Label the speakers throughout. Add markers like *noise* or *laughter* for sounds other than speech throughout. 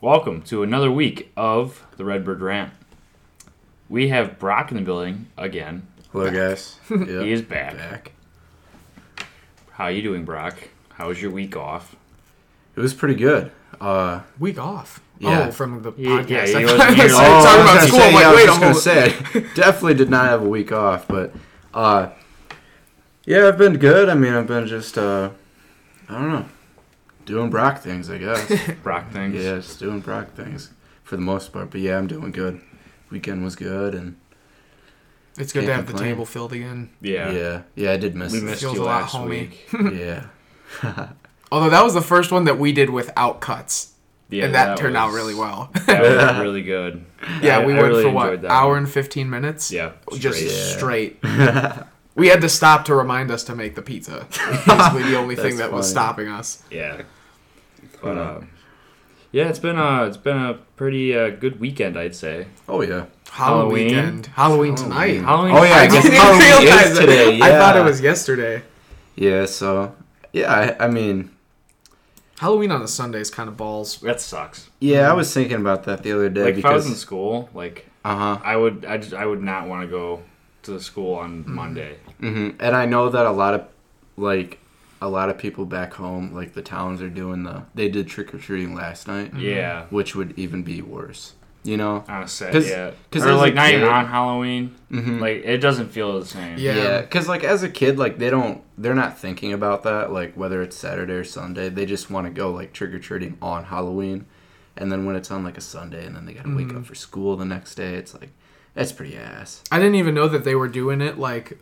Speaker 1: Welcome to another week of the Redbird Rant. We have Brock in the building again.
Speaker 2: Hello,
Speaker 3: *laughs*
Speaker 2: guys. Yep.
Speaker 1: He is back.
Speaker 2: back.
Speaker 1: How you doing, Brock? How was your week off?
Speaker 2: It was pretty good. Uh,
Speaker 3: Week off.
Speaker 2: Yeah.
Speaker 3: Oh, from the
Speaker 1: Yeah,
Speaker 3: podcast.
Speaker 1: yeah,
Speaker 3: *laughs* I
Speaker 1: you
Speaker 3: thought
Speaker 1: wasn't
Speaker 3: Oh, you
Speaker 1: here
Speaker 3: said
Speaker 1: at all.
Speaker 3: talking
Speaker 2: I was
Speaker 3: about
Speaker 2: gonna say,
Speaker 3: school. I'm like,
Speaker 2: yeah, I was
Speaker 3: wait,
Speaker 2: just
Speaker 3: I'm
Speaker 2: gonna
Speaker 3: all-
Speaker 2: say, I definitely did not have a week off, but uh, yeah, I've been good. I mean, I've been just uh, I don't know, doing Brock things, I
Speaker 3: *laughs*
Speaker 2: guess.
Speaker 1: Brock things.
Speaker 2: yeah, just doing Brock things for the most part. But yeah, I'm doing good. Weekend was good, and
Speaker 3: It's good to
Speaker 2: Can't
Speaker 3: have the
Speaker 2: complain.
Speaker 3: table filled again.
Speaker 1: Yeah.
Speaker 2: yeah, yeah, I did miss.
Speaker 1: We
Speaker 2: it.
Speaker 1: missed
Speaker 3: Feels
Speaker 1: you
Speaker 3: a lot
Speaker 1: last
Speaker 3: homey. *laughs*
Speaker 1: week.
Speaker 2: yeah,
Speaker 3: Although that was the first one that we did without cuts,
Speaker 1: Yeah,
Speaker 3: and that, turned out
Speaker 1: was-
Speaker 3: really well. *laughs*
Speaker 1: That was really good.
Speaker 3: yeah,
Speaker 1: I-
Speaker 3: we
Speaker 1: I
Speaker 3: went
Speaker 1: really
Speaker 3: for what
Speaker 1: enjoyed that
Speaker 3: hour
Speaker 1: one.
Speaker 3: and fifteen minutes.
Speaker 1: Yeah,
Speaker 3: just
Speaker 1: straight.
Speaker 3: straight. we had to stop to remind us to make the pizza. Basically, the only thing
Speaker 2: That's
Speaker 3: that was
Speaker 2: funny.
Speaker 3: stopping us.
Speaker 1: Yeah. But uh, yeah, it's been a it's been a pretty uh, good weekend, I'd say.
Speaker 2: oh yeah.
Speaker 1: Halloween?
Speaker 3: Halloween, weekend. Halloween tonight.
Speaker 2: Halloween.
Speaker 1: Halloween.
Speaker 2: Oh, yeah, I
Speaker 3: *laughs* I
Speaker 2: guess
Speaker 3: didn't
Speaker 2: Halloween is
Speaker 3: realize that.
Speaker 2: today,
Speaker 3: I thought
Speaker 2: yeah.
Speaker 3: it was yesterday.
Speaker 2: Yeah, so yeah, I, I mean,
Speaker 3: Halloween on a Sunday is kind of balls.
Speaker 1: that sucks.
Speaker 2: yeah, I was thinking about that the other day
Speaker 1: Mm-hmm. Like if I was in
Speaker 2: because
Speaker 1: school, like
Speaker 2: uh huh.
Speaker 1: I would I just I would not want to go to the school on
Speaker 3: Mm-hmm.
Speaker 1: Monday.
Speaker 2: hmm And I know that a lot of like a lot of people back home, like the towns, are doing the they did trick or treating last night,
Speaker 1: Yeah.
Speaker 2: which would even be worse. You know?
Speaker 1: On a set,
Speaker 2: 'Cause-
Speaker 1: yeah.
Speaker 2: 'cause
Speaker 1: or
Speaker 2: as a Mm-hmm.
Speaker 1: like not even
Speaker 2: kid-
Speaker 1: on Halloween. Like it doesn't feel the same.
Speaker 3: Yeah.
Speaker 2: Yeah, because like as a kid, like they don't they're not thinking about that, like whether it's Saturday or Sunday. They just want to go like trick or treating on Halloween, and then when it's on like a Sunday, and then they gotta
Speaker 1: Mm-hmm.
Speaker 2: wake up for school the next day. It's like that's pretty ass.
Speaker 3: I didn't even know that they were doing it like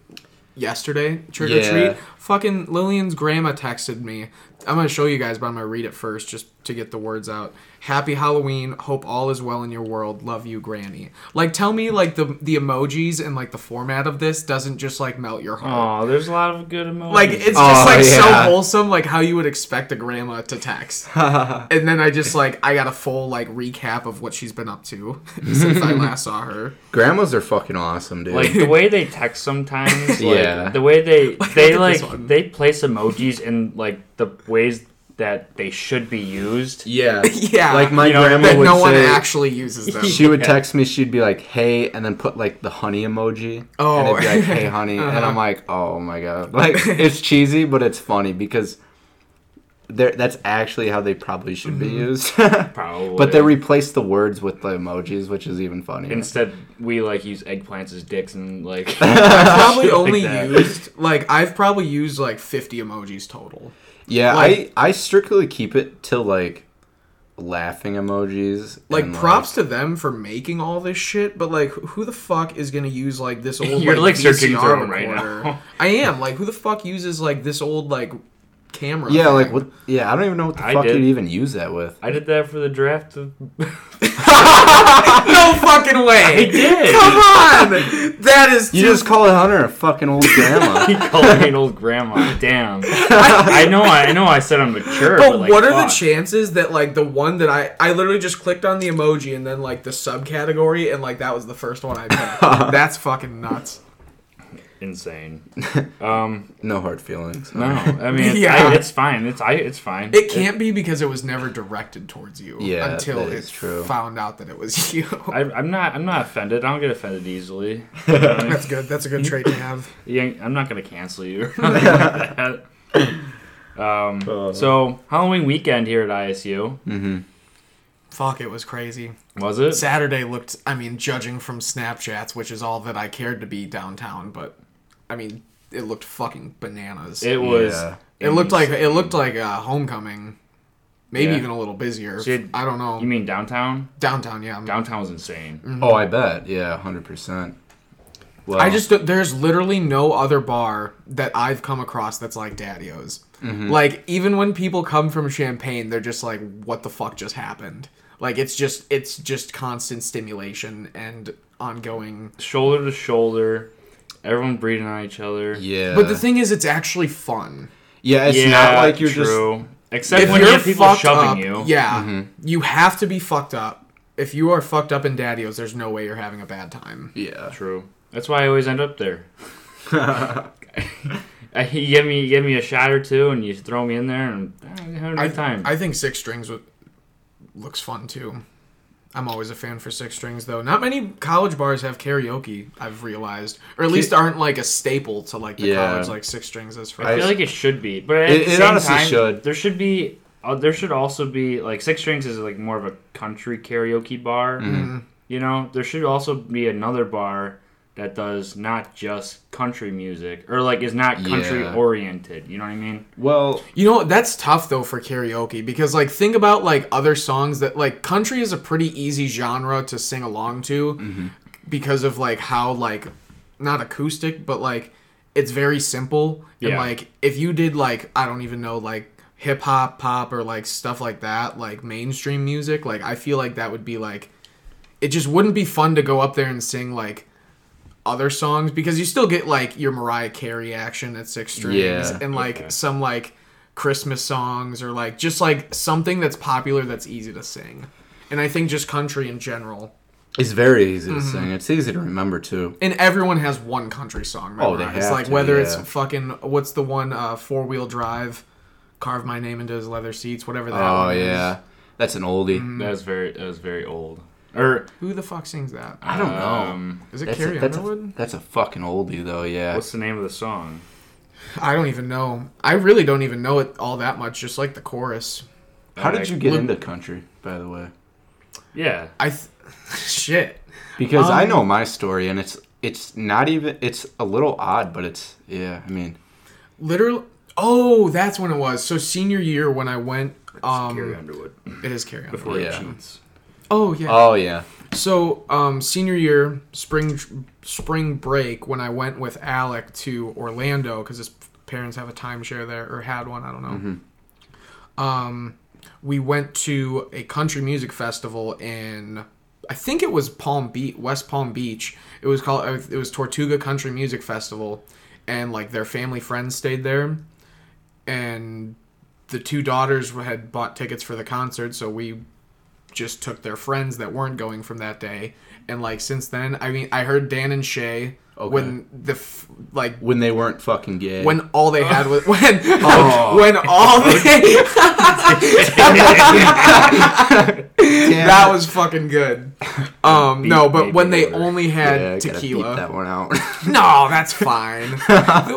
Speaker 3: yesterday, trick or
Speaker 2: Yeah.
Speaker 3: treat. Fucking Lillian's grandma texted me. I'm gonna show you guys, but I'm gonna read it first just to get the words out. Happy Halloween. Hope all is well in your world. Love you, Granny. Like, tell me like the the emojis and like the format of this doesn't just like melt your heart.
Speaker 1: Oh, there's a lot of good emotions.
Speaker 3: Like it's just
Speaker 2: Oh,
Speaker 3: like so
Speaker 2: yeah.
Speaker 3: wholesome, like how you would expect a grandma
Speaker 2: *laughs*
Speaker 3: to text. and then I just like I got a full like recap of what she's been up to *laughs* since I last saw her.
Speaker 2: Grandmas are fucking awesome, dude.
Speaker 1: Oh, like the way they text
Speaker 2: *laughs*
Speaker 1: sometimes. Like,
Speaker 2: Yeah.
Speaker 1: The way
Speaker 3: *laughs*
Speaker 1: they they
Speaker 3: look at this
Speaker 1: like
Speaker 3: one.
Speaker 1: they place emojis in like the ways that they should be used.
Speaker 2: yeah,
Speaker 3: *laughs* Yeah.
Speaker 2: Like my
Speaker 1: You know,
Speaker 2: grandma
Speaker 3: that
Speaker 2: would
Speaker 3: no one
Speaker 2: say-
Speaker 3: actually uses them.
Speaker 2: She would
Speaker 1: Yeah.
Speaker 2: text me. She'd be like, "Hey," and then put like the honey emoji.
Speaker 3: Oh.
Speaker 2: and
Speaker 3: Uh-huh.
Speaker 2: it'd be like, "Hey,
Speaker 3: *laughs*
Speaker 2: honey," and I'm like, "Oh my god!" Like it's cheesy, but it's funny because they're, that's actually how they probably should
Speaker 3: Mm-hmm.
Speaker 2: be used. *laughs*
Speaker 1: Probably.
Speaker 2: but they replace the words with the emojis, which is even funnier.
Speaker 1: instead we like use eggplants as dicks and
Speaker 2: *laughs*
Speaker 1: like. *laughs*
Speaker 3: I've probably only
Speaker 1: that.
Speaker 3: used like I've probably used like 50 emojis total.
Speaker 2: yeah,
Speaker 3: like-
Speaker 2: I I strictly keep it to like laughing emojis.
Speaker 3: Like
Speaker 2: and,
Speaker 3: props to them for making all this shit, but like who the fuck is gonna use like this *laughs* old
Speaker 1: You're,
Speaker 3: like,
Speaker 1: like, searching
Speaker 3: VCR
Speaker 1: through 'em right
Speaker 3: recorder? *laughs*
Speaker 1: now.
Speaker 3: I am like who the fuck uses like this old like camera?
Speaker 2: Yeah,
Speaker 3: thing?
Speaker 2: like what? Yeah, I don't even know what the
Speaker 1: I
Speaker 2: fuck
Speaker 1: did.
Speaker 2: you'd even use that with.
Speaker 1: I did that for the draft.
Speaker 3: *laughs*
Speaker 1: Of...
Speaker 2: *laughs*
Speaker 3: no fucking
Speaker 1: I *laughs*
Speaker 3: way.
Speaker 1: did.
Speaker 3: Come *laughs* on, that is
Speaker 2: You
Speaker 3: too-
Speaker 2: just call Hunter a fucking old
Speaker 3: *laughs*
Speaker 2: grandma.
Speaker 1: He called me an old grandma. Damn. I know. I know. I said I'm mature. But,
Speaker 3: But
Speaker 1: like,
Speaker 3: what are the
Speaker 1: fuck.
Speaker 3: chances that like the one that I I literally just clicked on the emoji and then like the subcategory and like that was the first one
Speaker 2: *laughs*
Speaker 3: I picked. That's fucking nuts.
Speaker 1: Insane. Um.
Speaker 2: no hard feelings.
Speaker 1: No.
Speaker 2: *laughs*
Speaker 1: I mean. It's,
Speaker 3: Yeah.
Speaker 1: I, it's fine. It's I. It's fine.
Speaker 3: It can't be because it was never directed towards you
Speaker 2: Yeah,
Speaker 3: until
Speaker 2: that
Speaker 3: it
Speaker 2: is true.
Speaker 3: found out that it was *laughs* you.
Speaker 1: I, I'm not. I'm not offended. I don't get offended easily.
Speaker 3: That's good. That's a good trait to have.
Speaker 1: You ain't- I'm not gonna cancel
Speaker 3: *laughs*
Speaker 1: you. *laughs* Or nothing like that. Um, so Halloween weekend here at ISU
Speaker 3: Fuck, it was crazy.
Speaker 1: was it?
Speaker 3: Saturday looked, I mean, judging from Snapchats, which is all that I cared to be downtown, but I mean, it looked fucking bananas. It,
Speaker 1: It was.
Speaker 2: Yeah.
Speaker 3: looked like it looked like uh, homecoming, maybe
Speaker 1: Yeah.
Speaker 3: even a little busier.
Speaker 1: So you-
Speaker 3: I don't know.
Speaker 1: You mean downtown?
Speaker 3: downtown, yeah.
Speaker 1: Downtown was
Speaker 3: Mm.
Speaker 1: insane.
Speaker 2: Oh, I bet. Yeah, hundred percent. Well,
Speaker 3: I just don't- there's literally no other bar that I've come across that's like Daddy-O's.
Speaker 1: Mm-hmm.
Speaker 3: Like even when people come from Champagne, they're just like, "What the fuck just happened?" Like it's just it's just constant stimulation and ongoing.
Speaker 1: Shoulder to shoulder, everyone breathing on each other.
Speaker 2: yeah,
Speaker 3: But the thing is, it's actually fun.
Speaker 2: yeah, it's
Speaker 1: Yeah,
Speaker 2: not like you're
Speaker 1: true. Except
Speaker 3: If
Speaker 1: when you
Speaker 3: you're
Speaker 1: have people
Speaker 3: fucked
Speaker 1: shoving
Speaker 3: up,
Speaker 1: you. Mm-hmm.
Speaker 3: yeah, you have to be fucked up. If you are fucked up in Daddy-O's, there's no way you're having a bad time.
Speaker 2: just yeah.
Speaker 1: True. That's why I always end up
Speaker 2: *laughs*
Speaker 1: there. *laughs* I- you give me you give me a shot or two, and you throw me in there, and I have a
Speaker 3: I,
Speaker 1: good time.
Speaker 3: I think Six Strings was looks fun too. I'm always a fan for six strings though. Not many college bars have karaoke. I've realized, or at least aren't like a staple to like the
Speaker 2: Yeah.
Speaker 3: college like six strings is for.
Speaker 1: I feel
Speaker 2: I-
Speaker 1: like it should be, but at
Speaker 2: It-
Speaker 1: the
Speaker 2: it
Speaker 1: same
Speaker 2: honestly
Speaker 1: time,
Speaker 2: should.
Speaker 1: There should be. Uh, there should also be like Six Strings is like more of a country karaoke bar.
Speaker 2: Mm-hmm.
Speaker 1: You know, there should also be another bar that does not just country music or like is not country
Speaker 2: Yeah.
Speaker 1: oriented. You know what I mean?
Speaker 2: Well,
Speaker 3: You know, that's tough though for karaoke because like think about like other songs that like country is a pretty easy genre to sing along to because of like how like not acoustic but like it's very simple and
Speaker 1: Yeah.
Speaker 3: like if you did like I don't even know like hip hop pop or like stuff like that like mainstream music like I feel like that would be like it just wouldn't be fun to go up there and sing like other songs because you still get like your Mariah Carey action at six strings
Speaker 2: Yeah.
Speaker 3: and like
Speaker 1: Okay.
Speaker 3: some like Christmas songs or like just like something that's popular that's easy to sing. And I think just country in general.
Speaker 2: it's very easy to sing. It's easy to remember too.
Speaker 3: And everyone has one country song.
Speaker 2: Oh, they
Speaker 3: memorized.
Speaker 2: have
Speaker 3: like
Speaker 2: to,
Speaker 3: whether it's
Speaker 2: yeah.
Speaker 3: fucking what's the one uh, four wheel drive, carve my name into his leather seats, whatever that.
Speaker 2: Oh
Speaker 3: Oh
Speaker 2: yeah, that's an oldie.
Speaker 1: That was very that was very old. Or
Speaker 3: Who the fuck sings that?
Speaker 2: I don't know.
Speaker 1: Um,
Speaker 3: Is it
Speaker 2: that's
Speaker 3: Carrie
Speaker 2: a, that's,
Speaker 3: Underwood?
Speaker 2: a, that's a fucking oldie though. Yeah.
Speaker 1: what's the name of the song?
Speaker 3: I don't even know. I really don't even know it all that much. Just like the chorus.
Speaker 2: How did
Speaker 1: Like,
Speaker 2: you get
Speaker 3: look-
Speaker 2: into country, by the way?
Speaker 1: Yeah,
Speaker 3: I th- *laughs* shit.
Speaker 2: Because I
Speaker 3: Um,
Speaker 2: know my story, and it's it's not even it's a little odd, but it's yeah. I mean,
Speaker 3: Literally. Oh, that's when it was. So senior year when I went. Um,
Speaker 1: Carrie Underwood *laughs*
Speaker 3: It is carry on.
Speaker 1: before
Speaker 2: yeah.
Speaker 1: he cheats.
Speaker 3: Oh yeah.
Speaker 2: oh yeah,
Speaker 3: So, um, senior year, spring spring break, when I went with Alec to Orlando because his parents have a timeshare there or had one, I don't know. Um, we went to a country music festival in, I think it was Palm Beach, West Palm Beach. It was called uh, it was Tortuga Country Music Festival, and like their family friends stayed there, and the two daughters had bought tickets for the concert, so we just took their friends that weren't going from that day and like since then i mean i heard dan and shay when the f- like
Speaker 2: when they weren't fucking gay.
Speaker 3: when all they had was *laughs* when when all they *laughs*
Speaker 2: Damn
Speaker 3: that
Speaker 2: it.
Speaker 3: was
Speaker 2: *laughs*
Speaker 3: fucking good um no but when they
Speaker 1: Baby
Speaker 3: only had
Speaker 2: yeah, I gotta beep
Speaker 3: tequila
Speaker 2: that one out.
Speaker 3: No, that's fine.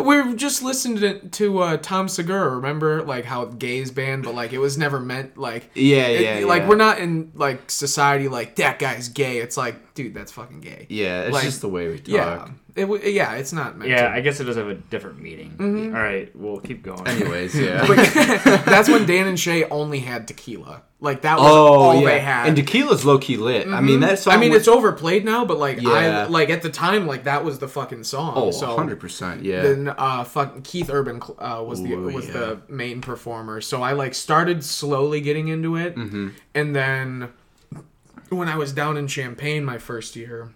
Speaker 3: We're just listening to, to uh, Tom Segura. Remember, like how gays banned, but like it was never meant like.
Speaker 2: *laughs* Yeah,
Speaker 3: it-
Speaker 2: yeah,
Speaker 3: Like
Speaker 2: yeah.
Speaker 3: we're not in like society. Like that guy's gay. It's like, dude, that's fucking gay.
Speaker 2: yeah, it's
Speaker 3: Like,
Speaker 2: just the way we talk.
Speaker 3: Yeah, it w- yeah, it's not
Speaker 2: *laughs*
Speaker 3: meant.
Speaker 1: Yeah,
Speaker 3: to.
Speaker 1: I guess it does have a different meaning.
Speaker 3: Mm-hmm.
Speaker 1: All right, we'll keep going.
Speaker 2: Anyways, yeah. *laughs*
Speaker 3: *laughs* that's when Dan and Shay only had tequila. Like that was all they had.
Speaker 2: Oh,
Speaker 3: Mm-hmm.
Speaker 2: and tequila's low key lit. I mean, that song.
Speaker 3: I mean,
Speaker 2: was,
Speaker 3: it's overplayed now, but like I
Speaker 2: Yeah.
Speaker 3: like at the time, like that was the fucking song.
Speaker 2: oh,
Speaker 3: so
Speaker 2: 100 percent. Yeah,
Speaker 3: then uh, fuck Keith Urban cl- uh, was the
Speaker 2: Ooh,
Speaker 3: was
Speaker 2: yeah.
Speaker 3: the main performer. So I like started slowly getting into it, and then when I was down in Champagne my first year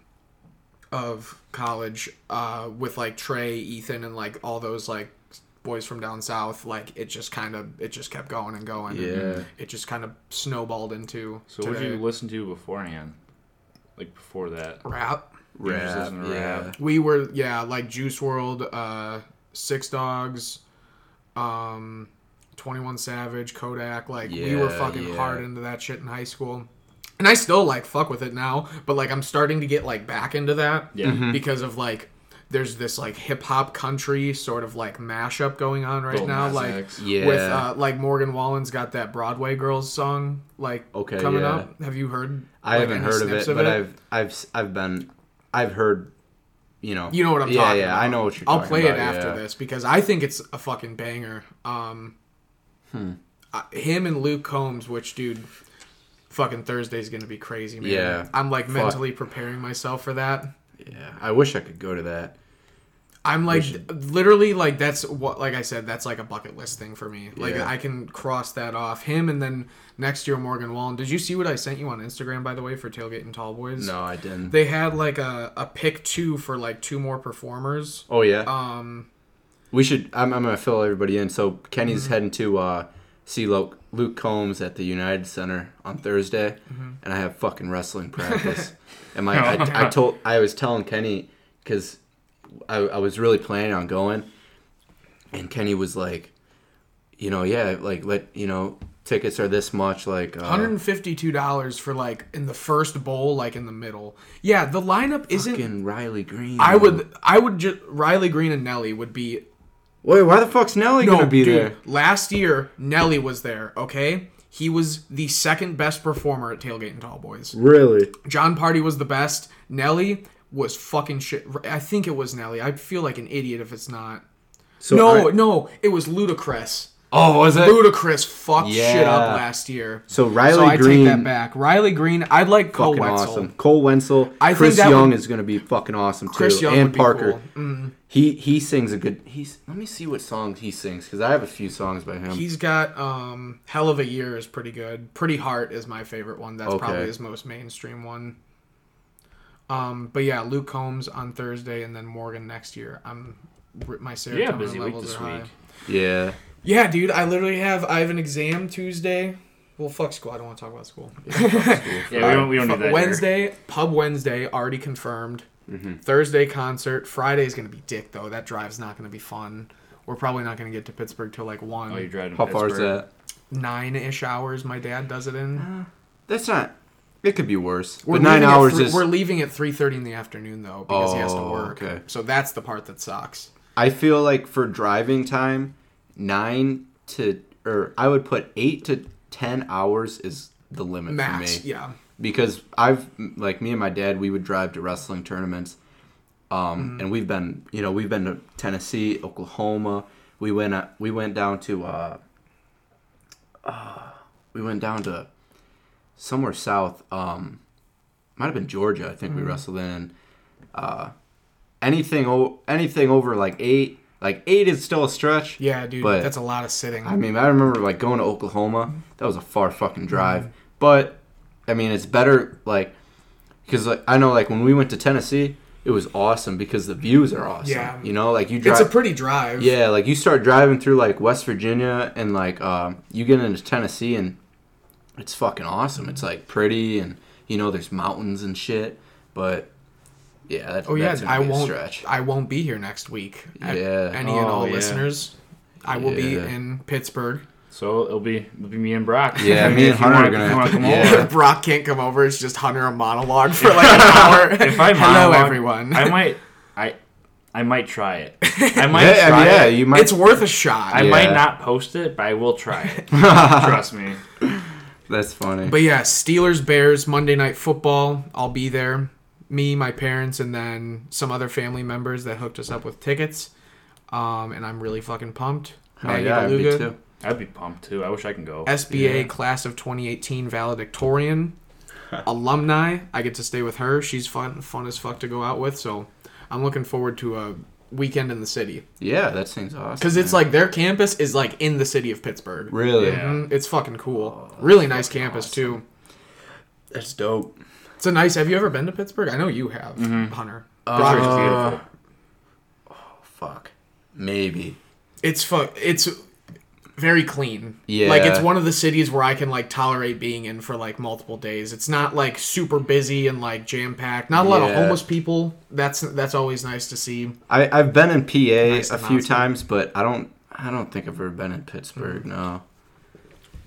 Speaker 3: of college uh, with like Trey, Ethan, and like all those like boys from down south, like it just kind of it just kept going and going. and
Speaker 2: Yeah.
Speaker 3: it just kind of snowballed into
Speaker 1: So what did
Speaker 3: today.
Speaker 1: you listen to beforehand? Like before that?
Speaker 3: rap.
Speaker 1: just
Speaker 2: rap.
Speaker 1: listen to
Speaker 2: Yeah.
Speaker 1: rap.
Speaker 3: We were yeah, like Juice World, uh, Six Dogs, um, Twenty One Savage, Kodak. Like we were
Speaker 2: Yeah,
Speaker 3: fucking
Speaker 2: yeah.
Speaker 3: hard into that shit in high school, and I still like fuck with it now. But like I'm starting to get like back into that
Speaker 1: Yeah.
Speaker 3: because of like there's this like hip hop country sort of like mashup going on right
Speaker 1: Little
Speaker 3: now.
Speaker 1: Nas
Speaker 3: Like
Speaker 1: X.
Speaker 2: Oh, Yeah.
Speaker 3: with uh, like Morgan Wallen's got that Broadway Girls song like
Speaker 2: Okay,
Speaker 3: coming
Speaker 2: yeah.
Speaker 3: up. Have you heard?
Speaker 2: I
Speaker 3: like,
Speaker 2: haven't
Speaker 3: any
Speaker 2: heard of it,
Speaker 3: snips
Speaker 2: but I've I've s- I've been I've heard. You know.
Speaker 3: You know what I'm
Speaker 2: yeah,
Speaker 3: talking
Speaker 2: Yeah,
Speaker 3: about.
Speaker 2: I know what you're.
Speaker 3: I'll
Speaker 2: talking
Speaker 3: play it
Speaker 2: about,
Speaker 3: after
Speaker 2: yeah.
Speaker 3: this because I think it's a fucking banger. Um,
Speaker 2: Hmm.
Speaker 3: uh, him and Luke Combs, which dude, fucking Thursday's gonna be crazy, man.
Speaker 2: Yeah.
Speaker 3: I'm like mentally preparing myself for that.
Speaker 2: Yeah, I wish I could go to that.
Speaker 3: I'm like literally like that's what like I said that's like a bucket list thing for me. Like
Speaker 2: Yeah.
Speaker 3: I can cross that off him and then next year Morgan Wallen. Did you see what I sent you on Instagram by the way for Tailgate and Tall Boys?
Speaker 2: No, I didn't.
Speaker 3: They had like a a pick two for like two more performers.
Speaker 2: Oh yeah.
Speaker 3: Um
Speaker 2: We should. I'm, I'm gonna fill everybody in. So Kenny's
Speaker 3: Mm-hmm.
Speaker 2: heading to uh, see Luke, Luke Combs at the United Center on Thursday,
Speaker 3: Mm-hmm.
Speaker 2: and I have fucking wrestling
Speaker 3: *laughs*
Speaker 2: practice. and my,
Speaker 3: Oh,
Speaker 2: I, I told, I was telling Kenny because I, I was really planning on going, and Kenny was like, you know, yeah, like let you know, tickets are this much. Like uh,
Speaker 3: Hundred and fifty-two dollars for like in the first bowl, like in the middle. Yeah, the lineup isn't.
Speaker 2: fucking Riley Green.
Speaker 3: I would, I would just Riley Green and Nelly would be
Speaker 2: Wait, why the fuck's Nelly
Speaker 3: no
Speaker 2: gonna be
Speaker 3: dude,
Speaker 2: there?
Speaker 3: Last year, Nelly was there. Okay, he was the second best performer at tailgate and tall boys.
Speaker 2: Really?
Speaker 3: John Party was the best. Nelly was fucking shit. I think it was Nelly. I feel like an idiot if it's not.
Speaker 2: So
Speaker 3: no,
Speaker 2: I-
Speaker 3: no, it was Ludacris.
Speaker 2: oh, was it?
Speaker 3: Ludacris fucked shit
Speaker 2: Yeah.
Speaker 3: up last year.
Speaker 2: So Riley
Speaker 3: so I
Speaker 2: Green,
Speaker 3: take that back. Riley Green, I'd like Cole
Speaker 2: fucking
Speaker 3: Wetzel.
Speaker 2: awesome. Cole Wenzel,
Speaker 3: I think
Speaker 2: Chris
Speaker 3: that
Speaker 2: Young
Speaker 3: would-
Speaker 2: is gonna be fucking awesome too.
Speaker 3: Chris Young
Speaker 2: and
Speaker 3: would be
Speaker 2: Parker.
Speaker 3: cool. Mm-hmm.
Speaker 2: He he sings a good. He's let me see what songs he sings because I have a few songs by him.
Speaker 3: He's got um, Hell of a Year is pretty good. Pretty Heart is my favorite one. That's
Speaker 2: Okay.
Speaker 3: probably his most mainstream one. Um, but yeah, Luke Combs on Thursday and then Morgan next year. I'm my serotonin
Speaker 1: Yeah, busy week
Speaker 3: levels
Speaker 1: this
Speaker 3: are high.
Speaker 1: week.
Speaker 2: yeah.
Speaker 3: Yeah, dude, I literally have I have an exam Tuesday. Well, fuck school. I don't want to talk
Speaker 1: *laughs*
Speaker 3: about school.
Speaker 1: Yeah, we don't we don't
Speaker 3: Fuck
Speaker 1: need that. here.
Speaker 3: Wednesday, pub Wednesday, already confirmed.
Speaker 1: Mm-hmm.
Speaker 3: Thursday concert. Friday's gonna be dick though. That drive's not gonna be fun. We're probably not gonna get to Pittsburgh till like one,
Speaker 1: Oh, you're driving.
Speaker 2: How
Speaker 1: to
Speaker 2: far is
Speaker 1: Pittsburgh.
Speaker 2: that?
Speaker 3: nine ish hours. My dad does it in.
Speaker 2: That's not. It could be worse.
Speaker 3: We're
Speaker 2: but nine
Speaker 3: leaving at
Speaker 2: hours
Speaker 3: three-
Speaker 2: is.
Speaker 3: We're leaving at three thirty in the afternoon though because he has to
Speaker 2: Oh,
Speaker 3: work.
Speaker 2: okay.
Speaker 3: So that's the part that sucks.
Speaker 2: I feel like for driving time, nine to or I would put eight to ten hours is the limit
Speaker 3: Max,
Speaker 2: for me.
Speaker 3: yeah.
Speaker 2: Because I've like me and my dad, we would drive to wrestling tournaments,
Speaker 3: Mm-hmm.
Speaker 2: um, and we've been you know we've been to Tennessee, Oklahoma. We went uh, we went down to uh, uh, we went down to somewhere south. Um, might have been Georgia. I
Speaker 3: Mm-hmm.
Speaker 2: think we wrestled in. And, anything o- anything over like eight like eight is still a stretch
Speaker 3: Yeah, dude,
Speaker 2: But-
Speaker 3: that's a lot of sitting.
Speaker 2: i mean i remember like going to oklahoma that was a far fucking drive but i mean it's better like because like i know like when we went to tennessee it was awesome because the views are awesome
Speaker 3: Yeah.
Speaker 2: you know like you drive
Speaker 3: it's a pretty drive.
Speaker 2: yeah like you start driving through like west virginia and like um, you get into tennessee and it's fucking awesome it's like pretty and you know there's mountains and shit but yeah that,
Speaker 3: Oh yeah,
Speaker 2: that's gonna
Speaker 3: I
Speaker 2: be a
Speaker 3: won't.
Speaker 2: stretch
Speaker 3: I won't be here next week. A-
Speaker 2: Yeah.
Speaker 3: Any and
Speaker 1: Oh,
Speaker 3: all
Speaker 1: yeah.
Speaker 3: listeners, I will be
Speaker 2: Yeah.
Speaker 3: in Pittsburgh.
Speaker 1: So it'll be it'll be me and Brock.
Speaker 2: Yeah, me
Speaker 1: *laughs*
Speaker 2: and
Speaker 1: If you
Speaker 2: Hunter
Speaker 1: wanna-
Speaker 2: are gonna
Speaker 1: if you
Speaker 2: have
Speaker 1: wanna
Speaker 2: to-
Speaker 1: come
Speaker 2: yeah.
Speaker 3: *laughs*
Speaker 1: over.
Speaker 3: Brock can't come over. It's just Hunter a monologue for
Speaker 2: *laughs*
Speaker 3: like an hour.
Speaker 1: If I
Speaker 3: Hello,
Speaker 1: monologue,
Speaker 3: everyone.
Speaker 1: I might I I might try
Speaker 3: *laughs*
Speaker 1: it. I might
Speaker 2: yeah, I
Speaker 1: try
Speaker 2: mean, yeah,
Speaker 1: it.
Speaker 2: you might.
Speaker 3: it's worth a shot.
Speaker 1: I
Speaker 2: Yeah.
Speaker 1: might not post it, but I will try
Speaker 2: *laughs*
Speaker 1: it. Trust me.
Speaker 2: That's funny.
Speaker 3: But yeah, Steelers Bears Monday Night Football. I'll be there. Me, my parents, and then some other family members that hooked us up with tickets. Um, and I'm really fucking pumped.
Speaker 2: oh,
Speaker 3: Maggie
Speaker 2: yeah, me
Speaker 3: Galuga,
Speaker 2: too.
Speaker 1: I'd be pumped too. I wish I can go.
Speaker 3: SBA
Speaker 2: Yeah.
Speaker 3: class of
Speaker 2: *laughs*
Speaker 3: 2018 valedictorian alumni. I get to stay with her. She's fun, fun as fuck to go out with. So I'm looking forward to a weekend in the city
Speaker 2: Yeah, that seems awesome.
Speaker 3: because it's like their campus is like in the city of Pittsburgh.
Speaker 2: really, Oh,
Speaker 1: Yeah.
Speaker 3: Mhm, It's fucking cool. really nice campus too.
Speaker 2: that's dope.
Speaker 3: It's a nice. Have you ever been to Pittsburgh? I know you have,
Speaker 2: Mm-hmm.
Speaker 3: Hunter.
Speaker 1: Pittsburgh's
Speaker 3: Brock-
Speaker 1: beautiful.
Speaker 2: Fuck, maybe.
Speaker 3: it's fuck. It's very clean.
Speaker 2: Yeah.
Speaker 3: Like it's one of the cities where I can like tolerate being in for like multiple days. It's not like super busy and like jam packed. Not a lot of
Speaker 2: Yeah.
Speaker 3: homeless people. That's that's always nice to see.
Speaker 2: I I've been in PA
Speaker 3: Nice
Speaker 2: a
Speaker 3: to
Speaker 2: few
Speaker 3: bounce.
Speaker 2: times, but I don't I don't think I've ever been in Pittsburgh. No.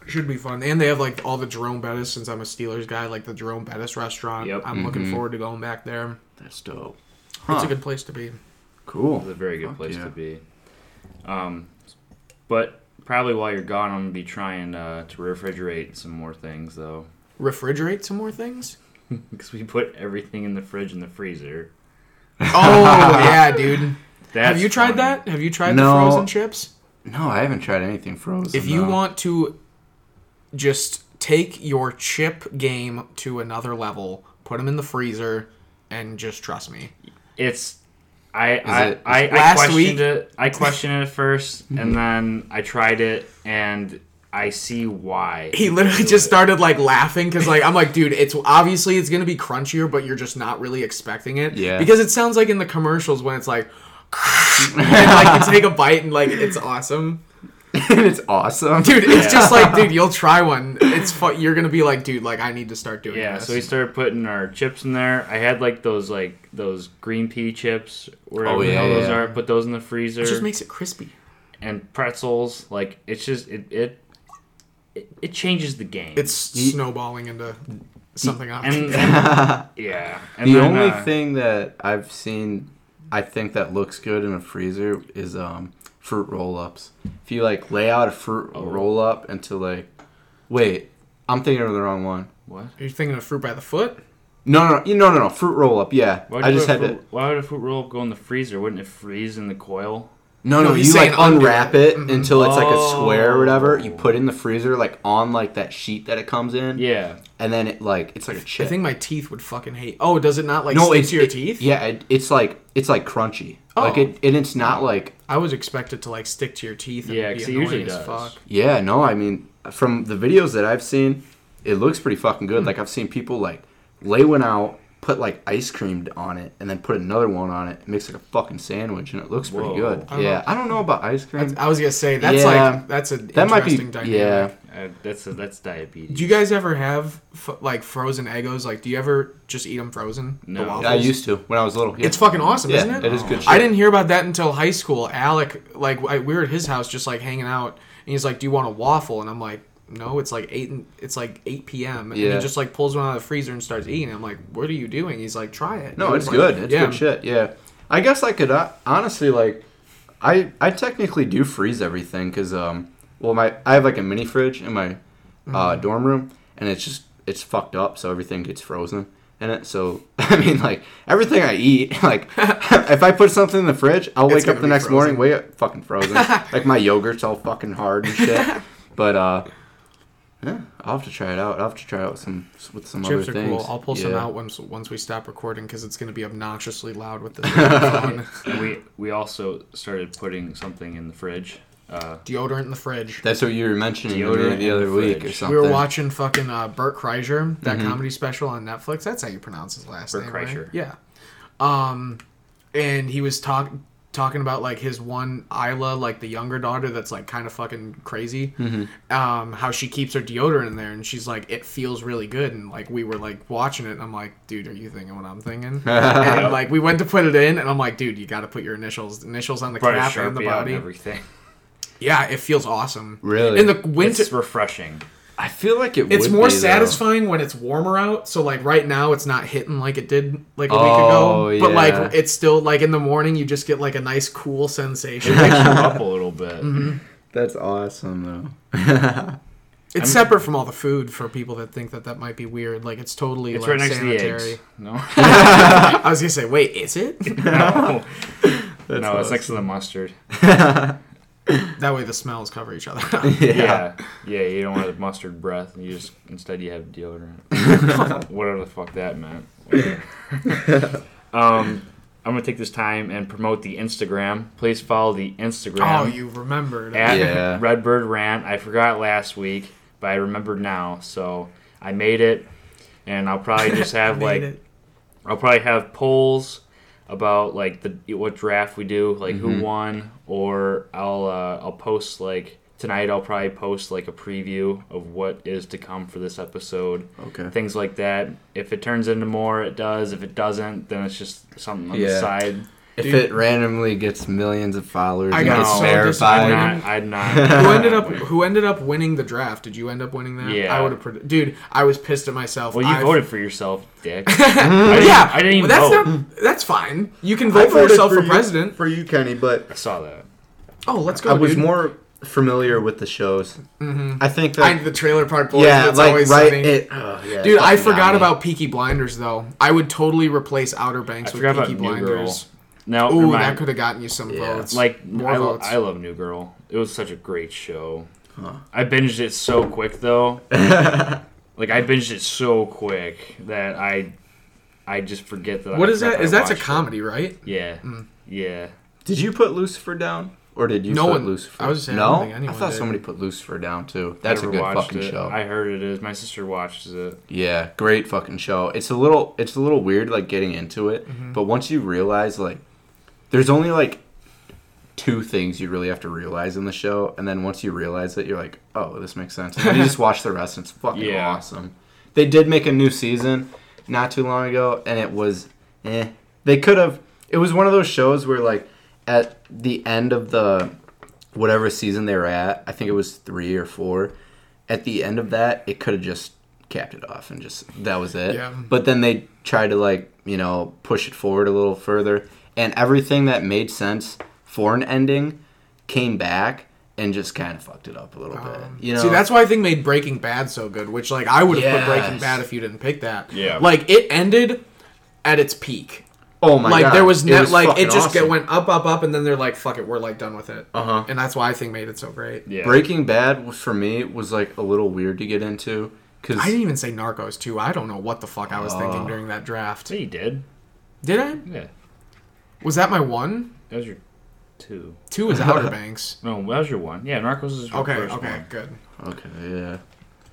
Speaker 3: Should be fun. And they have like all the Jerome Bettis since I'm a Steelers guy, like the Jerome Bettis restaurant.
Speaker 1: Yep.
Speaker 3: I'm looking forward to going back there.
Speaker 2: That's dope.
Speaker 3: It's
Speaker 2: Mm-hmm. Huh.
Speaker 3: a good place to be.
Speaker 1: It's
Speaker 2: Cool.
Speaker 1: a very good
Speaker 2: Fuck
Speaker 1: place
Speaker 2: yeah.
Speaker 1: to be. Um, but probably while you're gone, I'm gonna be trying uh, to refrigerate some more things though, *laughs*
Speaker 3: Refrigerate some more
Speaker 2: *laughs*
Speaker 3: things?
Speaker 1: because we put everything in the fridge and the freezer.
Speaker 3: Oh yeah, dude.
Speaker 1: That's
Speaker 3: have you tried
Speaker 1: funny.
Speaker 3: that? Have you tried
Speaker 2: No.
Speaker 3: the frozen chips?
Speaker 2: No, I haven't tried anything frozen.
Speaker 3: If you
Speaker 2: no.
Speaker 3: want to just take your chip game to another level, put them in the freezer, and just trust me.
Speaker 1: It's I I,
Speaker 2: it-
Speaker 1: I, I
Speaker 3: Last
Speaker 1: questioned
Speaker 3: week-
Speaker 1: it. I questioned it at
Speaker 3: *laughs*
Speaker 1: first, and then I tried it, and I see why.
Speaker 3: He
Speaker 1: people
Speaker 3: literally
Speaker 1: do
Speaker 3: just
Speaker 1: it.
Speaker 3: started like laughing because like I'm like, dude, it's obviously it's gonna be crunchier, but you're just not really expecting it.
Speaker 2: Yeah.
Speaker 3: Because it sounds like in the commercials when
Speaker 1: *laughs*
Speaker 3: it's like, *laughs* and, like you take a bite and like it's awesome,
Speaker 2: *laughs* it's awesome,
Speaker 3: dude. It's just like, dude, you'll try one. It's fun. You're gonna be like, dude, like I need to start doing.
Speaker 1: Yeah,
Speaker 3: this.
Speaker 1: so we started putting our chips in there. I had like those like those green pea chips, whatever
Speaker 2: Oh,
Speaker 1: the
Speaker 2: yeah,
Speaker 1: hell those
Speaker 2: yeah.
Speaker 1: are. Put those in the freezer.
Speaker 3: it just makes it crispy.
Speaker 1: and pretzels. Like it's just it, it it, it changes the game.
Speaker 3: It's
Speaker 2: Ye-
Speaker 3: snowballing into something else.
Speaker 1: and,
Speaker 2: *laughs*
Speaker 3: *laughs*
Speaker 1: and- yeah. And
Speaker 2: the
Speaker 1: then,
Speaker 2: only
Speaker 1: uh,
Speaker 2: thing that I've seen, I think that looks good in a freezer is um fruit roll ups. If you like lay out a fruit
Speaker 3: Oh.
Speaker 2: roll up into like, wait, I'm thinking of the wrong one.
Speaker 1: what?
Speaker 3: Are you thinking of fruit by the foot?
Speaker 2: No, no, no, no, no, no fruit roll up. Yeah,
Speaker 1: Why
Speaker 2: I just had to.
Speaker 1: Why would a fruit roll up go in the freezer? Wouldn't it freeze in the coil?
Speaker 2: No, no,
Speaker 3: No, he's
Speaker 2: you like
Speaker 3: saying undo
Speaker 2: unwrap it
Speaker 3: it. Mm-hmm.
Speaker 2: until it's like a square or whatever. You
Speaker 1: Oh.
Speaker 2: put it in the freezer, like on like that sheet that it comes in.
Speaker 1: Yeah.
Speaker 2: and then it like it's like a chip.
Speaker 3: I think my teeth would fucking hate. Oh, does it not like stick to your
Speaker 2: it-
Speaker 3: teeth?
Speaker 2: Yeah, it, it's like it's like crunchy. Like
Speaker 3: Oh.
Speaker 2: it, and it's not like
Speaker 3: I was expected to like stick to your teeth. And
Speaker 1: Yeah,
Speaker 3: be
Speaker 1: 'cause it usually
Speaker 3: annoying as
Speaker 1: does.
Speaker 3: Fuck.
Speaker 2: yeah. No, I mean from the videos that I've seen, it looks pretty fucking
Speaker 3: Hmm.
Speaker 2: good. Like I've seen people like lay one out, put like ice cream on it, and then put another one on it. It makes like a fucking sandwich, and it looks
Speaker 1: Whoa.
Speaker 2: pretty good.
Speaker 3: I don't
Speaker 2: yeah,
Speaker 3: know.
Speaker 2: I don't know about ice cream.
Speaker 3: I was gonna say that's
Speaker 2: Yeah.
Speaker 3: like that's an
Speaker 2: that might be
Speaker 3: interesting dynamic.
Speaker 2: yeah.
Speaker 1: Uh, that's that's diabetes.
Speaker 3: Do you guys ever have f- like frozen Eggos? Like, do you ever just eat them frozen?
Speaker 1: No.
Speaker 3: The waffles?
Speaker 2: I used to when I was little. Yeah.
Speaker 3: It's fucking awesome,
Speaker 2: Yeah,
Speaker 3: isn't it?
Speaker 2: it is good
Speaker 3: I
Speaker 2: shit.
Speaker 3: didn't hear about that until high school. Alec, like, I, we were at his house just like hanging out, and he's like, "Do you want a waffle?" And I'm like, "No, it's like eight. And, it's like eight p.m." And
Speaker 2: Yeah.
Speaker 3: he just like pulls one out of the freezer and starts eating. I'm like, "What are you doing?" He's like, "Try it."
Speaker 2: No,
Speaker 3: dude."
Speaker 2: it's
Speaker 3: Like,
Speaker 2: good. It's
Speaker 3: yeah.
Speaker 2: good shit. Yeah, I guess I could uh, honestly like, I I technically do freeze everything because um well my I have like a mini fridge in my
Speaker 3: Mm-hmm.
Speaker 2: uh, dorm room and it's just it's fucked up so everything gets frozen in it. So *laughs* I mean like everything I eat *laughs* like if I put something in the fridge I'll
Speaker 3: It's
Speaker 2: wake up
Speaker 3: gonna
Speaker 2: the
Speaker 3: be
Speaker 2: next
Speaker 3: frozen.
Speaker 2: morning wake up fucking
Speaker 3: *laughs*
Speaker 2: frozen like my yogurt's all fucking hard and shit. But uh. Yeah, I'll have to try it out. I'll have to try it with some with some
Speaker 3: Chips
Speaker 2: other
Speaker 3: are
Speaker 2: things.
Speaker 3: cool. I'll pull some
Speaker 2: Yeah.
Speaker 3: out once once we stop recording because it's gonna be obnoxiously
Speaker 2: *laughs*
Speaker 3: loud with this phone.
Speaker 1: And we we also started putting something in the fridge. Uh,
Speaker 3: deodorant in the fridge.
Speaker 2: That's what you were mentioning to
Speaker 1: Deodorant
Speaker 2: me the
Speaker 1: in
Speaker 2: other
Speaker 1: the
Speaker 2: week or
Speaker 1: fridge.
Speaker 2: something.
Speaker 3: We were watching fucking uh, Burt Kreischer, that comedy special on Netflix. That's how you pronounce his last
Speaker 1: Burt
Speaker 3: name, right?
Speaker 1: Kreischer.
Speaker 3: Yeah. Um, and he was talk talking about like his one Isla, like the younger daughter, that's like kind of fucking crazy. Um, how she keeps her deodorant in there, and she's like, it feels really good. And like we were like watching it, and I'm like, dude, are you thinking what I'm thinking? and like we went to put it in, and I'm like, dude, you got to put your initials, initials on the
Speaker 1: brought a
Speaker 3: cap and the
Speaker 1: sharpie out and
Speaker 3: body.
Speaker 1: everything.
Speaker 3: Yeah, it feels awesome.
Speaker 2: Really?
Speaker 3: In the winter,
Speaker 1: It's
Speaker 2: *laughs*
Speaker 1: refreshing.
Speaker 2: I feel like it.
Speaker 3: it's
Speaker 2: would
Speaker 3: more
Speaker 2: be, though.
Speaker 3: satisfying when it's warmer out. So like right now, it's not hitting like it did like a
Speaker 2: Oh,
Speaker 3: week ago. But
Speaker 2: yeah.
Speaker 3: like it's still like in the morning, you just get like a nice
Speaker 1: *laughs*
Speaker 3: cool sensation.
Speaker 1: Wakes you up a little bit.
Speaker 3: Mm-hmm.
Speaker 2: That's awesome though.
Speaker 3: it's separate from all the food for people that think that that might be weird. Like it's totally
Speaker 1: It's
Speaker 3: like
Speaker 1: right next *laughs*
Speaker 3: sanitary.
Speaker 1: to the eggs. No,
Speaker 3: I was gonna say, wait, is it? *laughs*
Speaker 1: no,
Speaker 2: *laughs* That's
Speaker 1: no it's next to the mustard.
Speaker 3: that way the smells cover each other. *laughs*
Speaker 1: Yeah. yeah, You don't want the mustard breath. You just instead you have deodorant.
Speaker 3: *laughs*
Speaker 1: Whatever the fuck that meant. Whatever. um, I'm gonna take this time and promote the Instagram. Please follow the Instagram.
Speaker 3: oh, you remembered.
Speaker 1: at
Speaker 2: Yeah.
Speaker 1: Redbird Rant. I forgot last week, but I remembered now, so I made it. And I'll probably
Speaker 3: *laughs*
Speaker 1: just have
Speaker 3: Made
Speaker 1: like
Speaker 3: it.
Speaker 1: I'll probably have polls about like the what draft we do, like
Speaker 3: Mm-hmm.
Speaker 1: who won, or I'll uh, I'll post like tonight. I'll probably post like a preview of what is to come for this episode,
Speaker 2: Okay.
Speaker 1: things like that. If it turns into more, it does. If it doesn't, then it's just something on
Speaker 2: Yeah.
Speaker 1: the side.
Speaker 2: If
Speaker 3: Dude.
Speaker 2: it randomly gets millions of followers,
Speaker 3: I
Speaker 2: and
Speaker 3: got
Speaker 2: gets
Speaker 1: so
Speaker 3: I
Speaker 1: I'd
Speaker 2: verified.
Speaker 1: not. I'd not.
Speaker 3: *laughs* who ended up who ended up winning the draft? Did you end up winning that?
Speaker 1: Yeah.
Speaker 3: I would have pred- dude, I was pissed at myself.
Speaker 1: Well, you
Speaker 3: I-
Speaker 1: voted for yourself,
Speaker 3: *laughs*
Speaker 1: dick. I didn't,
Speaker 3: yeah,
Speaker 1: I didn't even
Speaker 3: that's
Speaker 1: vote.
Speaker 3: Not, that's fine. You can
Speaker 2: I
Speaker 3: vote for
Speaker 2: voted
Speaker 3: yourself for
Speaker 2: you-
Speaker 3: president.
Speaker 2: for you, Kenny, but
Speaker 1: I saw that.
Speaker 3: Oh, let's go.
Speaker 2: I was
Speaker 3: dude.
Speaker 2: more familiar with the shows. Mm-hmm. I think
Speaker 3: I,
Speaker 2: that
Speaker 3: the trailer part boys.
Speaker 2: yeah,
Speaker 3: that's
Speaker 2: like
Speaker 3: always
Speaker 2: right.
Speaker 3: funny.
Speaker 2: It, oh, yeah,
Speaker 3: Dude, I
Speaker 2: fucking got
Speaker 3: forgot
Speaker 2: me.
Speaker 3: about Peaky Blinders though. I would totally replace Outer Banks
Speaker 1: I
Speaker 3: with
Speaker 1: forgot about
Speaker 3: Peaky
Speaker 1: New Girl.
Speaker 3: Blinders.
Speaker 1: No,
Speaker 3: Ooh,
Speaker 1: never mind.
Speaker 3: that could have gotten you some
Speaker 2: Yeah.
Speaker 3: votes.
Speaker 1: like
Speaker 3: more
Speaker 1: I, lo-
Speaker 3: votes.
Speaker 1: I love New Girl. It was such a great show. I binged it so quick
Speaker 3: *laughs*
Speaker 1: though. like I binged it so quick that I I just forget that.
Speaker 3: what
Speaker 1: I
Speaker 3: is that? Hmm.
Speaker 1: forgot
Speaker 3: Is that's a
Speaker 1: watched it.
Speaker 3: comedy, right?
Speaker 1: Yeah, yeah.
Speaker 2: Did you put Lucifer down, or did you
Speaker 3: No
Speaker 2: put
Speaker 3: one-
Speaker 2: Lucifer?
Speaker 3: I was saying, I
Speaker 2: no.
Speaker 3: don't think anyone
Speaker 2: thought
Speaker 3: did.
Speaker 2: somebody put Lucifer down too. That's a
Speaker 1: Never
Speaker 2: good
Speaker 1: watched
Speaker 2: fucking
Speaker 1: it.
Speaker 2: show.
Speaker 1: I heard it is. My sister watches it.
Speaker 2: Yeah, great fucking show. It's a little it's a little weird like getting into it, but once you realize like there's only like two things you really have to realize in the show, and then once you realize it, you're like, oh, this makes sense. And then you just watch the rest, and it's fucking
Speaker 1: Yeah.
Speaker 2: awesome. They did make a new season not too long ago, and it was eh. They could have. It was one of those shows where like at the end of the whatever season they were at, I think it was three or four. at the end of that, it could have just capped it off and just that was it.
Speaker 3: Yeah.
Speaker 2: But then they tried to like, you know, push it forward a little further and everything that made sense for an ending came back and just kind of fucked it up a little bit. Uh, You know.
Speaker 3: Um, See, that's why I think made Breaking Bad so good. Which, like, I would have
Speaker 2: Yes.
Speaker 3: put Breaking Bad if you didn't pick that.
Speaker 1: Yeah.
Speaker 3: Like, it ended at its peak.
Speaker 2: oh my
Speaker 3: like
Speaker 2: god.
Speaker 3: there was, ne- like
Speaker 2: fucking
Speaker 3: it just
Speaker 2: awesome.
Speaker 3: get, went up, up, up, and then they're like, "Fuck it, we're like done with it."
Speaker 2: Uh-huh.
Speaker 3: And that's why I think made it so great.
Speaker 1: Yeah.
Speaker 2: Breaking Bad was- for me was like a little weird to get into cuz
Speaker 3: I didn't even say Narcos too. I don't know what the fuck I was
Speaker 1: Oh.
Speaker 3: thinking during that draft.
Speaker 1: Yeah, you did.
Speaker 3: Did I?
Speaker 1: Yeah.
Speaker 3: Was that my one?
Speaker 1: That was your two.
Speaker 3: Two
Speaker 1: *laughs*
Speaker 3: is Outer Banks.
Speaker 1: No, that was your one. Yeah, Narcos is your
Speaker 3: Okay,
Speaker 1: first
Speaker 3: okay,
Speaker 1: one.
Speaker 3: good.
Speaker 2: Okay, yeah.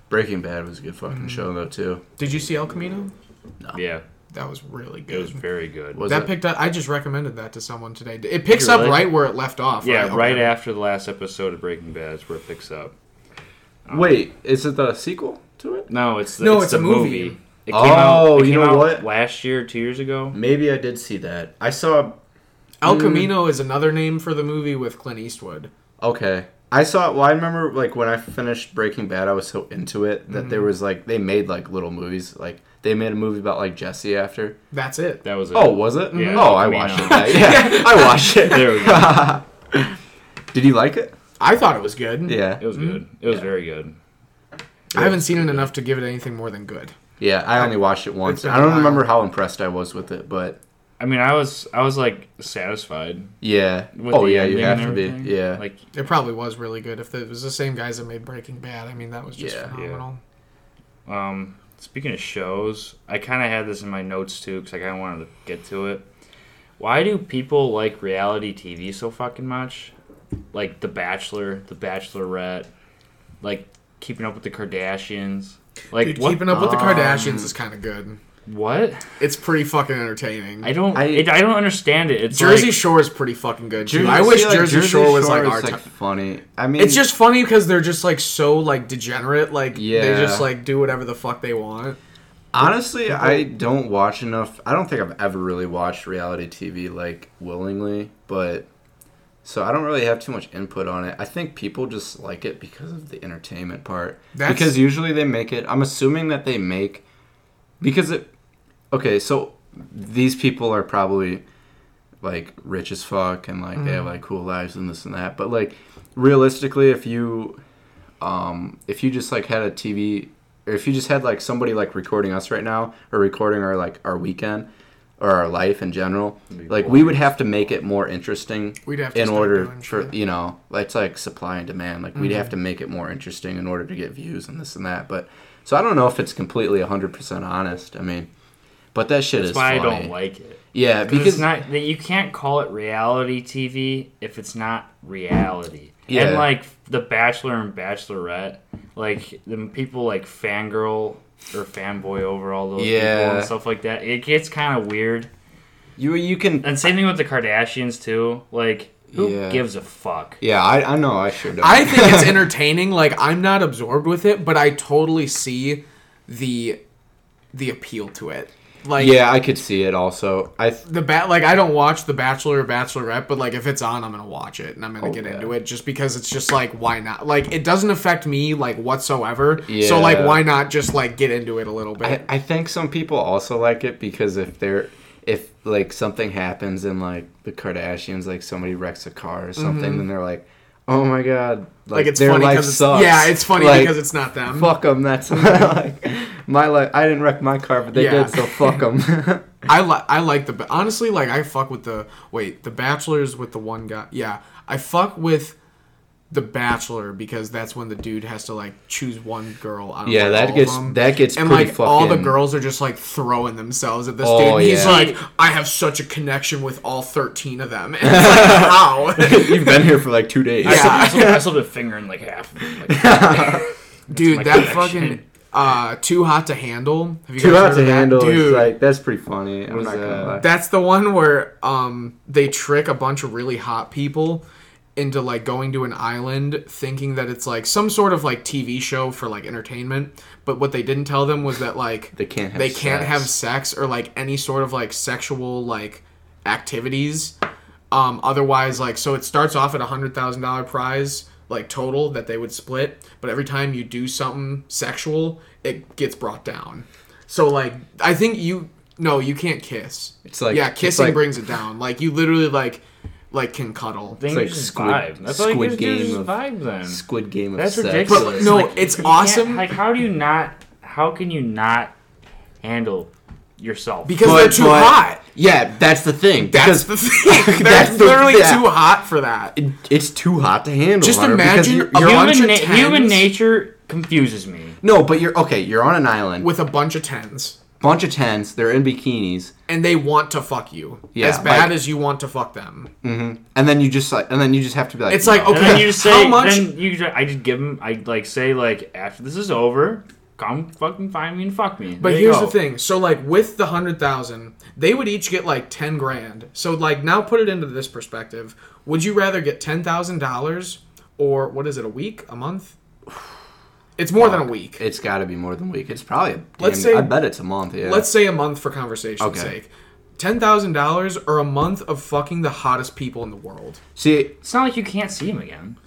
Speaker 2: Breaking Bad was a good
Speaker 3: Mm-hmm.
Speaker 2: fucking show though too.
Speaker 3: Did you see El Camino?
Speaker 1: Yeah,
Speaker 3: That was really good.
Speaker 1: it was very good.
Speaker 2: Was
Speaker 3: that
Speaker 2: it?
Speaker 3: picked up. I just recommended that to someone today. It picks
Speaker 1: Really?
Speaker 3: up right where it left off.
Speaker 1: yeah,
Speaker 3: Okay.
Speaker 1: right after the last episode of Breaking Bad is where it picks up.
Speaker 2: Wait, is it the sequel to it?
Speaker 1: No, it's the,
Speaker 3: No,
Speaker 1: it's
Speaker 3: it's
Speaker 1: the
Speaker 3: a
Speaker 1: movie.
Speaker 3: movie.
Speaker 1: It came
Speaker 2: Oh,
Speaker 1: out, it
Speaker 2: you
Speaker 1: came
Speaker 2: know
Speaker 1: out
Speaker 2: what?
Speaker 1: Last year, two years
Speaker 3: Hmm.
Speaker 1: ago.
Speaker 2: Maybe I did see that. I saw
Speaker 3: El
Speaker 1: Mm.
Speaker 3: Camino is another name for the movie with Clint Eastwood.
Speaker 2: Okay. I saw well I remember like when I finished Breaking Bad I was so into it that there was like they made like little movies. Like they made a movie about like Jesse after.
Speaker 3: That's it.
Speaker 1: That was it.
Speaker 2: Oh, was it?
Speaker 1: Yeah,
Speaker 2: oh, I
Speaker 1: I mean,
Speaker 2: watched
Speaker 1: uh,
Speaker 2: it. Yeah, *laughs* I watched it.
Speaker 1: there we go.
Speaker 2: *laughs* Did you like it?
Speaker 3: I thought it was good.
Speaker 1: It
Speaker 2: Yeah.
Speaker 3: Hmm?
Speaker 1: was good. It was very good.
Speaker 3: I haven't seen it enough to give it anything more than good.
Speaker 2: Yeah, I only watched it once.
Speaker 3: been
Speaker 2: I
Speaker 3: a
Speaker 2: don't
Speaker 3: while.
Speaker 2: remember how impressed I was with it, but
Speaker 1: I mean, I was I was like satisfied.
Speaker 2: yeah.
Speaker 1: With
Speaker 2: oh
Speaker 1: the
Speaker 2: yeah, you
Speaker 1: ending and
Speaker 2: have to be.
Speaker 1: everything.
Speaker 2: Yeah.
Speaker 1: like
Speaker 3: It probably was really good. If it was the same guys that made Breaking Bad, I mean, that was just
Speaker 2: Yeah. Yeah.
Speaker 3: phenomenal.
Speaker 1: Um, speaking of shows, I kind of had this in my notes too because I kind of wanted to get to it. Why do people like reality TV so fucking much? Like The Bachelor, The Bachelorette, like Keeping Up with the Kardashians. Like
Speaker 3: Dude,
Speaker 1: what?
Speaker 3: keeping up with the Kardashians is kind of good.
Speaker 1: what?
Speaker 3: It's pretty fucking entertaining.
Speaker 1: I don't.
Speaker 2: I-
Speaker 1: I, it, I don't understand it. It's
Speaker 3: Jersey
Speaker 1: like,
Speaker 3: Shore is pretty fucking good too.
Speaker 2: Jersey-
Speaker 3: I wish
Speaker 2: see, like,
Speaker 3: Jersey, Shore was like
Speaker 2: is,
Speaker 3: our. ti-
Speaker 2: funny. I mean,
Speaker 3: it's just funny because they're just like so like degenerate. Like
Speaker 2: Yeah.
Speaker 3: they just like do whatever the fuck they want.
Speaker 2: honestly, I don't watch enough. I don't think I've ever really watched reality TV like willingly, but so I don't really have too much input on it. I think people just like it because of the entertainment part.
Speaker 3: That's-
Speaker 2: Because usually they make it. I'm assuming that they make because it. Okay, so these people are probably like rich as fuck and like
Speaker 3: Mm-hmm.
Speaker 2: they have like cool lives and this and that. But like realistically, if you um, if you just like had a TV or if you just had like somebody like recording us right now or recording our like our weekend or our life in general, like we would have to make it more interesting.
Speaker 3: We'd have to
Speaker 2: in
Speaker 3: start
Speaker 2: order
Speaker 3: doing
Speaker 2: for
Speaker 3: shit. Mm-hmm.
Speaker 2: you know it's like supply and demand. Like we'd have to make it more interesting in order to get views and this and that. But so I don't know if it's completely hundred percent honest. I mean. But that shit
Speaker 1: that's
Speaker 2: is
Speaker 1: why
Speaker 2: funny.
Speaker 1: I don't like it.
Speaker 2: yeah,
Speaker 1: Because
Speaker 2: because
Speaker 1: it's not that you can't call it reality TV if it's not reality.
Speaker 2: Yeah.
Speaker 1: And like The Bachelor and Bachelorette, like the people like fangirl or fanboy over all those people
Speaker 2: Yeah.
Speaker 1: and stuff like that. It gets kind of weird.
Speaker 2: you you can
Speaker 1: And same thing with the Kardashians too. Like who
Speaker 2: Yeah.
Speaker 1: gives a fuck?
Speaker 2: Yeah, I, I know I sure don't.
Speaker 3: I think *laughs* it's entertaining. Like I'm not absorbed with it, but I totally see the the appeal to it. Like
Speaker 2: yeah, I could see it also. I th-
Speaker 3: the bat like I don't watch The Bachelor or Bachelorette, but like if it's on, I'm gonna watch it and I'm gonna get
Speaker 2: yeah.
Speaker 3: into it just because it's just like why not? Like it doesn't affect me like whatsoever. So like
Speaker 2: Yeah.
Speaker 3: why not just like get into it a little bit?
Speaker 2: I I think some people also like it because if they're if like something happens in like the Kardashians, like somebody wrecks a car or something, then they're like, oh my god,
Speaker 3: like it's
Speaker 2: their
Speaker 3: funny
Speaker 2: life
Speaker 3: because it's
Speaker 2: sucks.
Speaker 3: yeah, it's funny
Speaker 2: Like,
Speaker 3: because it's not them.
Speaker 2: fuck them. That's like my life. I didn't wreck my car, but they
Speaker 3: Yeah.
Speaker 2: did, so fuck them.
Speaker 3: I like I like the ba- honestly like I fuck with the wait the Bachelor's with the one guy. Yeah, I fuck with the Bachelor because that's when the dude has to like choose one girl. Out of,
Speaker 2: yeah,
Speaker 3: like, all
Speaker 2: that
Speaker 3: of
Speaker 2: gets
Speaker 3: them.
Speaker 2: that gets
Speaker 3: and
Speaker 2: pretty
Speaker 3: like
Speaker 2: fucking.
Speaker 3: all the girls are just like throwing themselves at this
Speaker 2: Oh,
Speaker 3: dude. And He's
Speaker 2: yeah.
Speaker 3: like, I have such a connection with all thirteen of them. *laughs* And it's like,
Speaker 2: *laughs*
Speaker 3: how,
Speaker 2: You've been here for like two days.
Speaker 1: I
Speaker 3: Yeah.
Speaker 1: still- I still, I
Speaker 2: *laughs*
Speaker 1: still have a finger in like half. Of them. Like,
Speaker 3: dude?
Speaker 1: my
Speaker 3: That
Speaker 1: connection.
Speaker 3: fucking uh, too hot to handle. Have you
Speaker 2: Too
Speaker 3: guys
Speaker 2: hot
Speaker 3: heard
Speaker 2: to
Speaker 3: of that?
Speaker 2: handle. It's
Speaker 3: dude?
Speaker 2: like that's pretty funny. I'm
Speaker 1: was
Speaker 2: not gonna
Speaker 1: that?
Speaker 2: lie.
Speaker 3: That's the one where um, they trick a bunch of really hot people into like going to an island thinking that it's like some sort of like TV show for like entertainment. But what they didn't tell them was that like
Speaker 2: They can't have
Speaker 3: they can't
Speaker 2: sex.
Speaker 3: have sex or like any sort of like sexual like activities. Um, otherwise, like so it starts off at a hundred thousand dollar prize. like total that they would split, but every time you do something sexual, it gets brought down. So like I think you no, you can't kiss.
Speaker 2: It's like-
Speaker 3: yeah,
Speaker 2: it's
Speaker 3: kissing
Speaker 2: like-
Speaker 3: brings it down. Like you literally like like can cuddle.
Speaker 1: Then
Speaker 2: like
Speaker 1: you just
Speaker 2: Squid-
Speaker 1: vibe. That's all you
Speaker 2: Squid
Speaker 1: just do is
Speaker 2: Game
Speaker 1: just
Speaker 2: of-
Speaker 1: vibe then.
Speaker 2: Squid Game of
Speaker 1: That's
Speaker 2: sex.
Speaker 1: ridiculous.
Speaker 3: But no, it's
Speaker 1: You can't-
Speaker 3: awesome
Speaker 1: Like, how do you not? How can you not handle yourself?
Speaker 3: because
Speaker 2: But-
Speaker 3: they're too
Speaker 2: but-
Speaker 3: hot.
Speaker 2: Yeah, that's the thing.
Speaker 3: That's
Speaker 2: because *laughs*
Speaker 3: the thing. They're
Speaker 2: That's the-
Speaker 3: literally
Speaker 2: yeah.
Speaker 3: too hot for that.
Speaker 2: it- it's too hot to handle.
Speaker 3: Just
Speaker 2: Hunter, because
Speaker 3: imagine
Speaker 2: you're-
Speaker 3: a
Speaker 2: you're on-
Speaker 3: bunch
Speaker 1: human,
Speaker 3: of
Speaker 1: na-
Speaker 3: tens.
Speaker 1: human nature confuses me.
Speaker 2: no, but you're okay. You're on an island with
Speaker 3: with a bunch of tens
Speaker 2: a bunch of tents. They're in bikinis,
Speaker 3: and they want to fuck you
Speaker 2: Yeah,
Speaker 3: as bad
Speaker 2: like-
Speaker 3: as you want to fuck them.
Speaker 2: and then you just like, and then you just have to be like,
Speaker 3: It's like
Speaker 2: no.
Speaker 1: And then
Speaker 3: okay,
Speaker 1: you just say,
Speaker 3: how much?
Speaker 1: Then you, ju- I just give them. I like say like after this is over, come fucking find me and fuck me.
Speaker 3: but
Speaker 1: There you
Speaker 3: here's
Speaker 1: go.
Speaker 3: the thing. So like with the hundred thousand, they would each get like ten grand. So like now put it into this perspective. Would you rather get ten thousand dollars or what is it? A week? A month? It's more than a week.
Speaker 2: it's got to be more than a week. It's probably. A
Speaker 3: Let's
Speaker 2: damn-
Speaker 3: say-
Speaker 2: I bet it's a month. Yeah.
Speaker 3: Let's say a month for conversation's
Speaker 2: Okay.
Speaker 3: sake. Ten thousand dollars or a month of fucking the hottest people in the world.
Speaker 2: see.
Speaker 1: It's not like you can't see him again.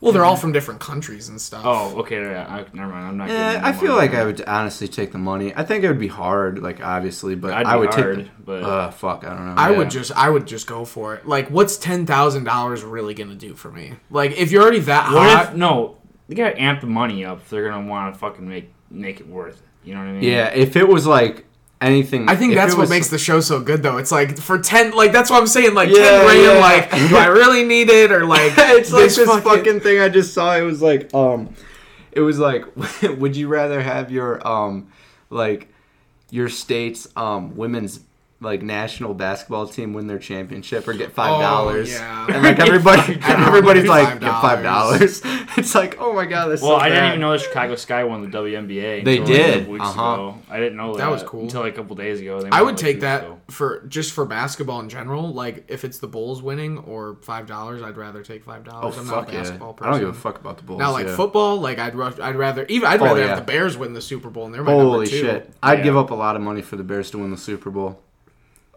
Speaker 3: Well, they're all from different countries and stuff.
Speaker 1: Mm-hmm. Oh, okay. Yeah, I, never mind. I'm not. giving
Speaker 2: eh,
Speaker 1: you
Speaker 2: I
Speaker 1: the
Speaker 2: feel
Speaker 1: money.
Speaker 2: like I would honestly take the money. I think it would be hard, like obviously, but
Speaker 1: I'd
Speaker 2: I
Speaker 1: be
Speaker 2: would
Speaker 1: hard,
Speaker 2: take. The,
Speaker 1: but-
Speaker 2: uh, fuck, I don't know.
Speaker 3: I
Speaker 2: yeah.
Speaker 3: would just I would just go for it. Like what's ten thousand dollars really gonna do for me? Like if you're already that
Speaker 1: What
Speaker 3: hot
Speaker 1: if no? They gotta amp the money up. If they're gonna want to fucking make make it worth. It. You know what I mean?
Speaker 2: Yeah, if it was like anything,
Speaker 3: I think
Speaker 2: if
Speaker 3: that's
Speaker 2: it
Speaker 3: what
Speaker 2: was-
Speaker 3: makes the show so good though. It's like for ten like that's what I'm saying, like
Speaker 2: Yeah,
Speaker 3: ten grand,
Speaker 2: yeah.
Speaker 3: like do I really need it or like
Speaker 2: *laughs* it's like this fucking, thing I just saw. It was like, um, it was like, *laughs* would you rather have your, um, like, your state's, um, women's, like, national basketball team win their championship or get five dollars?
Speaker 3: Oh, yeah.
Speaker 2: And
Speaker 3: *laughs*
Speaker 2: like everybody,
Speaker 1: Get
Speaker 2: and *laughs* everybody's
Speaker 3: $5.
Speaker 2: like, get five dollars. *laughs* It's like, oh my god, that's
Speaker 1: Well,
Speaker 2: so
Speaker 1: I didn't
Speaker 2: bad.
Speaker 1: even know the Chicago Sky won the WNBA.
Speaker 2: They
Speaker 1: until
Speaker 2: did.
Speaker 1: A couple weeks
Speaker 2: Uh-huh.
Speaker 1: ago. I didn't know that.
Speaker 3: was cool.
Speaker 1: Until like a couple days ago. They
Speaker 3: I
Speaker 1: won,
Speaker 3: would
Speaker 1: like,
Speaker 3: take
Speaker 1: two
Speaker 3: that
Speaker 1: weeks ago.
Speaker 3: for just for basketball in general. Like if it's the Bulls winning or five dollars, I'd rather take five
Speaker 2: Oh
Speaker 3: dollars. I'm not a
Speaker 2: fuck yeah!
Speaker 3: basketball
Speaker 2: I
Speaker 3: person.
Speaker 2: don't give a fuck about the Bulls.
Speaker 3: Now like
Speaker 2: yeah. Oh,
Speaker 3: football, like I'd ra- I'd rather even I'd rather
Speaker 2: yeah.
Speaker 3: have the Bears win the Super Bowl and they're my number
Speaker 2: Holy
Speaker 3: two.
Speaker 2: shit! *laughs* I'd
Speaker 1: Yeah.
Speaker 2: give up a lot of money for the Bears to win the Super Bowl.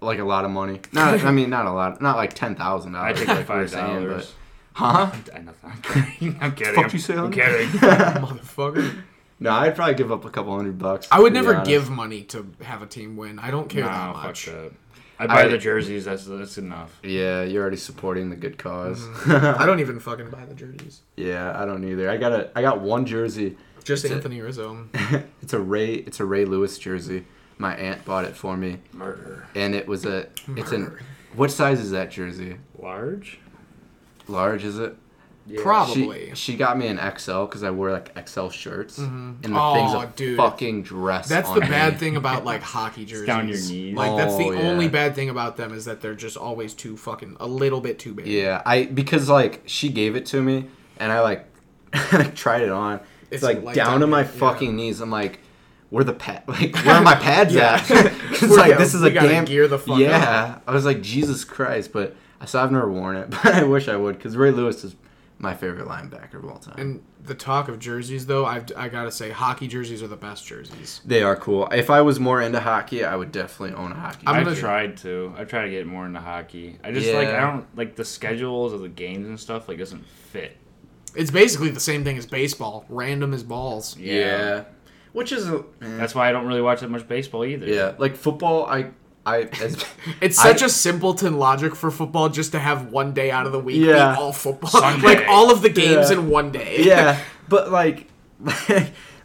Speaker 2: Like a lot of money. Not,
Speaker 3: *laughs*
Speaker 2: I mean, not a lot. Not like ten thousand
Speaker 1: I
Speaker 2: dollars. *laughs*
Speaker 1: take
Speaker 2: like
Speaker 1: like
Speaker 2: we were
Speaker 1: five
Speaker 2: saying, but-
Speaker 1: dollars.
Speaker 2: Huh?
Speaker 1: I'm not- I'm *laughs* kidding. I'm kidding.
Speaker 2: Fuck
Speaker 1: I'm-
Speaker 2: you, say,
Speaker 1: I'm
Speaker 2: Hunter. *laughs*
Speaker 1: kidding.
Speaker 3: *laughs* Motherfucker.
Speaker 2: No, I'd probably give up a couple hundred bucks.
Speaker 3: I would
Speaker 2: to be
Speaker 3: never
Speaker 2: honest.
Speaker 3: give money to have a team win. I don't care
Speaker 1: Nah,
Speaker 3: that
Speaker 1: fuck
Speaker 3: much.
Speaker 1: that. I buy
Speaker 2: I-
Speaker 1: the jerseys. That's that's enough.
Speaker 2: Yeah, you're already supporting the good because
Speaker 3: I don't even fucking buy the jerseys.
Speaker 2: *laughs* yeah, I don't either. I got a, I got one jersey. *laughs*
Speaker 3: Just Anthony Rizzo.
Speaker 2: It's a Ray. It's a Ray Lewis jersey. My aunt bought it for me,
Speaker 1: Murder.
Speaker 2: and it was a. It's an.
Speaker 3: Murder.
Speaker 2: What size is that jersey?
Speaker 1: Large.
Speaker 2: Large is it?
Speaker 3: Probably.
Speaker 2: She, she got me an XL because I wear like XL shirts, and the
Speaker 3: Mm-hmm. Aw,
Speaker 2: thing's a
Speaker 3: dude.
Speaker 2: fucking dress.
Speaker 3: that's
Speaker 2: on
Speaker 3: the
Speaker 2: me.
Speaker 3: bad
Speaker 2: *laughs*
Speaker 3: thing about like hockey jerseys.
Speaker 1: down your knees.
Speaker 3: Like that's the
Speaker 2: Oh, yeah.
Speaker 3: only bad thing about them is that they're just always too fucking a little bit too big.
Speaker 2: Yeah, I because like she gave it to me, and I like *laughs* tried it on. It's,
Speaker 3: It's
Speaker 2: like,
Speaker 3: like
Speaker 2: down to
Speaker 3: down
Speaker 2: my
Speaker 3: here, yeah.
Speaker 2: fucking knees. I'm like, where the pad? *laughs* Like where
Speaker 3: *laughs*
Speaker 2: are my pads at? *laughs* it's
Speaker 3: We're-
Speaker 2: like
Speaker 3: yeah,
Speaker 2: this is
Speaker 3: we
Speaker 2: a
Speaker 3: gotta
Speaker 2: damn
Speaker 3: gear the fuck
Speaker 2: yeah. I was like Jesus Christ, but I saw I've never worn it, *laughs* but I wish I would because Ray Lewis is my favorite linebacker of all time.
Speaker 3: And the talk of jerseys though, I've I gotta say hockey jerseys are the best jerseys.
Speaker 2: they are cool. If I was more into hockey, I would definitely own a hockey.
Speaker 3: I'm
Speaker 1: I've
Speaker 2: jersey.
Speaker 3: gonna-
Speaker 1: tried to. I try to get more into hockey. I just like I
Speaker 2: Yeah.
Speaker 1: don't like the schedules of the games and stuff. Like doesn't fit.
Speaker 3: It's basically the same thing as baseball. Random as balls.
Speaker 2: yeah. which is a, eh.
Speaker 1: That's why I don't really watch that much baseball either.
Speaker 2: yeah, like football. I *laughs* I as,
Speaker 3: It's
Speaker 2: I-
Speaker 3: such a simpleton logic for football just to have one day out of the week
Speaker 2: Yeah.
Speaker 3: be all football.
Speaker 1: Sunday.
Speaker 3: *laughs* like all of the games
Speaker 2: Yeah.
Speaker 3: in one day.
Speaker 2: yeah, *laughs* but like,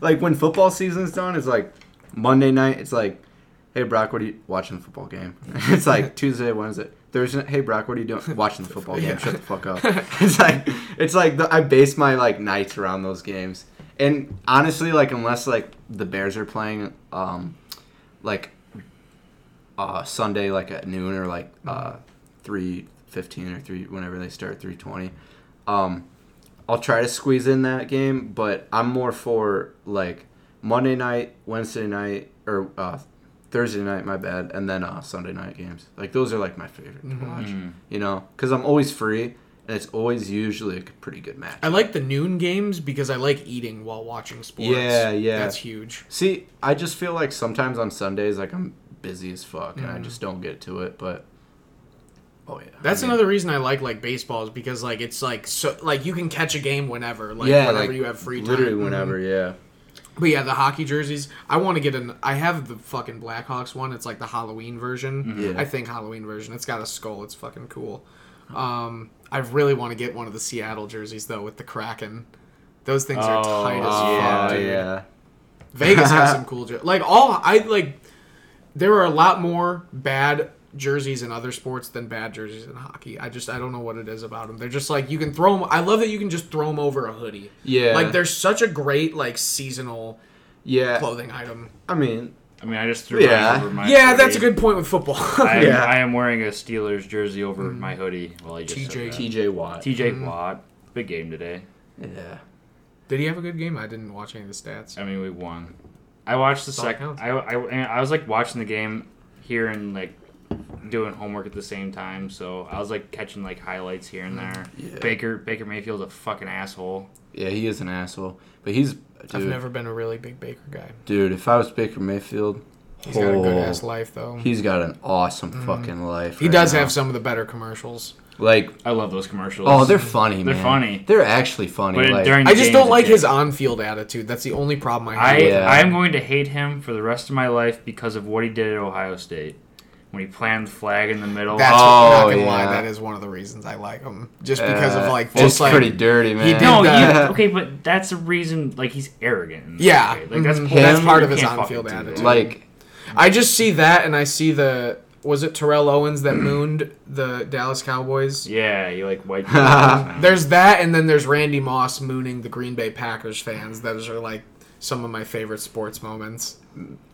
Speaker 2: like when football season's done, it's like Monday night. It's like, hey Brock, what are you *laughs* watching the football game? It's like *laughs* Tuesday, Wednesday, Thursday. Hey Brock, what are you doing? *laughs* Watching the football game. Shut the fuck *laughs* up. It's like it's like the, I base my like nights around those games. And honestly, like unless like the Bears are playing, um, like uh, Sunday like at noon or like uh, three fifteen or three whenever they start three twenty. Um, I'll try to squeeze in that game, but I'm more for like Monday night, Wednesday night, or uh, Thursday night. My bad, and then uh, Sunday night games. Like those are like my favorite to watch. You know, because I'm always free, and it's always usually a pretty good match.
Speaker 3: I like the noon games because I like eating while watching sports.
Speaker 2: Yeah, yeah.
Speaker 3: That's huge.
Speaker 2: See, I just feel like sometimes on Sundays, like I'm busy as fuck, and I just don't get to it. But Oh yeah.
Speaker 3: That's
Speaker 2: I mean,
Speaker 3: another reason I like like baseball is because like it's like so like you can catch a game whenever like
Speaker 2: yeah,
Speaker 3: whenever
Speaker 2: like,
Speaker 3: you have free time.
Speaker 2: Literally whenever, yeah.
Speaker 3: But yeah, the hockey jerseys. I want to get an. I have the fucking Blackhawks one. It's like the Halloween version.
Speaker 2: Mm-hmm. Yeah.
Speaker 3: I think Halloween version. It's got a skull. It's fucking cool. Um, I really want to get one of the Seattle jerseys though with the Kraken. Those things are
Speaker 1: Oh,
Speaker 3: tight as
Speaker 2: yeah,
Speaker 3: fuck. dude.
Speaker 2: yeah.
Speaker 3: Vegas has some cool jer- like all I like. There are a lot more bad jerseys in other sports than bad jerseys in hockey. I just I don't know what it is about them. They're just like you can throw them. I love that you can just throw them over a hoodie.
Speaker 2: Yeah.
Speaker 3: like they're such a great like seasonal
Speaker 2: Yeah.
Speaker 3: clothing item.
Speaker 2: I mean,
Speaker 1: I mean, I just threw
Speaker 2: Yeah.
Speaker 1: mine over my.
Speaker 3: Yeah, that's a
Speaker 1: hoodie.
Speaker 3: good point with football. *laughs*
Speaker 1: I am,
Speaker 2: Yeah.
Speaker 1: I am wearing a Steelers jersey over
Speaker 3: Mm.
Speaker 1: my hoodie. Well, I just
Speaker 3: TJ.
Speaker 1: TJ said
Speaker 2: TJ Watt.
Speaker 1: that. TJ
Speaker 3: Mm-hmm.
Speaker 1: Watt, big game today.
Speaker 2: yeah.
Speaker 3: Did he have a good game? I didn't watch any of the stats.
Speaker 1: I mean, we won. I watched the
Speaker 3: all that
Speaker 1: second.
Speaker 3: counts.
Speaker 1: I, I and I was like watching the game here and like doing homework at the same time, so I was like catching like highlights here and there.
Speaker 2: Yeah.
Speaker 1: Baker Baker Mayfield's a fucking asshole.
Speaker 2: Yeah, he is an asshole. But he's
Speaker 3: I've
Speaker 2: dude,
Speaker 3: never been a really big Baker guy.
Speaker 2: dude, if I was Baker Mayfield,
Speaker 3: He's got a good
Speaker 2: oh,
Speaker 3: ass life though.
Speaker 2: He's got an awesome fucking life.
Speaker 3: He
Speaker 2: right
Speaker 3: does
Speaker 2: now.
Speaker 3: have some of the better commercials.
Speaker 2: like
Speaker 1: I love those commercials.
Speaker 2: oh, they're funny,
Speaker 1: They're
Speaker 2: man.
Speaker 1: funny.
Speaker 2: They're actually funny.
Speaker 1: But
Speaker 2: like, uh,
Speaker 1: during the
Speaker 3: I just
Speaker 1: games,
Speaker 3: don't like
Speaker 1: it-
Speaker 3: his on-field attitude. That's the only problem I
Speaker 1: I
Speaker 3: have. with
Speaker 2: Yeah.
Speaker 1: I am going to hate him for the rest of my life because of what he did at Ohio State when he planted the flag in the middle.
Speaker 3: That's
Speaker 2: Oh,
Speaker 3: not gonna lie.
Speaker 2: yeah.
Speaker 3: That is one of the reasons I like him, just because of
Speaker 2: uh,
Speaker 3: like
Speaker 2: it's
Speaker 3: just like
Speaker 2: pretty dirty, man.
Speaker 3: did
Speaker 1: no,
Speaker 3: that.
Speaker 1: you, okay, but that's the reason. Like he's arrogant. in that
Speaker 3: uh, Yeah,
Speaker 1: way. like that's,
Speaker 3: mhm.
Speaker 2: That's
Speaker 1: you
Speaker 3: part of his
Speaker 1: can't
Speaker 3: on-field
Speaker 1: fucking do that.
Speaker 3: attitude.
Speaker 2: like
Speaker 3: I just see that, and I see the was it Terrell
Speaker 2: *clears throat*
Speaker 3: Owens that mooned the Dallas Cowboys.
Speaker 1: Yeah, you like
Speaker 3: *laughs*
Speaker 1: white. people now.
Speaker 3: There's that, and then there's Randy Moss mooning the Green Bay Packers fans. Those are like some of my favorite sports moments.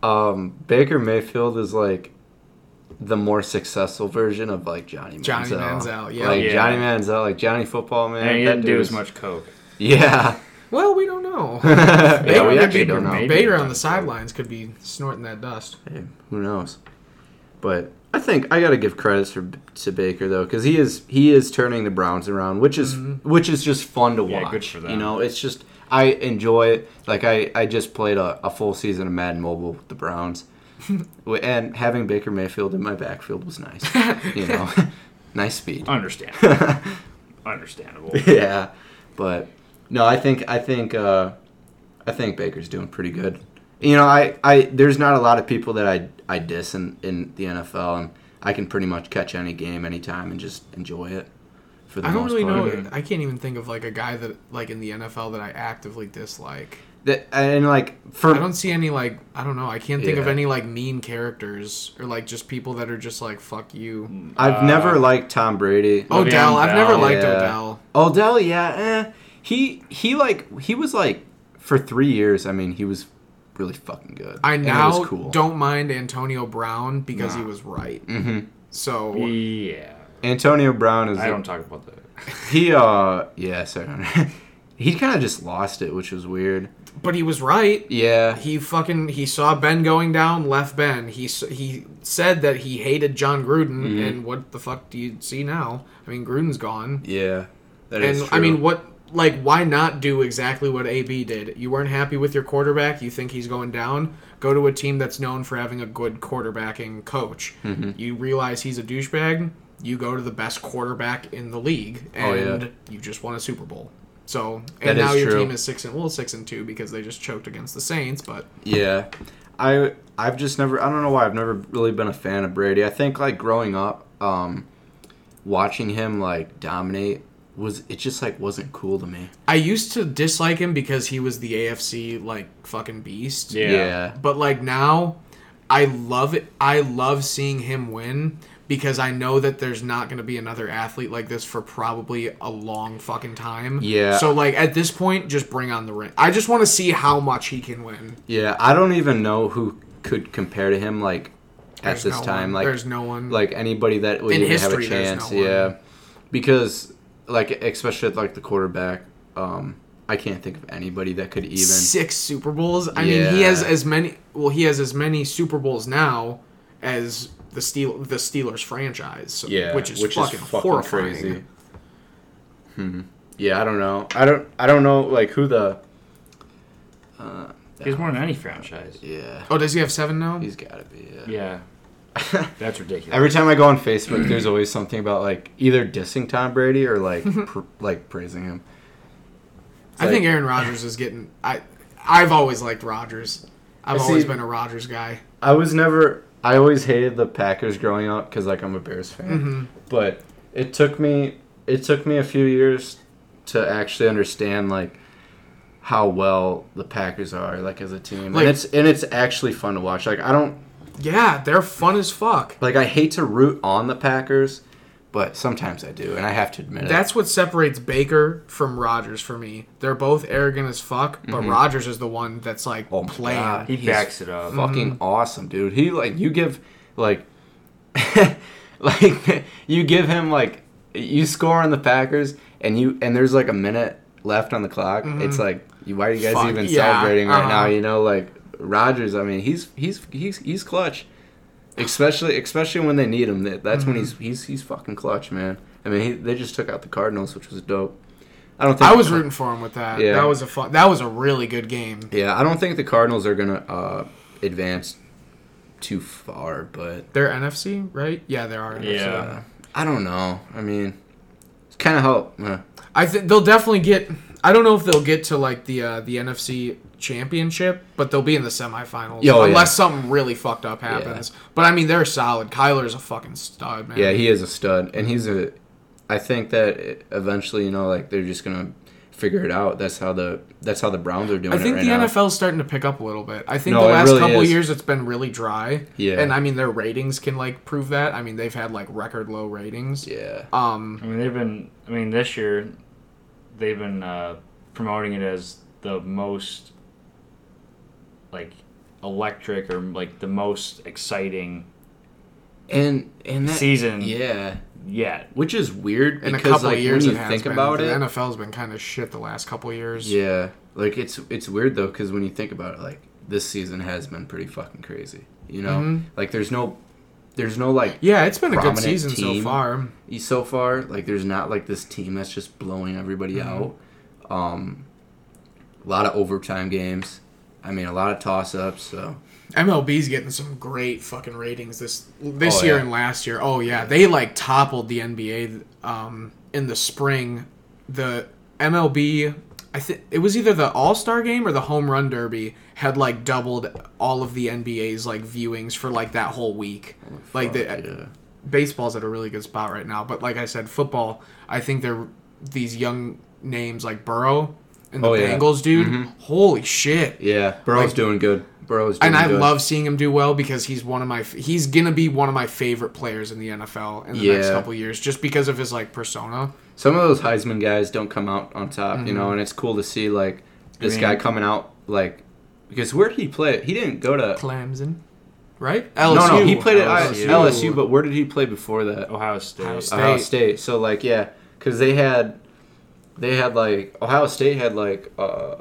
Speaker 2: um, Baker Mayfield is like the more successful version of like Johnny Manziel.
Speaker 3: Johnny Manziel, yeah.
Speaker 2: Like
Speaker 1: Yeah.
Speaker 2: Johnny Manziel, like Johnny Football Man.
Speaker 1: and he
Speaker 2: that
Speaker 1: didn't do
Speaker 2: dude
Speaker 1: as
Speaker 2: was-
Speaker 1: much coke.
Speaker 2: Yeah. *laughs*
Speaker 3: Well, we don't know.
Speaker 2: yeah, we
Speaker 1: Baker
Speaker 2: actually don't know.
Speaker 1: Mayfield.
Speaker 3: Bader on the sidelines could be snorting that dust.
Speaker 2: Hey, who knows? But I think I gotta give credits for to Baker though, because he is he is turning the Browns around, which is which is just fun to
Speaker 1: Mm-hmm. Yeah,
Speaker 2: watch.
Speaker 1: good for them.
Speaker 2: You know, it's just I enjoy it. Like I I just played a, a full season of Madden Mobile with the
Speaker 1: *laughs*
Speaker 2: Browns, W- and having Baker Mayfield in my backfield
Speaker 1: *laughs*
Speaker 2: was nice. you know, *laughs* nice speed.
Speaker 3: *laughs*
Speaker 1: Understandable.
Speaker 2: *laughs*
Speaker 1: Understandable.
Speaker 2: yeah, but no, I think I think uh, I think Baker's doing pretty good. You know, I, I there's not a lot of people that I I diss in, in the NFL, and I can pretty much catch any game anytime and just enjoy it. For the
Speaker 3: I don't
Speaker 2: most
Speaker 3: really
Speaker 2: part.
Speaker 3: know. I can't even think of like a guy that like in the NFL that I actively dislike.
Speaker 2: That, and like for
Speaker 3: I don't see any like I don't know. I can't think of
Speaker 2: Yeah.
Speaker 3: any like mean characters or like just people that are just like fuck you.
Speaker 2: I've
Speaker 1: Uh,
Speaker 2: never liked Tom Brady.
Speaker 1: Le'Veon
Speaker 3: Odell, I've never
Speaker 1: Bell,
Speaker 3: liked
Speaker 2: yeah.
Speaker 3: Odell.
Speaker 2: Odell, yeah, eh. he he like he was like for three years. I mean, he was really fucking good.
Speaker 3: I
Speaker 2: and it
Speaker 3: now
Speaker 2: was cool.
Speaker 3: don't mind Antonio Brown because he
Speaker 1: Nah.
Speaker 3: was right.
Speaker 2: hmm
Speaker 3: So
Speaker 1: Yeah,
Speaker 2: Antonio Brown is
Speaker 1: I
Speaker 2: a-
Speaker 1: don't talk about that.
Speaker 2: He uh yeah, sorry. *laughs* he kind of just lost it, which was weird.
Speaker 3: but he was right.
Speaker 2: Yeah.
Speaker 3: He fucking he saw Ben going down, left Ben. He s- he said that he hated John Gruden and what the fuck do you see now? I mean Gruden's gone.
Speaker 2: Yeah. That is
Speaker 3: And I mean, what like why not do exactly what AB did? You weren't happy with your quarterback. You think he's going down. Go to a team that's known for having a good quarterbacking coach.
Speaker 2: Mm-hmm.
Speaker 3: You realize he's a douchebag. You go to the best quarterback in the league,
Speaker 2: Oh,
Speaker 3: and
Speaker 2: yeah.
Speaker 3: you just won a Super Bowl. So
Speaker 2: That
Speaker 3: and now
Speaker 2: is
Speaker 3: your
Speaker 2: true.
Speaker 3: team is six and well six and two because they just choked against the Saints. But
Speaker 2: Yeah. I I've just never I don't know why I've never really been a fan of Brady. I think like growing up, um watching him like dominate was it just like wasn't cool to me.
Speaker 3: I used to dislike him because he was the AFC like fucking beast.
Speaker 1: Yeah.
Speaker 3: But like now, I love it. I love seeing him win because I know that there's not going to be another athlete like this for probably a long fucking time.
Speaker 2: Yeah.
Speaker 3: So like at this point, just bring on the ring. I just want to see how much he can win.
Speaker 2: Yeah, I don't even know who could compare to him like at
Speaker 3: There's
Speaker 2: this
Speaker 3: no
Speaker 2: time
Speaker 3: one.
Speaker 2: like
Speaker 3: there's no one.
Speaker 2: like anybody that would
Speaker 3: In
Speaker 2: even
Speaker 3: history,
Speaker 2: have a
Speaker 3: there's
Speaker 2: chance.
Speaker 3: no one.
Speaker 2: yeah, because like especially at, like the quarterback, um, I can't think of anybody that could even.
Speaker 3: six Super Bowls. I mean, he
Speaker 2: Yeah.
Speaker 3: has as many. Well, he has as many Super Bowls now as the Steel the Steelers franchise. so- which is fucking, horrifying.
Speaker 2: Hmm. Yeah, I don't know. I don't. I don't know like who the.
Speaker 1: He's more than any franchise.
Speaker 2: Yeah,
Speaker 3: Oh, does he have seven now?
Speaker 2: he's got to be. Yeah.
Speaker 1: Yeah, That's ridiculous.
Speaker 3: *laughs*
Speaker 2: Every time I go on Facebook, there's always something about like either dissing Tom Brady or
Speaker 3: *laughs*
Speaker 2: like pr- like praising him.
Speaker 3: I think Aaron Rodgers is getting. I I've always liked Rodgers. I've
Speaker 2: See-
Speaker 3: always been a Rodgers guy.
Speaker 2: I was never. I always hated the Packers growing up because like I'm a Bears fan. But it took me. It took me a few years to actually understand like how well the Packers are like as a team.
Speaker 3: Like-
Speaker 2: and it's and it's actually fun to watch. Like I don't
Speaker 3: Yeah, they're fun as fuck.
Speaker 2: like I hate to root on the Packers, but sometimes I do, and I have to admit it.
Speaker 3: That's what separates Baker from Rodgers for me. They're both arrogant as fuck, but Rodgers is the one that's like
Speaker 2: Mm-hmm. Oh my
Speaker 3: playing.
Speaker 2: God.
Speaker 1: he
Speaker 2: He's-
Speaker 1: backs it
Speaker 3: Mm-hmm.
Speaker 1: up.
Speaker 2: fucking awesome, dude. He like you give like *laughs* like you give him like you score on the Packers and you and there's like a minute left on the clock. It's like you, why are you guys
Speaker 3: Mm-hmm. Fuck,
Speaker 2: even
Speaker 3: yeah,
Speaker 2: celebrating right now?
Speaker 3: uh-huh.
Speaker 2: You know, like Rodgers. I mean, he's he's he's he's clutch, especially especially when they need him. That- That's when he's
Speaker 3: Mm-hmm.
Speaker 2: he's he's fucking clutch, man. I mean, he, they just took out the Cardinals, which was dope. I don't think
Speaker 3: I was rooting for him with that.
Speaker 2: Yeah.
Speaker 3: That was a fun. That was a really good game.
Speaker 2: Yeah, I don't think the Cardinals are gonna uh, advance too far, but
Speaker 3: They're NFC, right? Yeah, they are. NFC.
Speaker 1: Yeah.
Speaker 2: uh, I don't know. I mean, it's kind of how uh,
Speaker 3: I think they'll definitely get. I don't know if they'll get to like the uh, the NFC championship, but they'll be in the semifinals
Speaker 2: Yeah, oh, yeah.
Speaker 3: unless something really fucked up happens. But I mean, they're solid. Kyler's a fucking stud, man.
Speaker 2: yeah, he is a stud, and he's a. I think that it- eventually, you know, like they're just gonna figure it out. That's how the that's how the Browns are doing
Speaker 3: I
Speaker 2: it
Speaker 3: think
Speaker 2: right
Speaker 3: the
Speaker 2: now.
Speaker 3: NFL's starting to pick up a little bit. I think
Speaker 2: No,
Speaker 3: the
Speaker 2: it
Speaker 3: last
Speaker 2: really
Speaker 3: couple
Speaker 2: is.
Speaker 3: years it's been really dry.
Speaker 2: Yeah.
Speaker 3: And I mean their ratings can like prove that. I mean they've had like record low ratings.
Speaker 2: yeah,
Speaker 3: Um
Speaker 1: I mean, they've been. I mean, this year, they've been uh, promoting it as the most, like, electric or like the most exciting
Speaker 2: and and that
Speaker 1: season
Speaker 2: yeah,
Speaker 1: yet.
Speaker 2: which is weird
Speaker 3: in
Speaker 2: because
Speaker 3: a couple
Speaker 2: like
Speaker 3: of years
Speaker 2: when
Speaker 3: it
Speaker 2: you
Speaker 3: has
Speaker 2: think
Speaker 3: been.
Speaker 2: about
Speaker 3: the
Speaker 2: it,
Speaker 3: NFL's been kind of shit the last couple of years.
Speaker 2: yeah, like it's it's weird though because when you think about it, like this season has been pretty fucking crazy. You know,
Speaker 3: Mhm.
Speaker 2: like there's no there's no like
Speaker 3: Yeah, it's been a good
Speaker 2: Prominent
Speaker 3: season so
Speaker 2: team.
Speaker 3: far.
Speaker 2: you- so far. Like there's not like this team that's just blowing everybody
Speaker 3: Mm-hmm.
Speaker 2: out. Um, a lot of overtime games. I mean, a lot of toss ups. So
Speaker 3: MLB's getting some great fucking ratings this this
Speaker 2: Oh,
Speaker 3: year
Speaker 2: yeah.
Speaker 3: and last year. Oh yeah, they like toppled the NBA um, in the spring. The MLB, I think it was either the All Star Game or the Home Run Derby had like doubled all of the NBA's like viewings for like that whole week. like the
Speaker 2: yeah.
Speaker 3: baseball's at a really good spot right now, but like I said, football. I think they're these young names like Burrow and the
Speaker 2: Oh, yeah.
Speaker 3: Bengals, dude. Holy shit!
Speaker 2: yeah, Burrow's
Speaker 3: Like-
Speaker 2: doing good. Burrow's doing
Speaker 3: and I
Speaker 2: good.
Speaker 3: love seeing him do well because he's one of my he's gonna be one of my favorite players in the NFL in the next
Speaker 2: Yeah.
Speaker 3: couple years just because of his like persona.
Speaker 2: some of those Heisman guys don't come out on top, you
Speaker 3: Mm-hmm.
Speaker 2: know, and it's cool to see like this
Speaker 1: mean-
Speaker 2: guy coming out like because where did he play? He didn't go to.
Speaker 3: Clemson, right?
Speaker 2: No,
Speaker 3: LSU.
Speaker 2: no, he played at I-
Speaker 1: LSU.
Speaker 2: LSU, but where did he play before that?
Speaker 1: Ohio State. Uh,
Speaker 3: Ohio State.
Speaker 2: Ohio State. So like yeah, because they had, they had like Ohio State had like uh,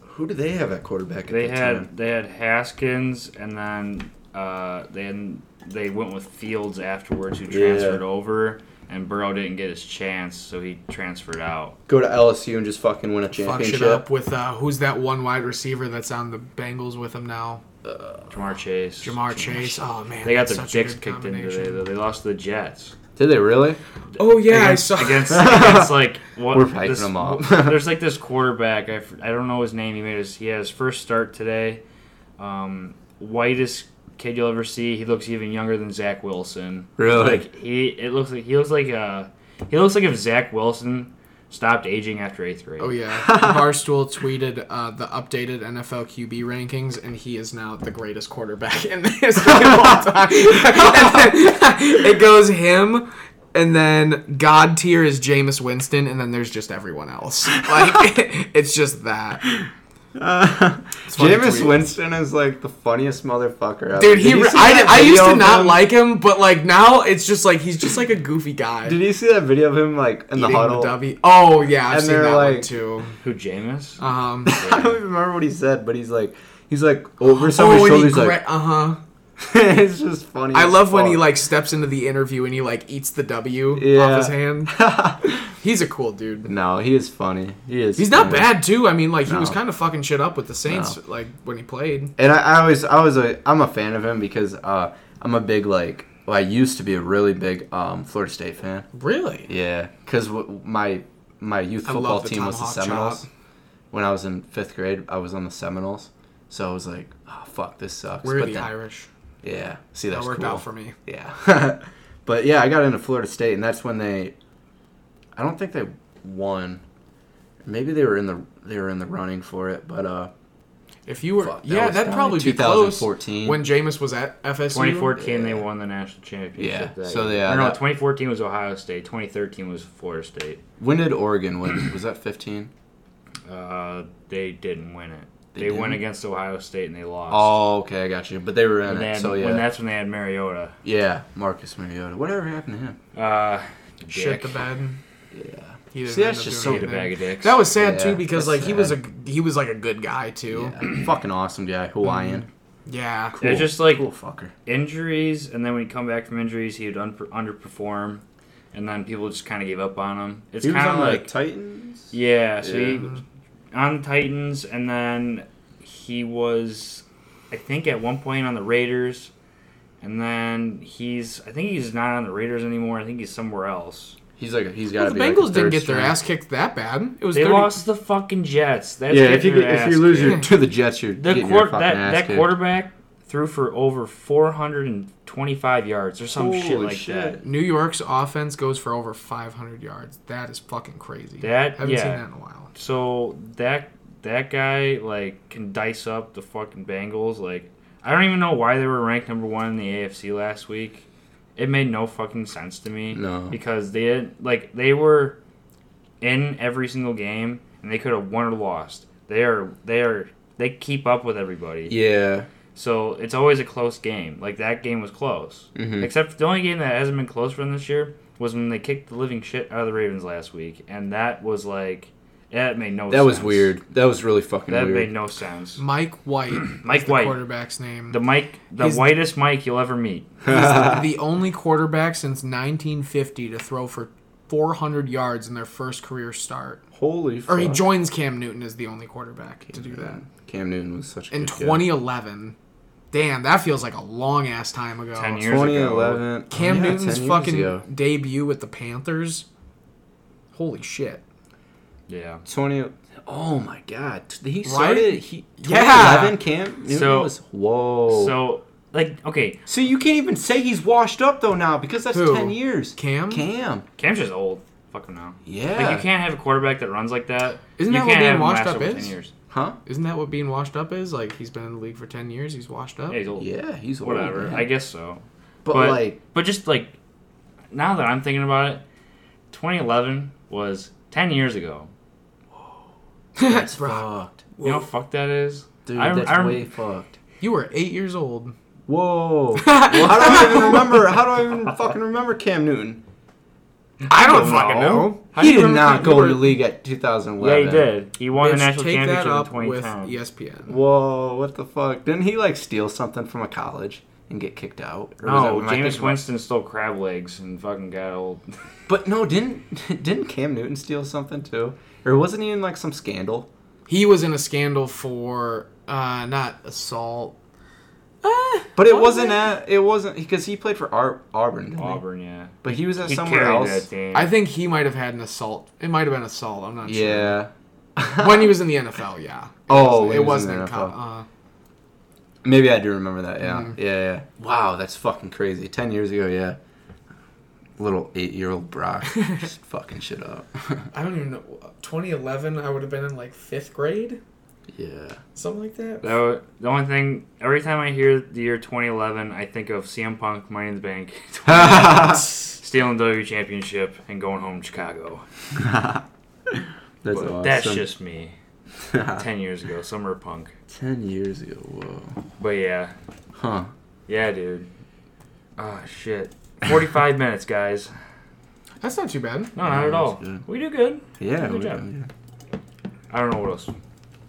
Speaker 2: who do they have at quarterback? At
Speaker 1: They
Speaker 2: that
Speaker 1: had
Speaker 2: time?
Speaker 1: they had Haskins, and then uh, then they went with Fields afterwards, who
Speaker 2: Yeah.
Speaker 1: transferred over. And Burrow didn't get his chance, so he transferred out.
Speaker 2: go to LSU and just fucking win a
Speaker 3: Fuck
Speaker 2: championship.
Speaker 3: shit up with uh, who's that one wide receiver that's on the Bengals with him now?
Speaker 1: Jamar Chase.
Speaker 3: Jamar Chase. Oh man,
Speaker 1: They got
Speaker 3: that's
Speaker 1: their
Speaker 3: such a
Speaker 1: dicks
Speaker 3: good
Speaker 1: kicked in
Speaker 3: combination.
Speaker 1: today, though. They lost to the Jets.
Speaker 2: Did they really?
Speaker 3: Oh yeah,
Speaker 1: against,
Speaker 3: I saw.
Speaker 1: against, against,
Speaker 2: *laughs*
Speaker 1: like what
Speaker 2: We're hyping
Speaker 1: this-
Speaker 2: him up.
Speaker 1: *laughs* there's like this quarterback. I, f- I don't know his name. He made his he had his first start today. Um, whitest kid you'll ever see. He looks even younger than Zach Wilson.
Speaker 2: Really?
Speaker 1: Like he it looks like he looks like uh he looks like if Zach Wilson stopped aging after eighth grade.
Speaker 2: *laughs*
Speaker 3: Oh yeah, Barstool tweeted uh, the updated NFL QB rankings, and he is now the greatest quarterback *laughs* in the history of
Speaker 2: *laughs*
Speaker 3: all time. *laughs* And then it goes him, and then God tier is Jameis Winston, and then there's just everyone else. Like *laughs* it's just that. *laughs* It's funny
Speaker 2: Jameis
Speaker 3: tweet.
Speaker 2: Winston is like the funniest motherfucker. Ever.
Speaker 3: Dude, he.
Speaker 2: Did you
Speaker 3: re-
Speaker 2: see
Speaker 3: I,
Speaker 2: that
Speaker 3: I
Speaker 2: video
Speaker 3: used to
Speaker 2: of
Speaker 3: not
Speaker 2: him?
Speaker 3: like him, but like now it's just like he's just like a goofy guy.
Speaker 2: Did you see that video of him like in the
Speaker 3: eating
Speaker 2: huddle? *laughs*
Speaker 3: W. Oh yeah, I've
Speaker 2: And
Speaker 3: seen
Speaker 2: they're
Speaker 3: that one
Speaker 2: like- *laughs*
Speaker 3: too.
Speaker 1: Who Jameis?
Speaker 3: Um,
Speaker 2: I don't even remember what he said, but he's like, he's like over somebody's
Speaker 3: Oh, and he
Speaker 2: shoulder. He's
Speaker 3: gra-
Speaker 2: like,
Speaker 3: uh huh.
Speaker 2: *laughs* it's just funny.
Speaker 3: I
Speaker 2: as
Speaker 3: love when he
Speaker 2: fuck.
Speaker 3: like steps into the interview and he like eats the W
Speaker 2: Yeah.
Speaker 3: off his hand. He's a cool
Speaker 2: *laughs*
Speaker 3: dude.
Speaker 2: No, he is funny. He is.
Speaker 3: He's not
Speaker 2: funny.
Speaker 3: bad too. I mean, like he
Speaker 2: No.
Speaker 3: was kind of fucking shit up with the Saints, like when he played.
Speaker 2: And I, I always, I was a, I'm a fan of him because uh, I'm a big like, well, I used to be a really big um, Florida State fan.
Speaker 3: Really?
Speaker 2: Yeah, because w- my my youth
Speaker 3: I
Speaker 2: football
Speaker 3: love the
Speaker 2: team was the
Speaker 3: tomahawk
Speaker 2: Seminoles.
Speaker 3: chop.
Speaker 2: When I was in fifth grade, I was on the Seminoles, so I was like, oh fuck, this sucks.
Speaker 3: We're
Speaker 2: but
Speaker 3: the
Speaker 2: then,
Speaker 3: Irish.
Speaker 2: yeah, see
Speaker 3: That
Speaker 2: that's
Speaker 3: worked
Speaker 2: cool.
Speaker 3: out for me.
Speaker 2: Yeah. *laughs* but yeah, I got into Florida State, and that's when they. I don't think they won. Maybe they were in the they were in the running for it, but uh,
Speaker 3: If you were,
Speaker 2: Fuck, that
Speaker 3: yeah,
Speaker 2: was
Speaker 3: that'd
Speaker 2: probably
Speaker 3: probably be close.
Speaker 2: 2014.
Speaker 3: When Jameis was at FSU.
Speaker 1: 2014, they won the national championship.
Speaker 2: Yeah,
Speaker 1: that
Speaker 2: so
Speaker 1: year.
Speaker 2: they, uh,
Speaker 1: Or no,
Speaker 2: that-
Speaker 1: 2014 was Ohio State. 2013 was Florida State.
Speaker 2: when did Oregon win? Was that fifteen?
Speaker 1: Uh, they didn't win it.
Speaker 2: They
Speaker 1: They, went
Speaker 2: didn't?
Speaker 1: against Ohio State and they lost.
Speaker 2: Oh, okay, I got you. But they were in
Speaker 1: and
Speaker 2: it,
Speaker 1: then
Speaker 2: so yeah,
Speaker 1: when that's when they had Mariota.
Speaker 2: yeah. Marcus Mariota, whatever happened to him?
Speaker 1: Uh,
Speaker 3: shit the
Speaker 1: dick.
Speaker 3: bad.
Speaker 2: Yeah,
Speaker 3: He didn't
Speaker 2: See,
Speaker 3: end
Speaker 2: that's just
Speaker 3: up doing
Speaker 2: so-
Speaker 1: Shit, a
Speaker 3: anything.
Speaker 1: bag of dicks.
Speaker 3: That was sad
Speaker 2: Yeah,
Speaker 3: too because like
Speaker 2: that's
Speaker 3: he was a he was like a good guy too.
Speaker 2: yeah. fucking awesome guy, Hawaiian.
Speaker 3: Yeah.
Speaker 2: Cool.
Speaker 1: It's just like-
Speaker 2: cool fucker.
Speaker 1: injuries, and then when he'd come back from injuries, he would un- underperform, and then people just kind of gave up on him. It's
Speaker 2: he was
Speaker 1: kind
Speaker 2: on
Speaker 1: of like
Speaker 2: the Titans.
Speaker 1: yeah, so he
Speaker 2: Yeah.
Speaker 1: was on the Titans, and then he was, I think, at one point on the Raiders, and then he's, I think he's not on the Raiders anymore. I think he's somewhere else.
Speaker 2: He's like he's got
Speaker 3: Well,
Speaker 2: to
Speaker 3: the
Speaker 2: be. like a
Speaker 3: Bengals didn't
Speaker 2: third
Speaker 3: get their
Speaker 2: string.
Speaker 3: ass kicked that bad. It was
Speaker 1: They
Speaker 3: 30
Speaker 1: lost to the fucking Jets. That's
Speaker 2: Yeah, if you
Speaker 1: getting your
Speaker 2: if you
Speaker 1: ass
Speaker 2: lose
Speaker 1: kicked.
Speaker 2: your, *laughs* to the Jets, you're
Speaker 1: the
Speaker 2: getting
Speaker 1: quar-
Speaker 2: your fucking
Speaker 1: that
Speaker 2: ass
Speaker 1: that
Speaker 2: kicked.
Speaker 1: quarterback threw for over 425 yards or some shit
Speaker 2: Holy
Speaker 1: like that.
Speaker 3: New York's offense goes for over 500 yards. That is fucking crazy.
Speaker 1: That-
Speaker 3: haven't
Speaker 1: yeah.
Speaker 3: seen that in a while.
Speaker 1: So that that guy like can dice up the fucking Bengals. Like I don't even know why they were ranked number one in the AFC last week. It made no fucking sense to me.
Speaker 2: No.
Speaker 1: because they didn't like they were in every single game and they could have won or lost. They are they are they keep up with everybody.
Speaker 2: Yeah,
Speaker 1: So it's always a close game. Like that game was close.
Speaker 2: Mhm.
Speaker 1: Except the only game that hasn't been close for them this year was when they kicked the living shit out of the Ravens last week, and that was like that made no.
Speaker 2: that was
Speaker 1: sense.
Speaker 2: weird. That was really fucking
Speaker 1: That
Speaker 2: weird.
Speaker 1: made no sense.
Speaker 3: Mike
Speaker 1: *clears throat*
Speaker 3: White.
Speaker 1: Mike
Speaker 3: is the
Speaker 1: White.
Speaker 3: quarterback's name.
Speaker 1: The Mike, the
Speaker 3: He's-
Speaker 1: whitest Mike you'll ever meet.
Speaker 3: He's the only quarterback since 1950 to throw for 400 yards in their first career start.
Speaker 2: Holy
Speaker 3: Or
Speaker 2: fuck.
Speaker 3: he joins Cam Newton as the only quarterback to do that.
Speaker 2: Man, Cam Newton was such a
Speaker 3: In
Speaker 2: good guy.
Speaker 3: 2011. Damn, that feels like a long ass time ago.
Speaker 1: 10 years.
Speaker 2: 2011. Oh,
Speaker 3: Cam
Speaker 2: Yeah, 10
Speaker 3: Newton's
Speaker 2: years
Speaker 3: fucking
Speaker 2: ago.
Speaker 3: debut with the Panthers. Holy shit.
Speaker 1: Yeah.
Speaker 2: 20. Oh my god. T- He
Speaker 3: Right?
Speaker 2: started. He,
Speaker 3: Yeah.
Speaker 2: 2011. Cam Newton
Speaker 1: So-
Speaker 2: was. Whoa. So,
Speaker 1: So like okay,
Speaker 2: you can't even say he's washed up though now because that's
Speaker 3: Who?
Speaker 2: 10 years.
Speaker 3: Cam?
Speaker 2: Cam.
Speaker 1: Cam's just old. Fuck him now.
Speaker 2: Yeah.
Speaker 1: Like you can't have a quarterback that runs like that.
Speaker 3: Isn't
Speaker 1: you
Speaker 3: that what
Speaker 1: can't
Speaker 3: being
Speaker 1: have him
Speaker 3: washed
Speaker 1: last
Speaker 3: up
Speaker 1: over 10
Speaker 3: is?
Speaker 1: years.
Speaker 2: Huh?
Speaker 3: Isn't that what being washed up is? Like he's been in the league for ten years, he's washed up.
Speaker 1: Yeah, he's old.
Speaker 2: Yeah, he's old,
Speaker 1: Whatever.
Speaker 2: man.
Speaker 1: I guess so.
Speaker 2: but,
Speaker 1: but *laughs*
Speaker 2: like,
Speaker 1: but just like now that I'm thinking about it, 2011 was 10 years ago.
Speaker 2: that's
Speaker 3: Bro.
Speaker 2: fucked.
Speaker 1: You know how fucked that is,
Speaker 2: Dude,
Speaker 1: I rem-
Speaker 2: that's
Speaker 1: I rem-
Speaker 2: way fucked.
Speaker 3: You were eight years old.
Speaker 2: Whoa. how do I even remember? How do I even fucking remember Cam Newton?
Speaker 3: I
Speaker 1: don't fucking know.
Speaker 3: How do
Speaker 2: He
Speaker 3: you
Speaker 2: did
Speaker 3: remember
Speaker 2: not
Speaker 3: Cam-
Speaker 2: go
Speaker 3: you
Speaker 2: into
Speaker 3: were-
Speaker 2: the league at 2011.
Speaker 1: Yeah, he did. He won the
Speaker 3: Bitch,
Speaker 1: national
Speaker 3: take that
Speaker 1: championship in
Speaker 3: up with E
Speaker 1: 2010.
Speaker 3: ESPN.
Speaker 2: Whoa, what the fuck? Didn't he like steal something from a college and get kicked out? Or was that-
Speaker 1: No,
Speaker 2: am I
Speaker 1: Jameis
Speaker 2: thinking-
Speaker 1: Winston stole crab legs and fucking got
Speaker 2: *laughs*
Speaker 1: old.
Speaker 2: But no, didn't *laughs* didn't Cam Newton steal something too? Or wasn't he in like some scandal?
Speaker 3: He was in a scandal for uh, not assault. Uh,
Speaker 2: But it wasn't at it wasn't because he played for Ar- Auburn. Didn't He?
Speaker 1: Auburn, yeah.
Speaker 2: But he was at
Speaker 1: He
Speaker 2: somewhere
Speaker 1: carried
Speaker 2: else.
Speaker 1: that team.
Speaker 3: I think he might have had an assault. It might have been assault. I'm not
Speaker 2: Yeah. *laughs*
Speaker 3: sure. When he was in the NFL, yeah. It
Speaker 2: Oh,
Speaker 3: wasn't-
Speaker 2: when he
Speaker 3: it
Speaker 2: was in
Speaker 3: wasn't.
Speaker 2: the
Speaker 3: in co-
Speaker 2: NFL.
Speaker 3: uh,
Speaker 2: Maybe I do remember that. Yeah.
Speaker 1: Mm.
Speaker 2: Yeah. Yeah. Wow, that's fucking crazy. Ten years ago. Yeah. Little
Speaker 1: *laughs*
Speaker 2: eight-year-old Brock just fucking shit up. *laughs*
Speaker 3: I don't even know. 2011, I would have been in like fifth grade,
Speaker 2: Yeah. *laughs*
Speaker 3: something like that. *laughs*
Speaker 1: That wa- the only thing, every time I hear the year 2011, I think of CM Punk, Money in the Bank, *laughs*
Speaker 2: that's
Speaker 1: stealing the W Championship, and going home to Chicago. But
Speaker 2: awesome.
Speaker 1: That's just me. 10 years ago, Summer of Punk.
Speaker 2: *laughs* ten years ago. Whoa.
Speaker 1: But yeah.
Speaker 2: Huh.
Speaker 1: Yeah, dude. Ah, shit.
Speaker 2: *laughs*
Speaker 1: 45 minutes, guys.
Speaker 3: That's not too bad.
Speaker 1: No, not at all.
Speaker 2: That's good.
Speaker 1: We do good.
Speaker 2: Yeah.
Speaker 1: Good
Speaker 2: we-
Speaker 1: job.
Speaker 2: yeah.
Speaker 1: I don't know what else to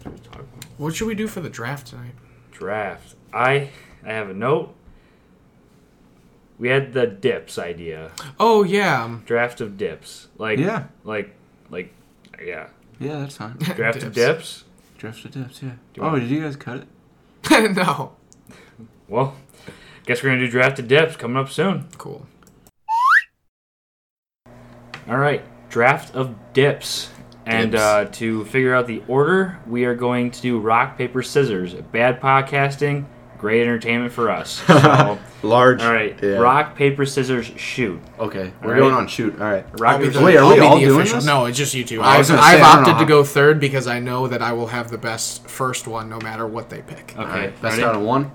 Speaker 1: talk about.
Speaker 3: What should we do for the draft tonight?
Speaker 1: Draft. I I have a note we had the dips idea,
Speaker 3: Oh yeah.
Speaker 1: draft of dips, like
Speaker 2: Yeah.
Speaker 1: like like yeah,
Speaker 2: Yeah,
Speaker 1: *laughs*
Speaker 2: that's fine.
Speaker 1: draft of dips.
Speaker 2: Drifts to dips, yeah.
Speaker 1: you
Speaker 2: Oh,
Speaker 1: want-
Speaker 2: did you guys cut it?
Speaker 3: *laughs* no.
Speaker 1: Well, guess we're gonna do draft of dips coming up soon.
Speaker 3: Cool.
Speaker 1: All right, draft of dips. And
Speaker 2: Dips.
Speaker 1: uh, to figure out the order, we are going to do rock, paper, scissors. Bad podcasting, great entertainment for
Speaker 2: *laughs*
Speaker 1: us. So,
Speaker 2: Large.
Speaker 1: all right,
Speaker 2: Yeah.
Speaker 1: rock, paper, scissors, shoot.
Speaker 2: Okay, we're
Speaker 1: right.
Speaker 2: going on shoot. All right.
Speaker 1: Rock,
Speaker 3: I'll be
Speaker 1: paper,
Speaker 3: the-
Speaker 2: Wait, are
Speaker 3: I'll
Speaker 2: we
Speaker 3: be
Speaker 2: all
Speaker 3: the
Speaker 2: doing
Speaker 3: official-
Speaker 2: this?
Speaker 3: No, it's just you two.
Speaker 2: I was
Speaker 3: I've,
Speaker 2: gonna say,
Speaker 3: I've
Speaker 2: I don't know
Speaker 3: opted to
Speaker 2: how-
Speaker 3: go third because I know that I will have the best first one no matter what they pick.
Speaker 1: Okay,
Speaker 2: All right. Best
Speaker 1: ready?
Speaker 2: out of one.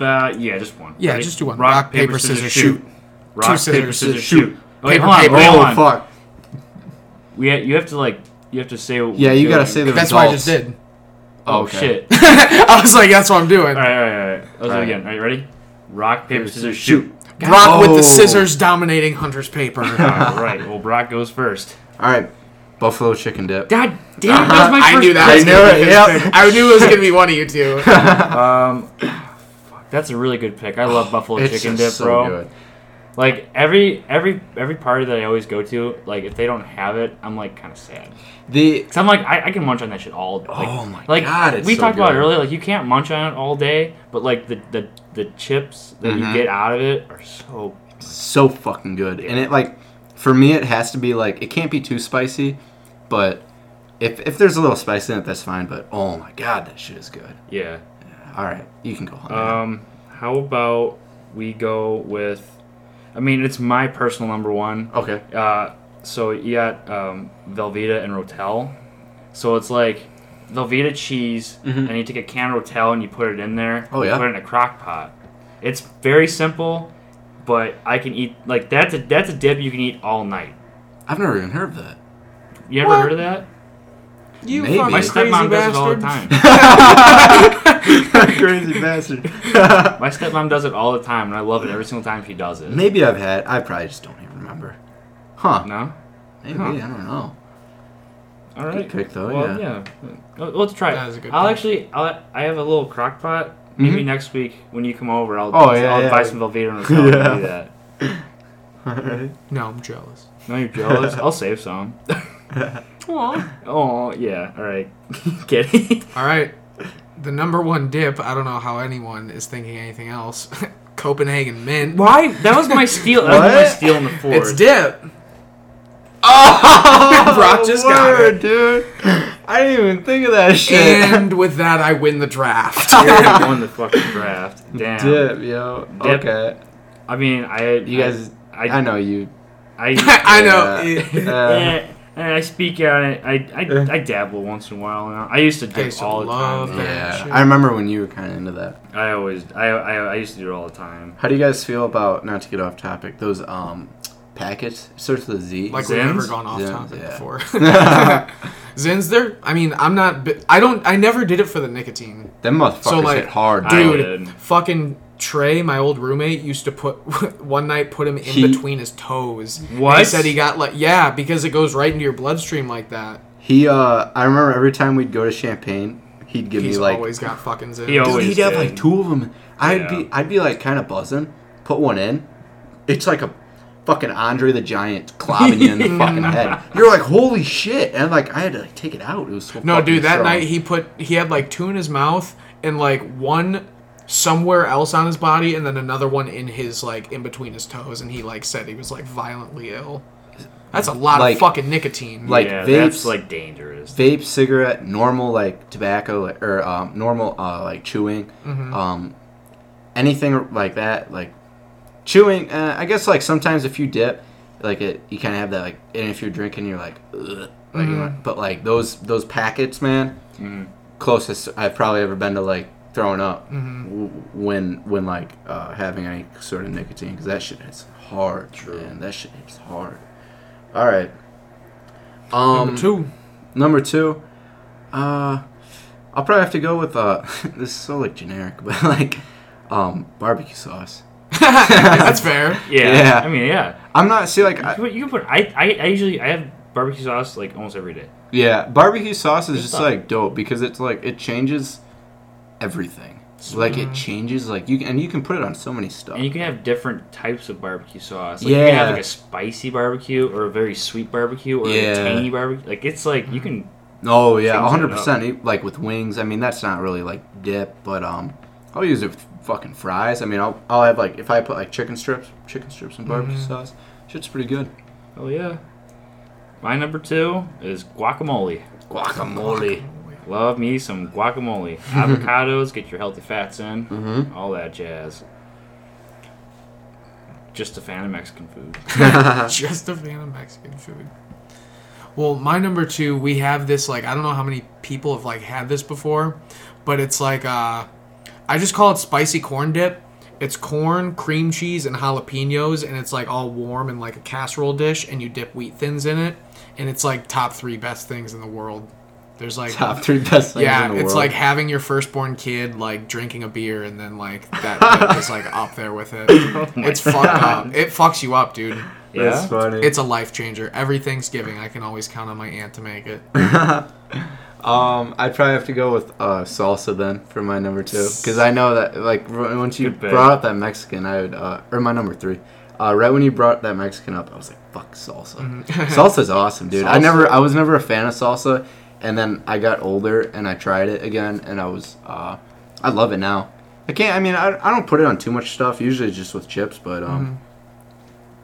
Speaker 1: Uh, yeah, just one.
Speaker 3: Yeah,
Speaker 1: Ready?
Speaker 3: just do one. Rock, paper, scissors, shoot.
Speaker 1: Rock,
Speaker 3: Two
Speaker 1: scissors,
Speaker 3: scissors,
Speaker 1: paper, scissors,
Speaker 3: scissors,
Speaker 1: shoot.
Speaker 3: shoot.
Speaker 1: Okay,
Speaker 3: Paper,
Speaker 1: hold on,
Speaker 3: paper,
Speaker 1: wait, hold
Speaker 2: Oh
Speaker 1: on.
Speaker 2: fuck!
Speaker 1: We ha- you have to like, you have to say. What
Speaker 2: Yeah,
Speaker 1: we're
Speaker 2: you gotta
Speaker 1: doing.
Speaker 2: say the
Speaker 3: That's
Speaker 2: results.
Speaker 3: what I just did. *laughs*
Speaker 1: Oh
Speaker 2: Okay.
Speaker 1: shit!
Speaker 2: *laughs*
Speaker 3: I was like, that's what I'm doing.
Speaker 1: all right, all right, all right. Let's do it
Speaker 2: right.
Speaker 1: again. All right, ready? Rock, paper, scissors, shoot.
Speaker 2: Shoot.
Speaker 3: Brock with
Speaker 2: Oh.
Speaker 3: the scissors dominating
Speaker 2: *laughs*
Speaker 3: Hunter's paper.
Speaker 1: all right. Well, Brock goes first.
Speaker 2: All right. Buffalo chicken dip.
Speaker 1: God damn, that was my
Speaker 3: I
Speaker 1: first.
Speaker 3: knew that.
Speaker 2: Uh-huh. I
Speaker 3: was
Speaker 2: knew
Speaker 3: gonna
Speaker 2: it,
Speaker 3: be his
Speaker 2: yep.
Speaker 3: pick. I knew it was gonna be one of you two.
Speaker 2: *laughs*
Speaker 1: That's a really good pick. I love buffalo
Speaker 2: It's
Speaker 1: chicken
Speaker 2: just
Speaker 1: dip,
Speaker 2: so
Speaker 1: bro.
Speaker 2: good.
Speaker 1: Like every every every party that I always go to, like if they don't have it, I'm like kind of sad.
Speaker 2: The
Speaker 1: Cause I'm like I, I can munch on that shit all. Like,
Speaker 2: Oh my
Speaker 1: like,
Speaker 2: God, it's
Speaker 1: we
Speaker 2: so
Speaker 1: talked about it
Speaker 2: good.
Speaker 1: earlier. Like you can't munch on it all day, but like the the, the chips that you
Speaker 2: Mm-hmm.
Speaker 1: get out of it are so.
Speaker 2: so fucking good, and it like for me it has to be like it can't be too spicy, but if if there's a little spice in it that's fine. But oh my god, that shit is good.
Speaker 1: Yeah.
Speaker 2: All right, you can go home.
Speaker 1: Um, how about we go with? I mean, it's my personal number one.
Speaker 2: okay.
Speaker 1: Uh, so you got um, Velveeta and Rotel. So it's like Velveeta cheese,
Speaker 3: Mm-hmm.
Speaker 1: and you take a can of Rotel and you put it in there.
Speaker 2: Oh,
Speaker 1: you
Speaker 2: yeah?
Speaker 1: Put it in a crock pot. It's very simple, but I can eat like that's a that's a dip you can eat all night.
Speaker 2: I've never even heard of that.
Speaker 1: You ever
Speaker 3: What?
Speaker 1: heard of that?
Speaker 3: You
Speaker 2: Maybe.
Speaker 1: My
Speaker 2: My
Speaker 3: fucking crazy
Speaker 1: stepmom does it all the
Speaker 3: bastards.
Speaker 1: time.
Speaker 2: *laughs*
Speaker 3: *laughs*
Speaker 2: Crazy bastard.
Speaker 1: My stepmom does it all the time, and I love it every single time she does it.
Speaker 2: Maybe I've had. I probably just don't even remember. Huh?
Speaker 1: No.
Speaker 2: Maybe
Speaker 1: Huh.
Speaker 2: I don't *laughs* know.
Speaker 1: All right.
Speaker 2: pick, though,
Speaker 1: Well, yeah. Uh, Let's try.
Speaker 3: That
Speaker 1: it.
Speaker 3: is a good
Speaker 1: I'll
Speaker 3: pick.
Speaker 1: actually. I'll, I have a little crock pot. Maybe next week when you come over, I'll.
Speaker 2: Mm-hmm. Oh, yeah,
Speaker 1: I'll
Speaker 2: yeah.
Speaker 1: buy some Velveeta and Rotel and
Speaker 2: *laughs* Yeah.
Speaker 1: do that.
Speaker 3: No, I'm jealous.
Speaker 1: No, you're jealous. I'll save
Speaker 2: *laughs*
Speaker 1: some.
Speaker 3: Aw.
Speaker 1: Oh yeah. All right. *laughs* Kidding.
Speaker 3: All right. The number one dip. I don't know how anyone is thinking anything else. *laughs* Copenhagen mint.
Speaker 1: Why? That was my steal. That was my
Speaker 2: What?
Speaker 1: steal in the fourth.
Speaker 3: It's dip.
Speaker 2: Oh,
Speaker 3: Brock just got it.
Speaker 2: dude. I didn't even think of that shit.
Speaker 3: And with that, I win the
Speaker 2: *laughs*
Speaker 3: draft.
Speaker 1: You already won the fucking draft. Damn.
Speaker 2: Dip, yo.
Speaker 1: Dip.
Speaker 2: Okay.
Speaker 1: I mean, I.
Speaker 2: You guys,
Speaker 1: I.
Speaker 2: I,
Speaker 1: I.
Speaker 2: know you. *laughs*
Speaker 1: I,
Speaker 3: *laughs* I know.
Speaker 2: Yeah. Uh,
Speaker 1: eh, eh, I speak on it. I, I, I dabble once in a while. Now. I used to dip
Speaker 3: used to
Speaker 1: all the
Speaker 3: love
Speaker 1: time.
Speaker 3: that.
Speaker 2: yeah.
Speaker 3: shit.
Speaker 2: I remember when you were kind of into that.
Speaker 1: I always. I, I. I used to do it all the time.
Speaker 2: How do you guys feel about, not to get off topic, those um packets? It starts with a Z. *laughs*
Speaker 3: like we've never
Speaker 1: Zins?
Speaker 3: gone off
Speaker 2: Zins,
Speaker 3: topic
Speaker 2: yeah. *laughs*
Speaker 3: before. Zins, there. I mean, I'm not. bi- I don't. I never did it for the nicotine.
Speaker 2: Them motherfuckers
Speaker 3: So, like,
Speaker 2: hit hard,
Speaker 1: I
Speaker 2: dude.
Speaker 1: did.
Speaker 3: Dude, fucking Trey, my old roommate, used to put *laughs* one night put him in
Speaker 2: He-
Speaker 3: between his toes. And He
Speaker 1: What?
Speaker 3: said he got like yeah because it goes right into your bloodstream like that.
Speaker 2: He, uh, I remember every time we'd go to Champagne, he'd give
Speaker 3: He's
Speaker 2: me like
Speaker 3: always got fucking zins.
Speaker 1: He always-
Speaker 2: Dude, he'd have
Speaker 1: did.
Speaker 2: like two of them. I'd
Speaker 1: Yeah.
Speaker 2: be, I'd be like kind of buzzing. Put one in. It's like a fucking Andre the Giant clobbing you in
Speaker 3: *laughs*
Speaker 2: the fucking head. You're like, holy shit! And like, I had to like take it out. It was so
Speaker 3: no,
Speaker 2: fucking
Speaker 3: dude, that
Speaker 2: strong.
Speaker 3: night he put he had like two in his mouth and like one somewhere else on his body and then another one in his like in between his toes and he like said he was like violently ill. That's a lot
Speaker 2: Like-
Speaker 3: of fucking nicotine.
Speaker 2: like
Speaker 1: yeah, that's
Speaker 2: vapes, like
Speaker 1: like dangerous.
Speaker 2: vape, cigarette, normal like tobacco like, or um, normal uh, like chewing, um, anything like that. Like chewing, uh, I guess like sometimes if you dip, like it, you kind of have that like, and if you're drinking, you're like, Ugh, like you want, but like those those packets, man. Closest I've probably ever been to like throwing up w- when when like uh, having any sort of nicotine because that shit hits hard, True. man. That shit hits hard. All right. Um,
Speaker 3: Number
Speaker 2: *laughs*
Speaker 3: two.
Speaker 2: Number two, uh, I'll probably have to go with uh, *laughs* this is so like generic, *laughs* but like, um, barbecue sauce.
Speaker 3: That's fair.
Speaker 1: Yeah,
Speaker 2: Yeah.
Speaker 1: I mean, yeah.
Speaker 2: I'm not see like
Speaker 1: You
Speaker 2: I,
Speaker 1: can put, you can put I, I, I usually I have barbecue sauce like almost every day.
Speaker 2: yeah, barbecue sauce is just
Speaker 1: stuff.
Speaker 2: like dope because it's like it changes everything. Like it changes, like you can, and you can put it on so many stuff.
Speaker 1: Mm. And you can have different types of barbecue sauce. Like You can have
Speaker 2: Yeah.
Speaker 1: like a spicy barbecue or a very sweet barbecue or
Speaker 2: Yeah.
Speaker 1: a tangy barbecue. Like it's like you can
Speaker 2: Oh yeah,
Speaker 1: Change it
Speaker 2: hundred percent. E- Like with wings, I mean that's not really like dip, but um, I'll use it with fucking fries. I mean, I'll I'll have like if I put like chicken strips, chicken strips and barbecue
Speaker 1: Mm-hmm.
Speaker 2: sauce, shit's pretty good.
Speaker 1: oh yeah. My number two is guacamole.
Speaker 2: Guacamole.
Speaker 1: Love me some
Speaker 2: *laughs*
Speaker 1: guacamole. Avocados, get your healthy fats in,
Speaker 2: Mhm.
Speaker 1: all that jazz. Just a fan of Mexican food.
Speaker 3: *laughs* just a fan of Mexican food. Well, my number two, we have this like I don't know how many people have like had this before, but it's like uh I just call it spicy corn dip. It's corn, cream cheese, and jalapenos, and it's like all warm in like a casserole dish, and you dip wheat thins in it, and it's like top three best things in the world. There's like
Speaker 2: Top three best things
Speaker 3: yeah,
Speaker 2: in the
Speaker 3: it's
Speaker 2: world.
Speaker 3: like having your firstborn kid like drinking a beer and then like that dip is like up there
Speaker 2: *laughs*
Speaker 3: with it.
Speaker 2: Oh
Speaker 3: It's fucked up. It fucks you up, dude.
Speaker 2: That's
Speaker 1: Yeah.
Speaker 2: funny.
Speaker 3: It's a life changer. Every Thanksgiving, I can always count on my aunt to make it.
Speaker 2: Um, I'd probably have to go with uh, salsa then for my number two, because I know that like r- once you
Speaker 1: Good pick.
Speaker 2: brought up that Mexican, I would uh, or my number three. Uh, right when you brought that Mexican up, I was like, "Fuck salsa."
Speaker 1: *laughs*
Speaker 2: Salsa's awesome, dude. I
Speaker 1: Mm-hmm. Salsa.
Speaker 2: never, I was never a fan of salsa, and then I got older and I tried it again, and I was, uh, I love it now. I can't. I mean, I, I don't put it on too much stuff. Usually, just with chips, but um,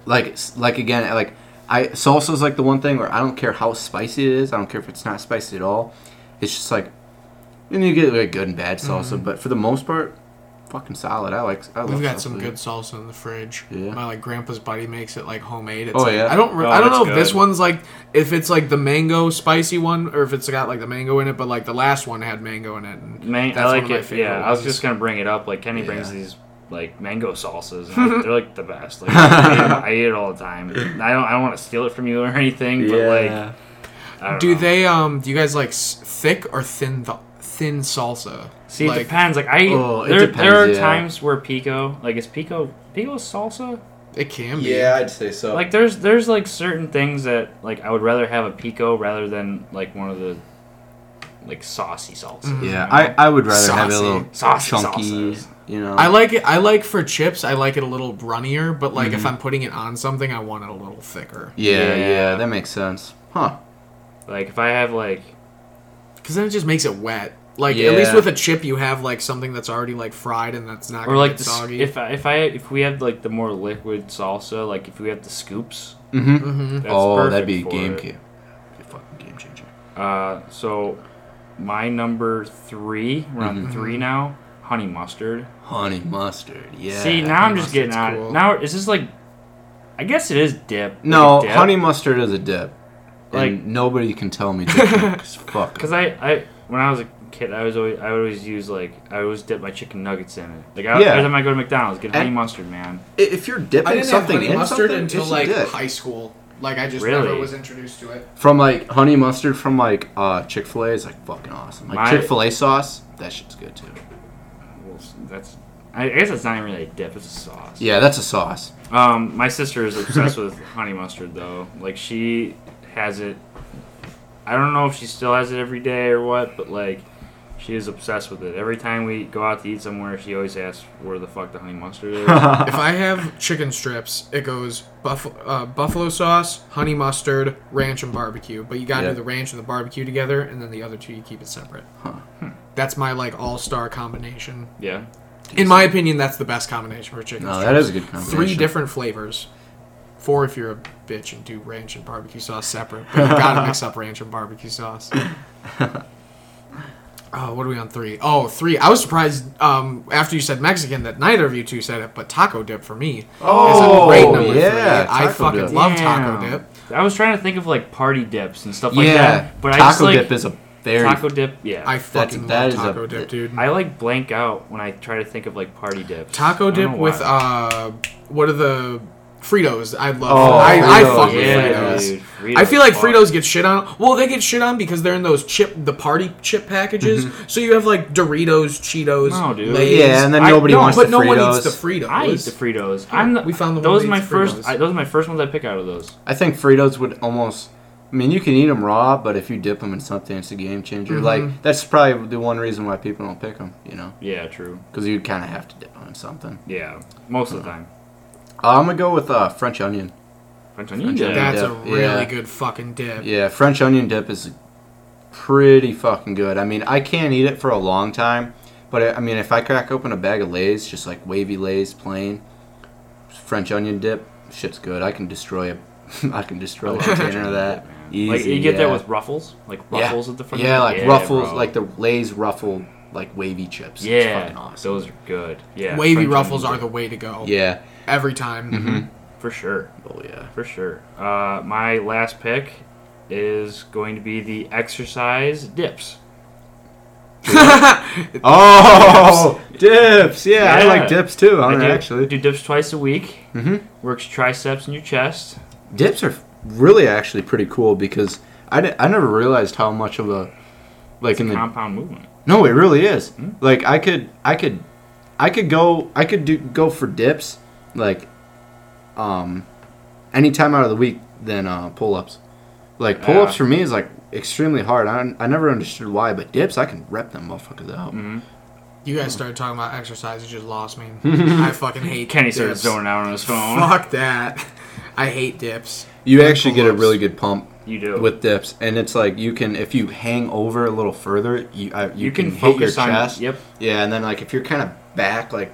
Speaker 1: Mm-hmm.
Speaker 2: like like again like I salsa is like the one thing where I don't care how spicy it is. I don't care if it's not spicy at all. It's just like and you get like good and bad salsa, but for the most part, fucking solid. I like. I
Speaker 3: We've
Speaker 2: love
Speaker 3: got
Speaker 2: salsa,
Speaker 3: some
Speaker 2: dude.
Speaker 3: good salsa in the fridge.
Speaker 2: Yeah.
Speaker 3: My like grandpa's buddy makes it like homemade. It's
Speaker 2: Oh,
Speaker 3: like-
Speaker 2: yeah?
Speaker 3: I don't. Re-
Speaker 1: Oh,
Speaker 3: I don't
Speaker 1: that's
Speaker 3: know if this
Speaker 1: good.
Speaker 3: one's like if it's like the mango spicy one or if it's got like the mango in it, but like the last one had mango in it. And
Speaker 1: Man,
Speaker 3: that's
Speaker 1: I like
Speaker 3: one of my
Speaker 1: it.
Speaker 3: favorite
Speaker 1: Yeah, I was
Speaker 3: ones.
Speaker 1: just gonna bring it up. Like Kenny brings
Speaker 2: Yeah.
Speaker 1: these like mango salsas. And
Speaker 2: *laughs*
Speaker 1: I- they're like the best. Like, I, eat 'em- I eat it all the time. I don't. I don't want to steal it from you or anything. But
Speaker 2: Yeah.
Speaker 1: like, I don't
Speaker 3: Do
Speaker 1: know.
Speaker 3: they? Um. Do you guys like s- thick or thin? Th- thin salsa.
Speaker 1: See, it
Speaker 3: like,
Speaker 1: depends. Like I,
Speaker 2: Oh, it
Speaker 1: there, there are
Speaker 2: depends, yeah.
Speaker 1: times where pico, like is pico, pico salsa.
Speaker 3: It can be.
Speaker 2: yeah, I'd say so.
Speaker 1: Like there's, there's like certain things that like I would rather have a pico rather than like one of the, like saucy salsas.
Speaker 2: yeah, I, I would rather have it a
Speaker 3: Saucy.
Speaker 2: little
Speaker 1: mm, Saucy
Speaker 2: chunky.
Speaker 1: salsas.
Speaker 2: You know,
Speaker 3: I like it. I like for chips. I like it a little runnier, but like
Speaker 1: Mm-hmm.
Speaker 3: if I'm putting it on something, I want it a little thicker.
Speaker 2: Yeah, yeah,
Speaker 1: Yeah.
Speaker 2: that makes sense. Huh?
Speaker 1: Like if I have like
Speaker 3: Because then it just makes it wet. Like at least
Speaker 2: Yeah.
Speaker 3: with a chip, you have like something that's already like fried and that's not
Speaker 1: or
Speaker 3: gonna
Speaker 1: like
Speaker 3: get
Speaker 1: the, s-
Speaker 3: soggy.
Speaker 1: if I, if I if we have like the more liquid salsa, like if we have the scoops.
Speaker 2: Mm-hmm.
Speaker 3: hmm
Speaker 1: That's
Speaker 2: Oh,
Speaker 1: perfect
Speaker 2: that'd be a
Speaker 1: for
Speaker 2: game
Speaker 1: it.
Speaker 2: changer. Be a fucking game changer.
Speaker 1: Uh, so my number three, we're
Speaker 2: Mm-hmm.
Speaker 1: on three now. Honey mustard.
Speaker 2: Honey mustard. Yeah.
Speaker 1: See, now I'm
Speaker 3: honey
Speaker 1: just getting out.
Speaker 3: mustard's cool.
Speaker 1: Now is this like? I guess it is dip. like
Speaker 2: No,
Speaker 1: a dip.
Speaker 2: honey mustard is a dip. Like
Speaker 1: Like-
Speaker 2: nobody can tell me different. 'cause fuck.
Speaker 1: Because I, I, when I was a kid, I was always, I would always use like, I always dip my chicken nuggets in it. Like, I,
Speaker 2: Yeah.
Speaker 1: every time I go to McDonald's, get honey
Speaker 2: And-
Speaker 1: mustard, man.
Speaker 2: I- if you're dipping
Speaker 3: I didn't have
Speaker 2: something
Speaker 3: honey
Speaker 2: in
Speaker 3: mustard
Speaker 2: something,
Speaker 3: until
Speaker 2: it's a
Speaker 3: like
Speaker 2: dip.
Speaker 3: high school. Like I just
Speaker 1: Really?
Speaker 3: never was introduced to it.
Speaker 2: from like honey mustard from like uh, Chick Fil A is like fucking awesome. Like
Speaker 1: My-
Speaker 2: Chick Fil A sauce, that shit's good too.
Speaker 1: Well, s- that's, I I guess it's not even really a dip; it's a sauce.
Speaker 2: Yeah, that's a sauce.
Speaker 1: Um, my sister is obsessed with *laughs* honey mustard though. Like, she has it. I don't know if she still has it every day or what, but like, she is obsessed with it. Every time we go out to eat somewhere, she always asks where the fuck the honey mustard
Speaker 2: *laughs*
Speaker 1: is.
Speaker 3: if I have *laughs* chicken strips, it goes buff- uh, buffalo sauce, honey mustard, ranch, and barbecue. But you gotta
Speaker 2: Yeah.
Speaker 3: do the ranch and the barbecue together, and then the other two you keep it separate.
Speaker 2: Huh.
Speaker 1: hmm.
Speaker 3: That's my like all star combination.
Speaker 1: yeah.
Speaker 3: In my opinion, that's the best combination for chicken.
Speaker 2: No,
Speaker 3: strips.
Speaker 2: that is a good combination.
Speaker 3: three different flavors. Four if you're a bitch and do ranch and barbecue sauce separate. But you gotta mix up ranch and
Speaker 2: *laughs*
Speaker 3: barbecue sauce. Oh, what are we on three? Oh, three. I was surprised um, after you said Mexican that neither of you two said it, but taco dip for me.
Speaker 2: Oh,
Speaker 3: is a great number
Speaker 2: yeah,
Speaker 3: three. I
Speaker 2: taco
Speaker 3: fucking
Speaker 2: dip.
Speaker 3: love taco
Speaker 1: Damn.
Speaker 3: dip.
Speaker 1: I was trying to think of like party dips and stuff like
Speaker 2: yeah,
Speaker 1: that, but I
Speaker 2: taco
Speaker 1: just like
Speaker 2: dip is a very
Speaker 1: taco dip. Yeah,
Speaker 3: I fucking
Speaker 2: that
Speaker 3: love
Speaker 2: is a-
Speaker 3: taco dip, dude.
Speaker 1: I like blank out when I try to think of like party dips.
Speaker 3: Taco
Speaker 1: I don't
Speaker 3: dip
Speaker 1: know
Speaker 3: with
Speaker 1: why.
Speaker 3: uh, what are the Fritos? I love.
Speaker 2: Oh,
Speaker 3: I, I
Speaker 2: Fritos,
Speaker 3: fuck with
Speaker 2: yeah,
Speaker 3: Fritos.
Speaker 1: dude.
Speaker 3: I feel like
Speaker 1: fuck.
Speaker 3: Fritos get shit on. Well, they get shit on because they're in those chip, the party chip packages. So you have like Doritos, Cheetos,
Speaker 1: Mm-hmm. No, dude.
Speaker 3: Lay's.
Speaker 2: Yeah, and then
Speaker 3: I-
Speaker 2: nobody
Speaker 3: no,
Speaker 2: wants
Speaker 3: but
Speaker 2: the
Speaker 3: no one eats
Speaker 2: Fritos.
Speaker 3: the Fritos.
Speaker 1: I eat the Fritos. I'm the,
Speaker 3: We found the one
Speaker 1: those
Speaker 3: that
Speaker 1: are my
Speaker 3: eats
Speaker 1: first.
Speaker 3: Fritos.
Speaker 1: I, those are my first ones I pick out of those.
Speaker 2: I think Fritos would almost I mean, you can eat them raw, but if you dip them in something, it's a game changer.
Speaker 1: Mm-hmm.
Speaker 2: Like that's probably the one reason why people don't pick them, you know,
Speaker 1: Yeah, true.
Speaker 2: because you kind of have to dip them in something.
Speaker 1: Yeah, most of the time.
Speaker 2: Uh, I'm gonna go with uh, French onion.
Speaker 1: French onion
Speaker 2: French
Speaker 1: dip.
Speaker 2: onion
Speaker 3: That's a
Speaker 2: dip,
Speaker 3: really
Speaker 2: yeah.
Speaker 3: good fucking dip.
Speaker 2: Yeah, French onion dip is pretty fucking good. I mean, I can't eat it for a long time, but I I mean, if I crack open a bag of Lay's, just like wavy Lay's, plain French onion dip, shit's good. I can destroy a, *laughs* I
Speaker 1: *laughs*
Speaker 2: can destroy a container of that. Easy,
Speaker 1: like you get that
Speaker 2: yeah.
Speaker 1: with ruffles, like
Speaker 2: Yeah.
Speaker 1: ruffles at the front.
Speaker 2: Yeah, like ruffles,
Speaker 1: bro.
Speaker 2: like the Lay's ruffle, like wavy chips. It's
Speaker 1: yeah,
Speaker 2: fucking awesome. Oh,
Speaker 1: those are good. Yeah,
Speaker 3: Wavy
Speaker 1: French
Speaker 3: ruffles
Speaker 1: onion
Speaker 3: are the way to go.
Speaker 2: Yeah.
Speaker 3: Every time.
Speaker 1: dip. for sure,
Speaker 2: Oh yeah.
Speaker 1: for sure. Uh, my last pick is going to be the exercise dips.
Speaker 2: Oh, dips. Yeah, I
Speaker 1: Yeah.
Speaker 2: like dips too. I
Speaker 1: I
Speaker 2: do
Speaker 1: do,
Speaker 2: actually.
Speaker 1: do dips twice a week.
Speaker 2: Mhm.
Speaker 1: Works triceps and your chest.
Speaker 2: dips are really actually pretty cool because I, di- I never realized how much of a like in the
Speaker 1: Compound movement.
Speaker 2: no it really is
Speaker 1: Hmm?
Speaker 2: like I could I could I could go I could do go for dips like um any time out of the week than uh, pull ups like pull ups
Speaker 1: Yeah.
Speaker 2: for me is like extremely hard I, I never understood why but dips I can rep them motherfuckers out
Speaker 1: Mm-hmm.
Speaker 3: You guys started talking about exercise. You just
Speaker 1: *laughs*
Speaker 3: lost me. I fucking hate
Speaker 1: Kenny started
Speaker 3: dips.
Speaker 1: zoning out on his phone.
Speaker 3: Fuck that. I hate dips.
Speaker 2: you
Speaker 3: Like
Speaker 2: actually get a
Speaker 3: pull-ups.
Speaker 2: really good pump
Speaker 1: You do.
Speaker 2: with dips and it's like you can if you hang over a little further you I, you,
Speaker 1: you, can,
Speaker 2: hit
Speaker 1: focus
Speaker 2: your
Speaker 1: on
Speaker 2: chest
Speaker 1: yep.
Speaker 2: Yeah, and then like if you're kind of back, like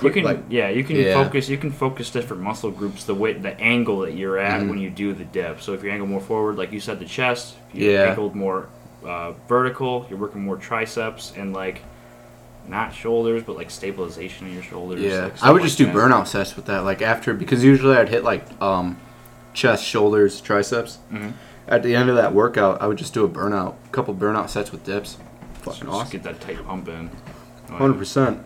Speaker 1: You can
Speaker 2: like
Speaker 1: yeah, you can
Speaker 2: yeah.
Speaker 1: focus you can focus different muscle groups the way the angle that you're at
Speaker 2: Mm-hmm.
Speaker 1: when you do the dip. So if you angle more forward, like you said, the chest. If you
Speaker 2: Yeah.
Speaker 1: angled more uh, vertical, you're working more triceps and like not shoulders, but like stabilization in your shoulders.
Speaker 2: yeah,
Speaker 1: like,
Speaker 2: I
Speaker 1: stuff
Speaker 2: would just do
Speaker 1: like that.
Speaker 2: burnout sets with that. Like after because usually I'd hit like um, chest, shoulders, triceps. At the end of that workout, I would just do a burnout, couple burnout sets with dips. Fucking
Speaker 1: Just
Speaker 2: awesome,
Speaker 1: Get that tight pump in.
Speaker 2: hundred percent.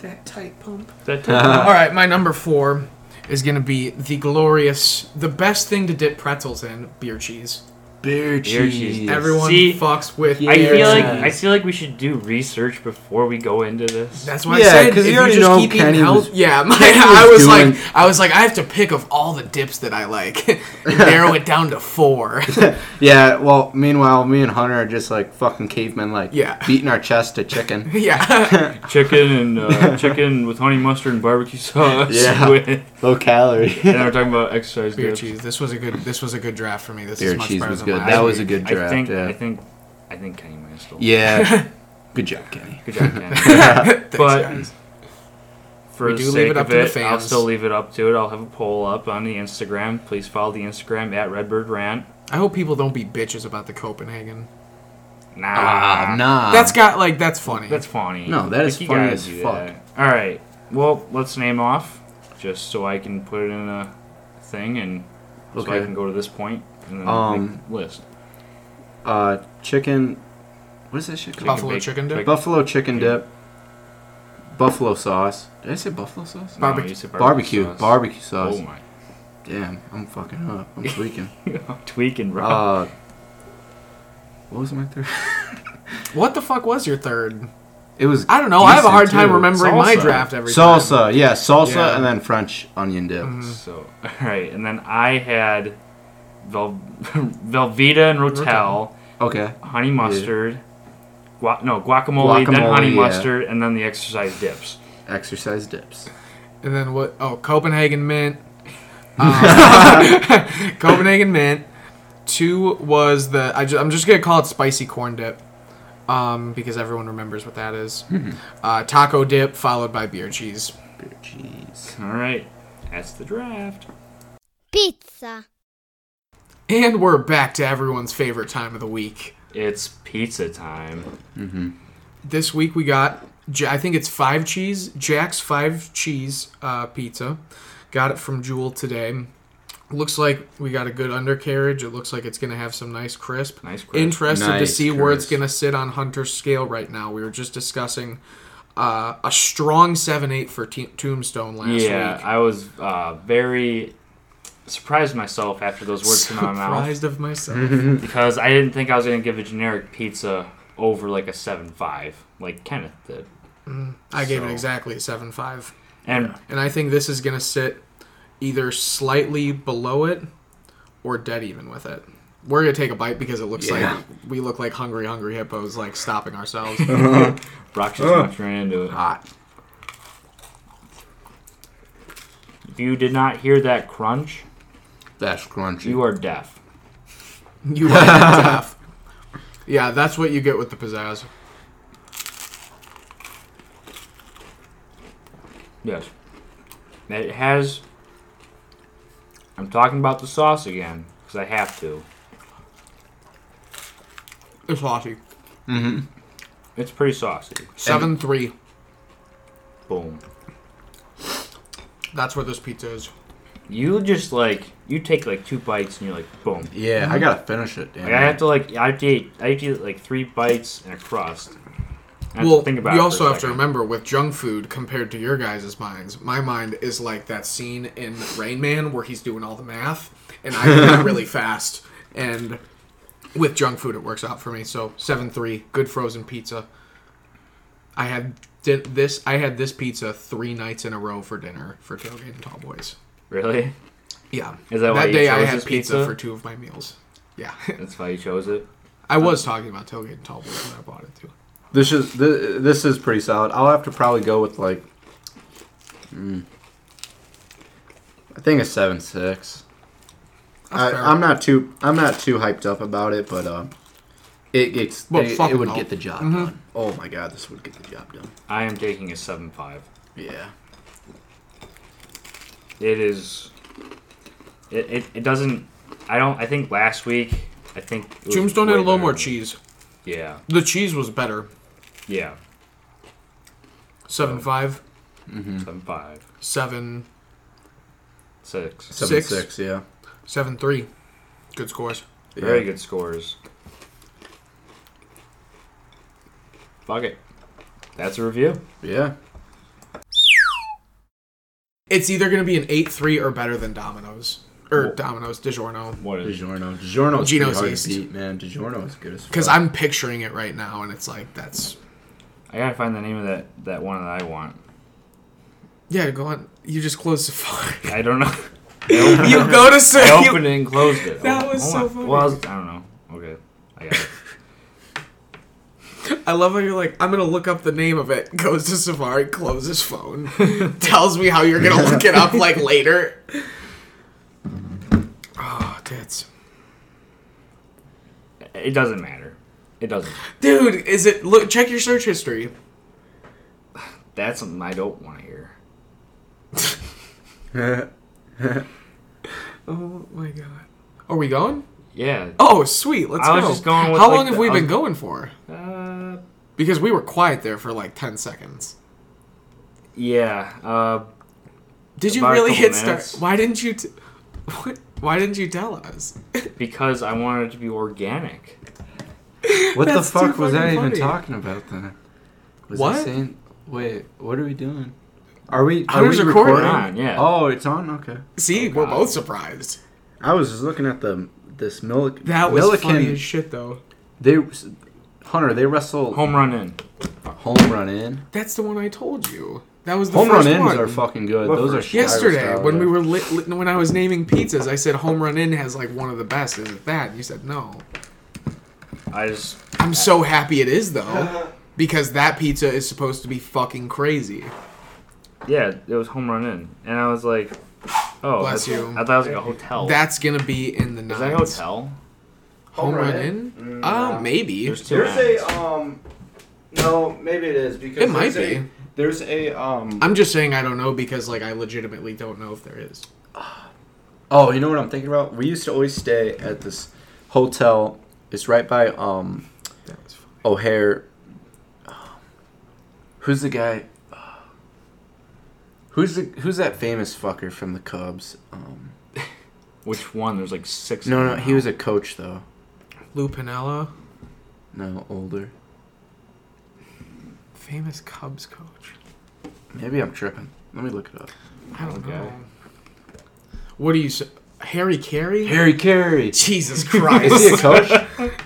Speaker 3: That tight pump.
Speaker 1: That tight pump.
Speaker 2: *laughs*
Speaker 3: All right, my number four is gonna be the glorious, the best thing to dip pretzels in: beer cheese.
Speaker 2: Beer
Speaker 1: cheese.
Speaker 2: cheese.
Speaker 3: Everyone
Speaker 1: See,
Speaker 3: fucks with.
Speaker 1: I
Speaker 3: beer
Speaker 1: feel like
Speaker 3: cheese.
Speaker 1: I feel like we should do research before we go into this.
Speaker 3: That's why I
Speaker 2: Yeah,
Speaker 3: said
Speaker 2: 'cause
Speaker 3: if
Speaker 2: you already
Speaker 3: just
Speaker 2: know
Speaker 3: keep eating
Speaker 2: Kenny
Speaker 3: health-
Speaker 2: was-
Speaker 3: *laughs* yeah, my,
Speaker 2: Kenny
Speaker 3: I
Speaker 2: was
Speaker 3: was
Speaker 2: doing-
Speaker 3: like, I was like, I have to pick of all the dips that
Speaker 2: *laughs*
Speaker 3: I like, *laughs* narrow it down to four. *laughs*
Speaker 2: Yeah. Well, meanwhile, me and Hunter are just like fucking cavemen, like
Speaker 3: Yeah.
Speaker 2: beating our chest to chicken. *laughs*
Speaker 3: yeah,
Speaker 1: chicken and uh, chicken with honey mustard and barbecue sauce.
Speaker 2: *laughs* Yeah.
Speaker 1: with-
Speaker 2: Low calorie.
Speaker 1: and we're talking about exercise
Speaker 3: beer
Speaker 1: dips.
Speaker 3: cheese. This was a good. This was a good draft for me. This
Speaker 2: Beer
Speaker 3: is much
Speaker 2: cheese
Speaker 3: better
Speaker 2: was
Speaker 3: than
Speaker 2: good.
Speaker 3: mine.
Speaker 2: That was a good
Speaker 1: I
Speaker 2: draft.
Speaker 1: think,
Speaker 2: yeah.
Speaker 1: I think I think Kenny might have stole.
Speaker 2: yeah. good job, Kenny.
Speaker 1: Good
Speaker 2: *laughs*
Speaker 1: job, Ken. but
Speaker 3: guys.
Speaker 1: for
Speaker 3: We
Speaker 1: the
Speaker 3: do leave
Speaker 1: sake
Speaker 3: it up
Speaker 1: of
Speaker 3: to the
Speaker 1: it, I'll
Speaker 3: fans.
Speaker 1: still leave it up to it. I'll have a poll up on the Instagram. Please follow the Instagram at Redbird Rant.
Speaker 3: I hope people don't be bitches about the Copenhagen.
Speaker 1: Nah,
Speaker 2: Ah, nah.
Speaker 3: That's got like that's funny.
Speaker 1: that's funny.
Speaker 2: No, that is
Speaker 1: you
Speaker 2: funny
Speaker 1: gotta
Speaker 2: as
Speaker 1: do
Speaker 2: fuck.
Speaker 1: that. All right, well, let's name off just so I can put it in a thing and so I
Speaker 2: Okay.
Speaker 1: can go to this point and then
Speaker 2: Um,
Speaker 1: make the list.
Speaker 2: uh, chicken. What is that shit called?
Speaker 3: Buffalo chicken dip?
Speaker 2: Buffalo chicken dip. Buffalo sauce. Did I say buffalo sauce?
Speaker 1: No,
Speaker 3: barbe-
Speaker 1: you said
Speaker 2: Barbecue.
Speaker 1: sauce.
Speaker 2: Barbecue sauce.
Speaker 1: Oh my,
Speaker 2: Damn, I'm fucking up.
Speaker 3: *laughs*
Speaker 2: I'm freaking.
Speaker 1: Oh *laughs* tweaking, bro.
Speaker 2: uh, what was my third? *laughs*
Speaker 3: what the fuck was your third?
Speaker 2: It was.
Speaker 3: I don't know. I have a
Speaker 2: decent,
Speaker 3: hard time
Speaker 2: too.
Speaker 3: remembering my
Speaker 1: Salsa.
Speaker 3: draft every time.
Speaker 2: Salsa, yeah, salsa,
Speaker 3: Yeah. Mm-hmm.
Speaker 2: and then French onion dip.
Speaker 1: So, *laughs* all right, and then I had Vel- *laughs* Velveeta and Rotel,
Speaker 2: Okay.
Speaker 1: honey mustard, gua- no guacamole, then
Speaker 2: Guacamole,
Speaker 1: honey
Speaker 2: yeah.
Speaker 1: mustard, and then the exercise dips.
Speaker 2: Exercise dips.
Speaker 3: And then what? Oh, Copenhagen mint. Um, *laughs* Copenhagen mint. Two was the I ju- I'm just gonna call it spicy corn dip, um, because everyone remembers what that is. uh, taco dip followed by beer cheese.
Speaker 2: Beer cheese.
Speaker 1: All right, that's the draft.
Speaker 4: Pizza.
Speaker 3: And we're back to everyone's favorite time of the week.
Speaker 1: It's pizza time.
Speaker 3: This week we got J- I think it's five cheese Jack's five cheese uh, pizza. Got it from Jewel today. Looks like we got a good undercarriage. It looks like it's gonna have some nice crisp.
Speaker 1: Nice crisp.
Speaker 3: Interested to
Speaker 2: Nice
Speaker 3: see where it's
Speaker 2: crisp.
Speaker 3: gonna sit on Hunter's scale right now. We were just discussing uh, a strong seven eight for te- Tombstone last
Speaker 1: yeah,
Speaker 3: week.
Speaker 1: I was uh, very surprised myself after those words came out of my mouth
Speaker 3: Surprised
Speaker 1: *laughs*
Speaker 3: of myself.
Speaker 1: because I didn't think I was gonna give a generic pizza over like a seven five like Kenneth did,
Speaker 3: I gave it
Speaker 1: So-
Speaker 3: exactly a seven five.
Speaker 1: and
Speaker 3: And I think this is going to sit either slightly below it or dead even with it. We're gonna take a bite because it looks
Speaker 2: Yeah.
Speaker 3: like we look like hungry, hungry hippos, like stopping ourselves.
Speaker 1: Brock's just much right into it.
Speaker 2: Hot.
Speaker 1: If you did not hear that crunch,
Speaker 2: That's crunchy.
Speaker 1: you are deaf.
Speaker 3: you are deaf. Yeah, that's what you get with the pizzazz.
Speaker 1: Yes. It has. I'm talking about the sauce again because I have to.
Speaker 3: It's saucy.
Speaker 1: It's pretty saucy.
Speaker 3: Seven three.
Speaker 1: Boom.
Speaker 3: That's where this pizza is.
Speaker 1: You just like you take like two bites and you're like boom.
Speaker 2: yeah,
Speaker 3: Mm-hmm.
Speaker 2: I gotta finish it. Damn
Speaker 1: Like I
Speaker 2: it.
Speaker 1: have to like I have to eat, I have to eat like three bites and a crust. I have
Speaker 3: well,
Speaker 1: to think about
Speaker 3: you
Speaker 1: it for
Speaker 3: also
Speaker 1: a
Speaker 3: have to
Speaker 1: second.
Speaker 3: remember with junk food compared to your guys' minds. My mind is like that scene in Rain Man where he's doing all the math, and I do
Speaker 1: *laughs*
Speaker 3: that really fast. And with junk food, it works out for me. So seven three, good frozen pizza. I had di- this. I had this pizza three nights in a row for dinner for tailgate and tall boys.
Speaker 1: Really?
Speaker 3: Yeah,
Speaker 1: Is that why you
Speaker 3: day I
Speaker 1: chose
Speaker 3: had
Speaker 1: this
Speaker 3: pizza,
Speaker 1: pizza?
Speaker 3: for two of my meals. Yeah, *laughs*
Speaker 1: That's why you chose it.
Speaker 3: I was talking about tailgate and tall boys when I bought it too.
Speaker 2: This is this, this is pretty solid. I'll have to probably go with like, mm, I think a seven six.
Speaker 3: That's
Speaker 2: I,
Speaker 3: fair.
Speaker 2: I'm not too I'm not too hyped up about it, but uh, it it's
Speaker 3: Well, Mm-hmm.
Speaker 2: it,
Speaker 3: fuck
Speaker 2: it would
Speaker 3: no.
Speaker 2: get the job done. Oh my god, this would get the job done.
Speaker 1: I am taking a seven five.
Speaker 2: Yeah,
Speaker 1: It is. It, it, it doesn't. I don't. I think last week. I think it was
Speaker 3: Tombstone had
Speaker 1: way
Speaker 3: a little
Speaker 1: better.
Speaker 3: more cheese.
Speaker 1: Yeah.
Speaker 3: The cheese was better.
Speaker 1: Yeah.
Speaker 3: Seven five,
Speaker 1: Seven five.
Speaker 3: seven,
Speaker 1: Six.
Speaker 2: seven
Speaker 3: Six?
Speaker 2: six. yeah,
Speaker 3: seven three. Good scores.
Speaker 1: Very
Speaker 2: Yeah.
Speaker 1: good scores. Fuck it. That's a review.
Speaker 2: yeah.
Speaker 3: It's either going to be an eight three or better than Domino's or Domino's DiGiorno
Speaker 1: What is
Speaker 2: DiGiorno, DiGiorno's pretty
Speaker 3: Gino's
Speaker 2: hard
Speaker 3: East.
Speaker 2: to beat, man. DiGiorno is good as fuck.
Speaker 3: because I'm picturing it right now and it's like that's
Speaker 1: I gotta find the name of that that one that I want.
Speaker 3: yeah. Go on. You just closed the phone.
Speaker 1: I don't know.
Speaker 3: *laughs*
Speaker 1: *laughs*
Speaker 3: you go to say
Speaker 1: I
Speaker 3: you-
Speaker 1: opened it and closed it.
Speaker 3: That
Speaker 1: Oh,
Speaker 3: was
Speaker 1: hold
Speaker 3: so
Speaker 1: on.
Speaker 3: funny.
Speaker 1: Well, I, was- I don't know. Okay, I got it.
Speaker 3: I love how you're like I'm gonna look up the name of it. Goes to Safari, closes phone, *laughs* tells me how you're gonna look it up like later. Oh, tits.
Speaker 1: It doesn't matter. It doesn't.
Speaker 3: Dude, is it look check your search history.
Speaker 1: That's something I don't want to hear.
Speaker 2: *laughs*
Speaker 3: Oh my god. Are we going?
Speaker 1: Yeah.
Speaker 3: Oh, sweet. Let's
Speaker 1: I
Speaker 3: go.
Speaker 1: was just going with,
Speaker 3: How
Speaker 1: like,
Speaker 3: long have
Speaker 1: the-
Speaker 3: we
Speaker 1: I
Speaker 3: been
Speaker 1: was-
Speaker 3: going for?
Speaker 1: Uh,
Speaker 3: Because we were quiet there for like 10 seconds.
Speaker 1: yeah. Uh,
Speaker 3: Did you
Speaker 1: About a
Speaker 3: really
Speaker 1: couple
Speaker 3: hit
Speaker 1: minutes.
Speaker 3: start? Why didn't you t- what? Why didn't you tell us? *laughs*
Speaker 1: because I wanted it to be organic.
Speaker 2: what the
Speaker 3: That's too
Speaker 2: fuck was I
Speaker 3: fucking
Speaker 2: even
Speaker 3: funny.
Speaker 2: talking about then? Was I
Speaker 3: What?
Speaker 2: saying? Wait, what are we doing? Are we?
Speaker 3: I
Speaker 2: Are
Speaker 3: was
Speaker 2: we
Speaker 3: recording.
Speaker 2: recording?
Speaker 1: On, yeah.
Speaker 2: Oh, it's on. Okay.
Speaker 3: See,
Speaker 1: Oh,
Speaker 3: we're
Speaker 1: God.
Speaker 3: both surprised.
Speaker 2: I was just looking at the this Milliken.
Speaker 3: That was
Speaker 2: Milliken,
Speaker 3: funny as shit though.
Speaker 2: They Hunter. They wrestle home,
Speaker 1: Home run in.
Speaker 2: run in.
Speaker 3: That's the one I told you. That was the
Speaker 2: Home run
Speaker 3: first
Speaker 2: ins
Speaker 3: one.
Speaker 2: are fucking good.
Speaker 1: What
Speaker 2: Those
Speaker 1: for?
Speaker 2: are Chicago
Speaker 3: Yesterday,
Speaker 2: style,
Speaker 3: when we
Speaker 2: yeah.
Speaker 3: were lit, lit, when I was naming pizzas, I said home run in has like one of the best. Is it that? You said no.
Speaker 1: I just
Speaker 3: I'm so happy it
Speaker 2: *laughs*
Speaker 3: is though, because that pizza is supposed to be fucking crazy.
Speaker 1: yeah, it was home run in, and I was like, oh,
Speaker 3: Bless
Speaker 1: that's-
Speaker 3: you.
Speaker 1: I thought it was like a hotel.
Speaker 3: That's gonna be in the
Speaker 1: is that a
Speaker 3: nines.
Speaker 1: hotel?
Speaker 3: Home run in? Oh, maybe.
Speaker 1: There's two.
Speaker 2: There's
Speaker 1: nines.
Speaker 2: a um, no, maybe it is because
Speaker 3: It might
Speaker 2: there's a-
Speaker 3: be.
Speaker 2: there's a um.
Speaker 3: I'm just saying I don't know because like I legitimately don't know if there is.
Speaker 2: Oh, you know what I'm thinking about? We used to always stay at this hotel. It's right by um
Speaker 3: That was funny.
Speaker 2: O'Hare. um, Who's the guy? Who's the who's that famous fucker from the Cubs? Um,
Speaker 1: Which one? There's like six.
Speaker 2: no,
Speaker 1: of
Speaker 2: no,
Speaker 1: them
Speaker 2: he
Speaker 1: now.
Speaker 2: was a coach though.
Speaker 3: Lou Pinella,
Speaker 2: No, older.
Speaker 3: famous Cubs coach.
Speaker 2: Maybe I'm tripping. Let me look it up.
Speaker 3: I don't
Speaker 1: Okay.
Speaker 3: know. What do you say? Harry Carey?
Speaker 2: Harry Carey.
Speaker 3: *laughs* Jesus
Speaker 2: Is he a
Speaker 3: Christ.
Speaker 2: coach?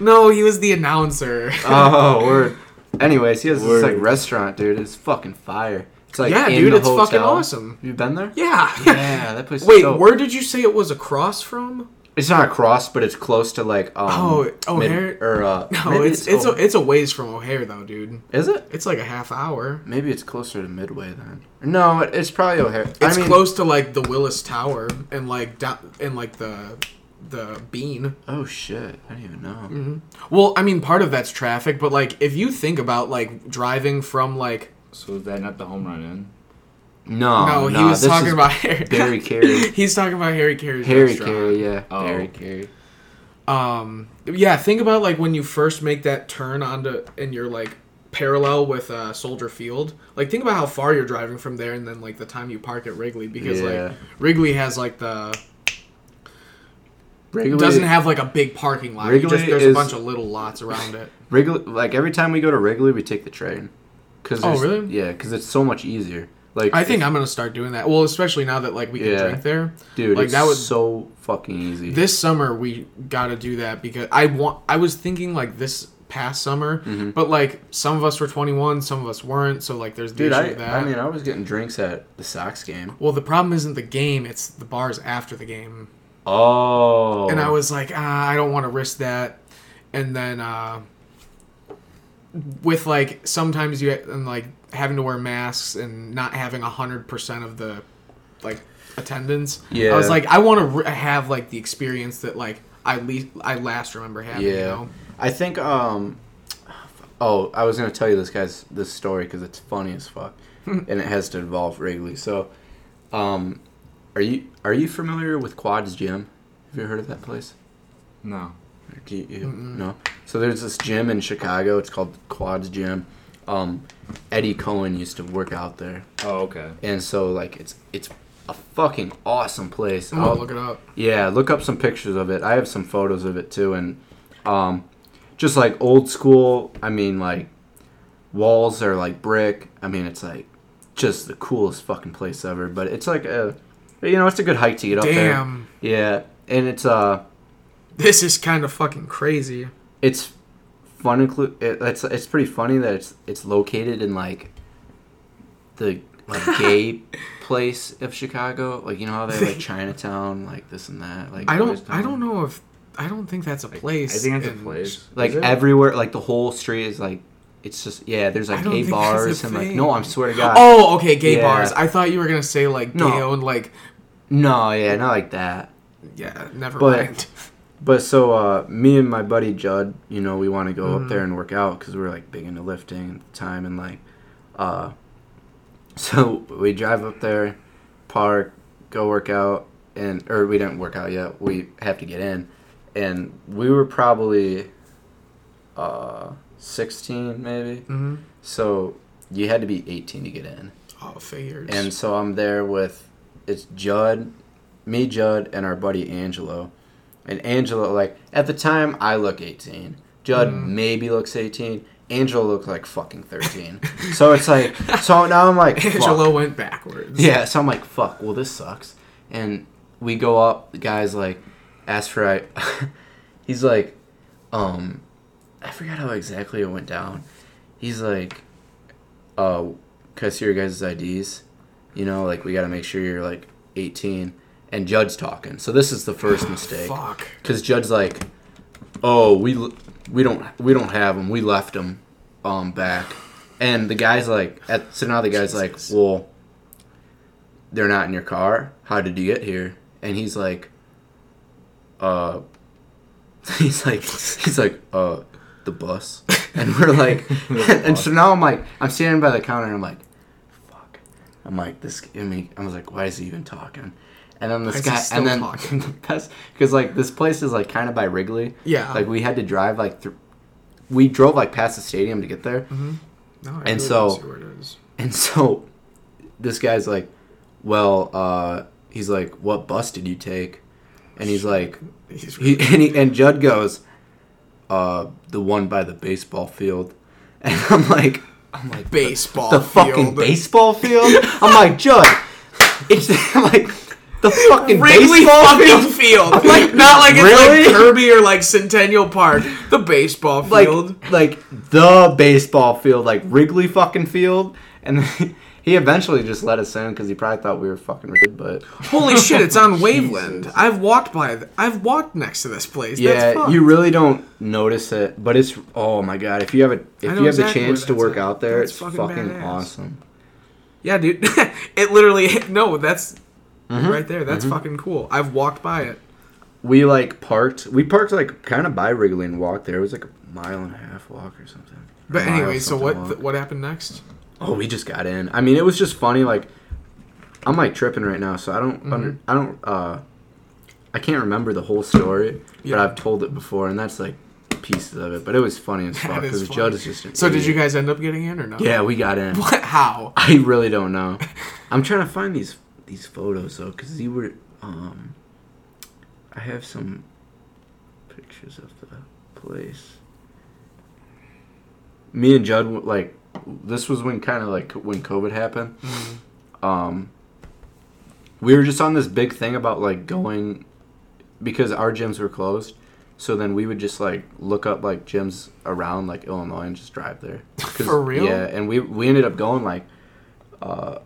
Speaker 3: no, he was the announcer.
Speaker 2: *laughs* oh, word. Anyways, he has this like
Speaker 1: Word.
Speaker 2: restaurant, dude. It's fucking fire. It's like
Speaker 3: Yeah,
Speaker 2: in
Speaker 3: dude,
Speaker 2: the
Speaker 3: it's fucking
Speaker 2: hotel.
Speaker 3: awesome.
Speaker 2: You been there?
Speaker 3: *laughs* Yeah.
Speaker 2: Yeah, that place.
Speaker 3: Wait,
Speaker 2: is dope.
Speaker 3: where did you say it was across from?
Speaker 2: It's not a cross, but it's close to like um,
Speaker 3: Oh, O'Hare-
Speaker 2: or uh,
Speaker 3: No,
Speaker 2: maybe
Speaker 3: it's it's a,
Speaker 2: O-
Speaker 3: it's a ways from O'Hare though, dude.
Speaker 2: is it?
Speaker 3: It's like a half hour.
Speaker 2: Maybe it's closer to Midway then. No, it, it's probably O'Hare.
Speaker 3: It's
Speaker 2: I mean,
Speaker 3: close to like the Willis Tower and like down and like the the Bean.
Speaker 2: Oh shit! I didn't even know.
Speaker 3: Mm-hmm. Well, I mean, part of that's traffic, but like if you think about like driving from like
Speaker 1: So is that not the home run in?
Speaker 2: No,
Speaker 3: no, he
Speaker 2: Oh, nah,
Speaker 3: was
Speaker 2: this
Speaker 3: talking
Speaker 2: is
Speaker 3: about Harry.
Speaker 2: Barry Carey.
Speaker 3: *laughs* He's talking about Harry
Speaker 2: *laughs*
Speaker 3: Carey's
Speaker 2: Harry
Speaker 3: restaurant.
Speaker 2: Carey, yeah,
Speaker 1: Oh.
Speaker 2: Harry Carey.
Speaker 3: Um, yeah, think about like when you first make that turn onto and you're like parallel with uh, Soldier Field. Like think about how far you're driving from there, and then like the time you park at Wrigley because
Speaker 2: Yeah.
Speaker 3: like Wrigley has like the
Speaker 2: Wrigley
Speaker 3: doesn't have like a big parking lot. You
Speaker 2: Wrigley
Speaker 3: just, there's a
Speaker 2: is-
Speaker 3: bunch of little lots around it.
Speaker 2: Wrigley. Like every time we go to Wrigley, we take the train. Cause
Speaker 3: Oh,
Speaker 2: there's-
Speaker 3: really?
Speaker 2: Yeah, because it's so much easier. Like
Speaker 3: I think
Speaker 2: if-
Speaker 3: I'm gonna start doing that. Well, especially now that like we can
Speaker 2: Yeah.
Speaker 3: drink there.
Speaker 2: dude,
Speaker 3: like,
Speaker 2: it's
Speaker 3: that would-
Speaker 2: so fucking easy.
Speaker 3: This summer we gotta do that because I want. I was thinking like this past summer,
Speaker 2: Mm-hmm.
Speaker 3: but like some of us were 21, some of us weren't. So like there's the
Speaker 2: dude,
Speaker 3: issue
Speaker 2: I,
Speaker 3: of that.
Speaker 2: I mean, I was getting drinks at the Sox game.
Speaker 3: Well, the problem isn't the game; it's the bars after the game.
Speaker 2: Oh,
Speaker 3: And I was like, ah, I don't want to risk that. And then uh, with like sometimes you and like having to wear masks and not having hundred percent of the like attendance. I
Speaker 2: Yeah.
Speaker 3: was like, I want to re- have like the experience that like I least I last remember having.
Speaker 2: Yeah,
Speaker 3: You know?
Speaker 2: I think. Um, oh, I was gonna tell you this guy's this story because it's funny as
Speaker 3: *laughs*
Speaker 2: fuck, and it has to involve Wrigley. So, um, are you are you familiar with Quads Gym? Have you heard of that place?
Speaker 1: No.
Speaker 2: Do you- you- no. So there's this gym in Chicago. It's called Quads Gym. Um, Eddie Cohen used to work out there,
Speaker 1: Oh, okay.
Speaker 2: and so like it's it's a fucking awesome place.
Speaker 3: I'm gonna
Speaker 2: I'll-
Speaker 3: look it up.
Speaker 2: yeah, look up some pictures of it. I have some photos of it too, and um, just like old school. I mean, like walls are like brick. I mean, it's like just the coolest fucking place ever. But it's like a, you know, it's a good hike to get up
Speaker 3: Damn,
Speaker 2: there. Yeah, and it's uh,
Speaker 3: this is kind of fucking crazy.
Speaker 2: it's fun. Inclu- it, it's it's pretty funny that it's it's located in like the
Speaker 3: *laughs*
Speaker 2: like gay place of Chicago. Like you know how they have, like Chinatown, like this and that. Like
Speaker 3: I don't.
Speaker 2: Boys
Speaker 3: I
Speaker 2: Town?
Speaker 3: don't know if. I don't think that's a
Speaker 1: I
Speaker 3: place.
Speaker 1: think it's a
Speaker 3: in-
Speaker 1: place.
Speaker 2: like
Speaker 1: Is it?
Speaker 2: everywhere like the whole street is like it's just yeah there's
Speaker 3: I
Speaker 2: like
Speaker 3: don't
Speaker 2: gay
Speaker 3: think that's a
Speaker 2: bars and like no
Speaker 3: thing.
Speaker 2: i'm swear to god
Speaker 3: Oh, okay, gay
Speaker 2: Yeah.
Speaker 3: bars. I thought you were gonna say like
Speaker 2: No.
Speaker 3: gay owned, like
Speaker 2: no yeah not like that
Speaker 3: yeah, never
Speaker 2: But-
Speaker 3: mind.
Speaker 2: but so uh me and my buddy judd you know we want to go up there and work out because we're like big into lifting at the time and like uh *laughs* so we drive up there park go work out and or we didn't work out yet we have to get in and we were probably uh 16 maybe
Speaker 3: Mhm. *laughs*
Speaker 2: so you had to be 18 to get in
Speaker 3: Oh, figures.
Speaker 2: And so I'm there with it's Judd, me, Judd, and our buddy Angelo. And Angelo, like at the time, I look 18. Judd maybe looks 18. Angelo looked like fucking 13. so it's like, so now I'm like, fuck.
Speaker 3: *laughs* *laughs* Angelo went
Speaker 2: *laughs*
Speaker 3: backwards.
Speaker 2: Yeah, so I'm like, fuck, well, this sucks. And we go up, the guy's like, ask for, I, *laughs* he's like, um, I forgot how exactly it went down. He's like, uh, can I see your guys' IDs? You know, like, we gotta make sure you're like 18. And Judd's talking. So this is the first mistake.
Speaker 3: Fuck.
Speaker 2: Because Judd's like, oh, we l- we don't we don't have him. We left him um back, and the guy's like, at, so now the guy's
Speaker 3: Jesus.
Speaker 2: like, well, they're not in your car. How did you get here? And he's like, uh, *laughs* he's like he's like uh the
Speaker 3: *laughs*
Speaker 2: bus, and we're like, *laughs* and so now I'm like I'm standing by the counter and I'm like, fuck, I'm like this. I mean, I was like, why is he even talking? And then
Speaker 3: Why
Speaker 2: this
Speaker 3: is he
Speaker 2: guy,
Speaker 3: still
Speaker 2: and then
Speaker 3: talking?
Speaker 2: *laughs* that's because like this place is like kind of by Wrigley.
Speaker 3: Yeah.
Speaker 2: Like we had to drive like through. We drove like past the stadium to get there,
Speaker 3: Mm-hmm. No, I really
Speaker 2: and
Speaker 3: don't
Speaker 2: so-
Speaker 3: see where it is.
Speaker 2: and so this guy's like, "Well, uh, he's like, what bus did you take?" And he's like,
Speaker 3: He's
Speaker 2: he, *laughs*
Speaker 3: really-
Speaker 2: and, he, and Judd goes, uh, "The one by the baseball field," *laughs* and I'm like, I'm like,
Speaker 3: *laughs* baseball.
Speaker 2: the fucking
Speaker 3: field. *laughs*
Speaker 2: baseball field. I'm like, Judd, it's *laughs* I'm like the fucking
Speaker 3: Wrigley
Speaker 2: baseball
Speaker 3: fucking
Speaker 2: field.
Speaker 3: *laughs* field.
Speaker 2: I'm like,
Speaker 3: not like it's
Speaker 2: really?
Speaker 3: like Kirby or like Centennial Park. The baseball
Speaker 2: like
Speaker 3: field.
Speaker 2: like the baseball field, like Wrigley fucking field, and *laughs* He eventually just let us in because he probably thought we were fucking rude, but *laughs*
Speaker 3: Holy shit, it's on Waveland. I've walked by. Th- I've walked next to this place. That's
Speaker 2: yeah,
Speaker 3: fucked.
Speaker 2: you really don't notice it. But it's oh my god, if you have a if you
Speaker 3: know
Speaker 2: have
Speaker 3: exactly
Speaker 2: the
Speaker 3: where
Speaker 2: chance to
Speaker 3: that's
Speaker 2: work
Speaker 3: at.
Speaker 2: out there,
Speaker 3: That's
Speaker 2: it's
Speaker 3: fucking
Speaker 2: fucking,
Speaker 3: badass.
Speaker 2: awesome.
Speaker 3: Yeah, dude. *laughs* it literally. *laughs* No, that's
Speaker 2: Mm-hmm.
Speaker 3: right there. That's fucking cool. I've walked by it.
Speaker 2: We like parked. We parked like kind of by Wrigley and walked there. It was like a mile and a half walk or something.
Speaker 3: But
Speaker 2: Or a mile
Speaker 3: anyway, so
Speaker 2: something
Speaker 3: what?
Speaker 2: walk.
Speaker 3: Th- what happened next?
Speaker 2: Oh, we just got in. I mean, it was just funny. Like, I'm like tripping right now, so I don't
Speaker 3: Mm-hmm.
Speaker 2: under, I don't uh, I can't remember the whole story, but
Speaker 3: Yeah.
Speaker 2: I've told it before, and that's like pieces of it. But it was
Speaker 3: *laughs*
Speaker 2: funny as fuck
Speaker 3: is
Speaker 2: because
Speaker 3: funny.
Speaker 2: Judd is just. An
Speaker 3: So did you
Speaker 2: idiot.
Speaker 3: guys end up getting in or no?
Speaker 2: Yeah, we got in.
Speaker 3: *laughs* What? How?
Speaker 2: I really don't
Speaker 3: *laughs*
Speaker 2: know. I'm trying to find these these photos though, because you were. Um, I have some pictures of the place. Me and Judd w- like this was when kind of like when COVID happened.
Speaker 3: Mm-hmm.
Speaker 2: Um, we were just on this big thing about like going because our gyms were closed. So then we would just like look up like gyms around like Illinois and just drive
Speaker 3: *laughs*
Speaker 2: there. 'Cause-
Speaker 3: For real?
Speaker 2: Yeah, and we we ended up going like, uh,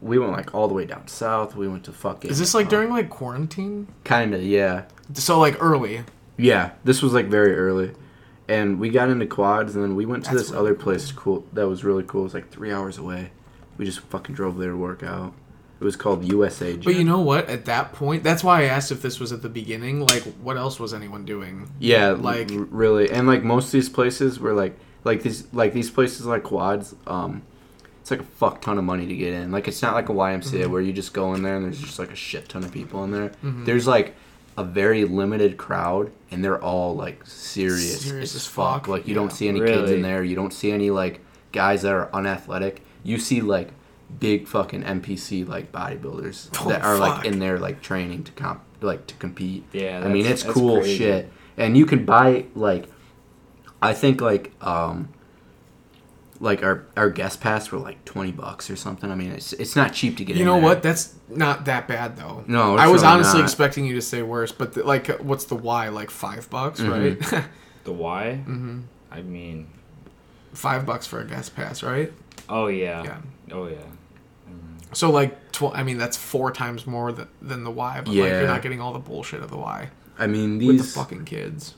Speaker 2: we went like all the way down south. We went to fucking.
Speaker 3: Is this like during like quarantine?
Speaker 2: Kinda, yeah,
Speaker 3: So like early.
Speaker 2: yeah. This was like very early, and we got into quads, and then we went to
Speaker 3: That's
Speaker 2: this
Speaker 3: really
Speaker 2: other place cool that was really cool. It was like three hours away. We just fucking drove there to work out. It was called USA. Gym.
Speaker 3: But you know what? At that point, that's why I asked if this was at the beginning. Like, what else was anyone doing?
Speaker 2: Yeah, like
Speaker 3: Like-
Speaker 2: really, and like most of these places were like like these like these places like quads. Um, it's like a fuck ton of money to get in. Like it's not like a YMCA where you just go in there and there's just like a shit ton of people in there. There's like a very limited crowd, and they're all like serious,
Speaker 3: Serious
Speaker 2: as
Speaker 3: as
Speaker 2: fuck.
Speaker 3: fuck,
Speaker 2: Like you
Speaker 3: yeah.
Speaker 2: don't see any kids
Speaker 1: Really.
Speaker 2: in there. You don't see any like guys that are unathletic. You see like big fucking NPC like bodybuilders
Speaker 3: Oh,
Speaker 2: that are
Speaker 3: fuck.
Speaker 2: like in there like training to comp like to compete.
Speaker 1: Yeah,
Speaker 2: I mean
Speaker 1: that's-
Speaker 2: it's
Speaker 1: that's
Speaker 2: cool
Speaker 1: crazy.
Speaker 2: shit, and you can buy like, I think like um, like our our guest pass were like twenty bucks or something. I mean it's it's not cheap to get.
Speaker 3: You
Speaker 2: in
Speaker 3: know
Speaker 2: there.
Speaker 3: what? That's not that bad though.
Speaker 2: No, it's
Speaker 3: I was
Speaker 2: really
Speaker 3: honestly
Speaker 2: not.
Speaker 3: expecting you to say worse, but the, like, what's the why? Like five bucks,
Speaker 2: Mm-hmm.
Speaker 3: right? *laughs*
Speaker 1: The why? Mm-hmm. I mean,
Speaker 3: five bucks for a guest pass, right?
Speaker 1: oh yeah.
Speaker 3: Yeah.
Speaker 1: Oh yeah.
Speaker 3: So like, tw- I mean, that's four times more th- than the Y, but like, you're
Speaker 2: Yeah.
Speaker 3: not getting all the bullshit of the Y
Speaker 2: I mean
Speaker 3: with the
Speaker 2: these.
Speaker 3: fucking kids.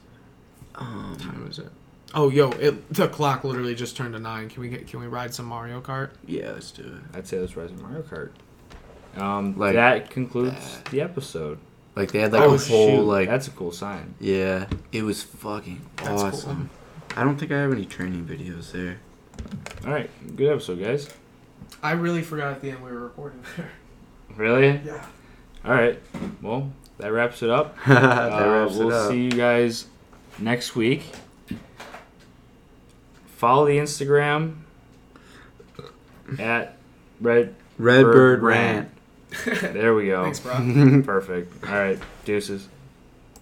Speaker 3: what
Speaker 2: Um,
Speaker 3: time is it? Oh, yo, it, the clock literally just turned to nine. Can we get? Can we ride some Mario Kart?
Speaker 2: yeah, let's do it.
Speaker 1: I'd say let's rise in Mario Kart. Um,
Speaker 2: Like
Speaker 1: that concludes the episode.
Speaker 2: Like they had like
Speaker 1: oh
Speaker 2: a whole
Speaker 1: shoot,
Speaker 2: like
Speaker 1: that's a cool sign.
Speaker 2: yeah, it was fucking
Speaker 3: That's cool.
Speaker 2: awesome. I don't think I have any training videos there.
Speaker 1: All right, good episode, guys.
Speaker 3: I really forgot at the end we were recording there.
Speaker 1: Really?
Speaker 3: Yeah.
Speaker 1: All right. Well, that wraps it up.
Speaker 2: *laughs* that
Speaker 1: Uh,
Speaker 2: wraps
Speaker 1: we'll
Speaker 2: it up.
Speaker 1: see you guys next week. Follow the Instagram at red.
Speaker 2: Redbird
Speaker 1: Rant.
Speaker 2: rant.
Speaker 1: There we go.
Speaker 3: *laughs* Thanks, bro.
Speaker 1: Perfect. All right. Deuces.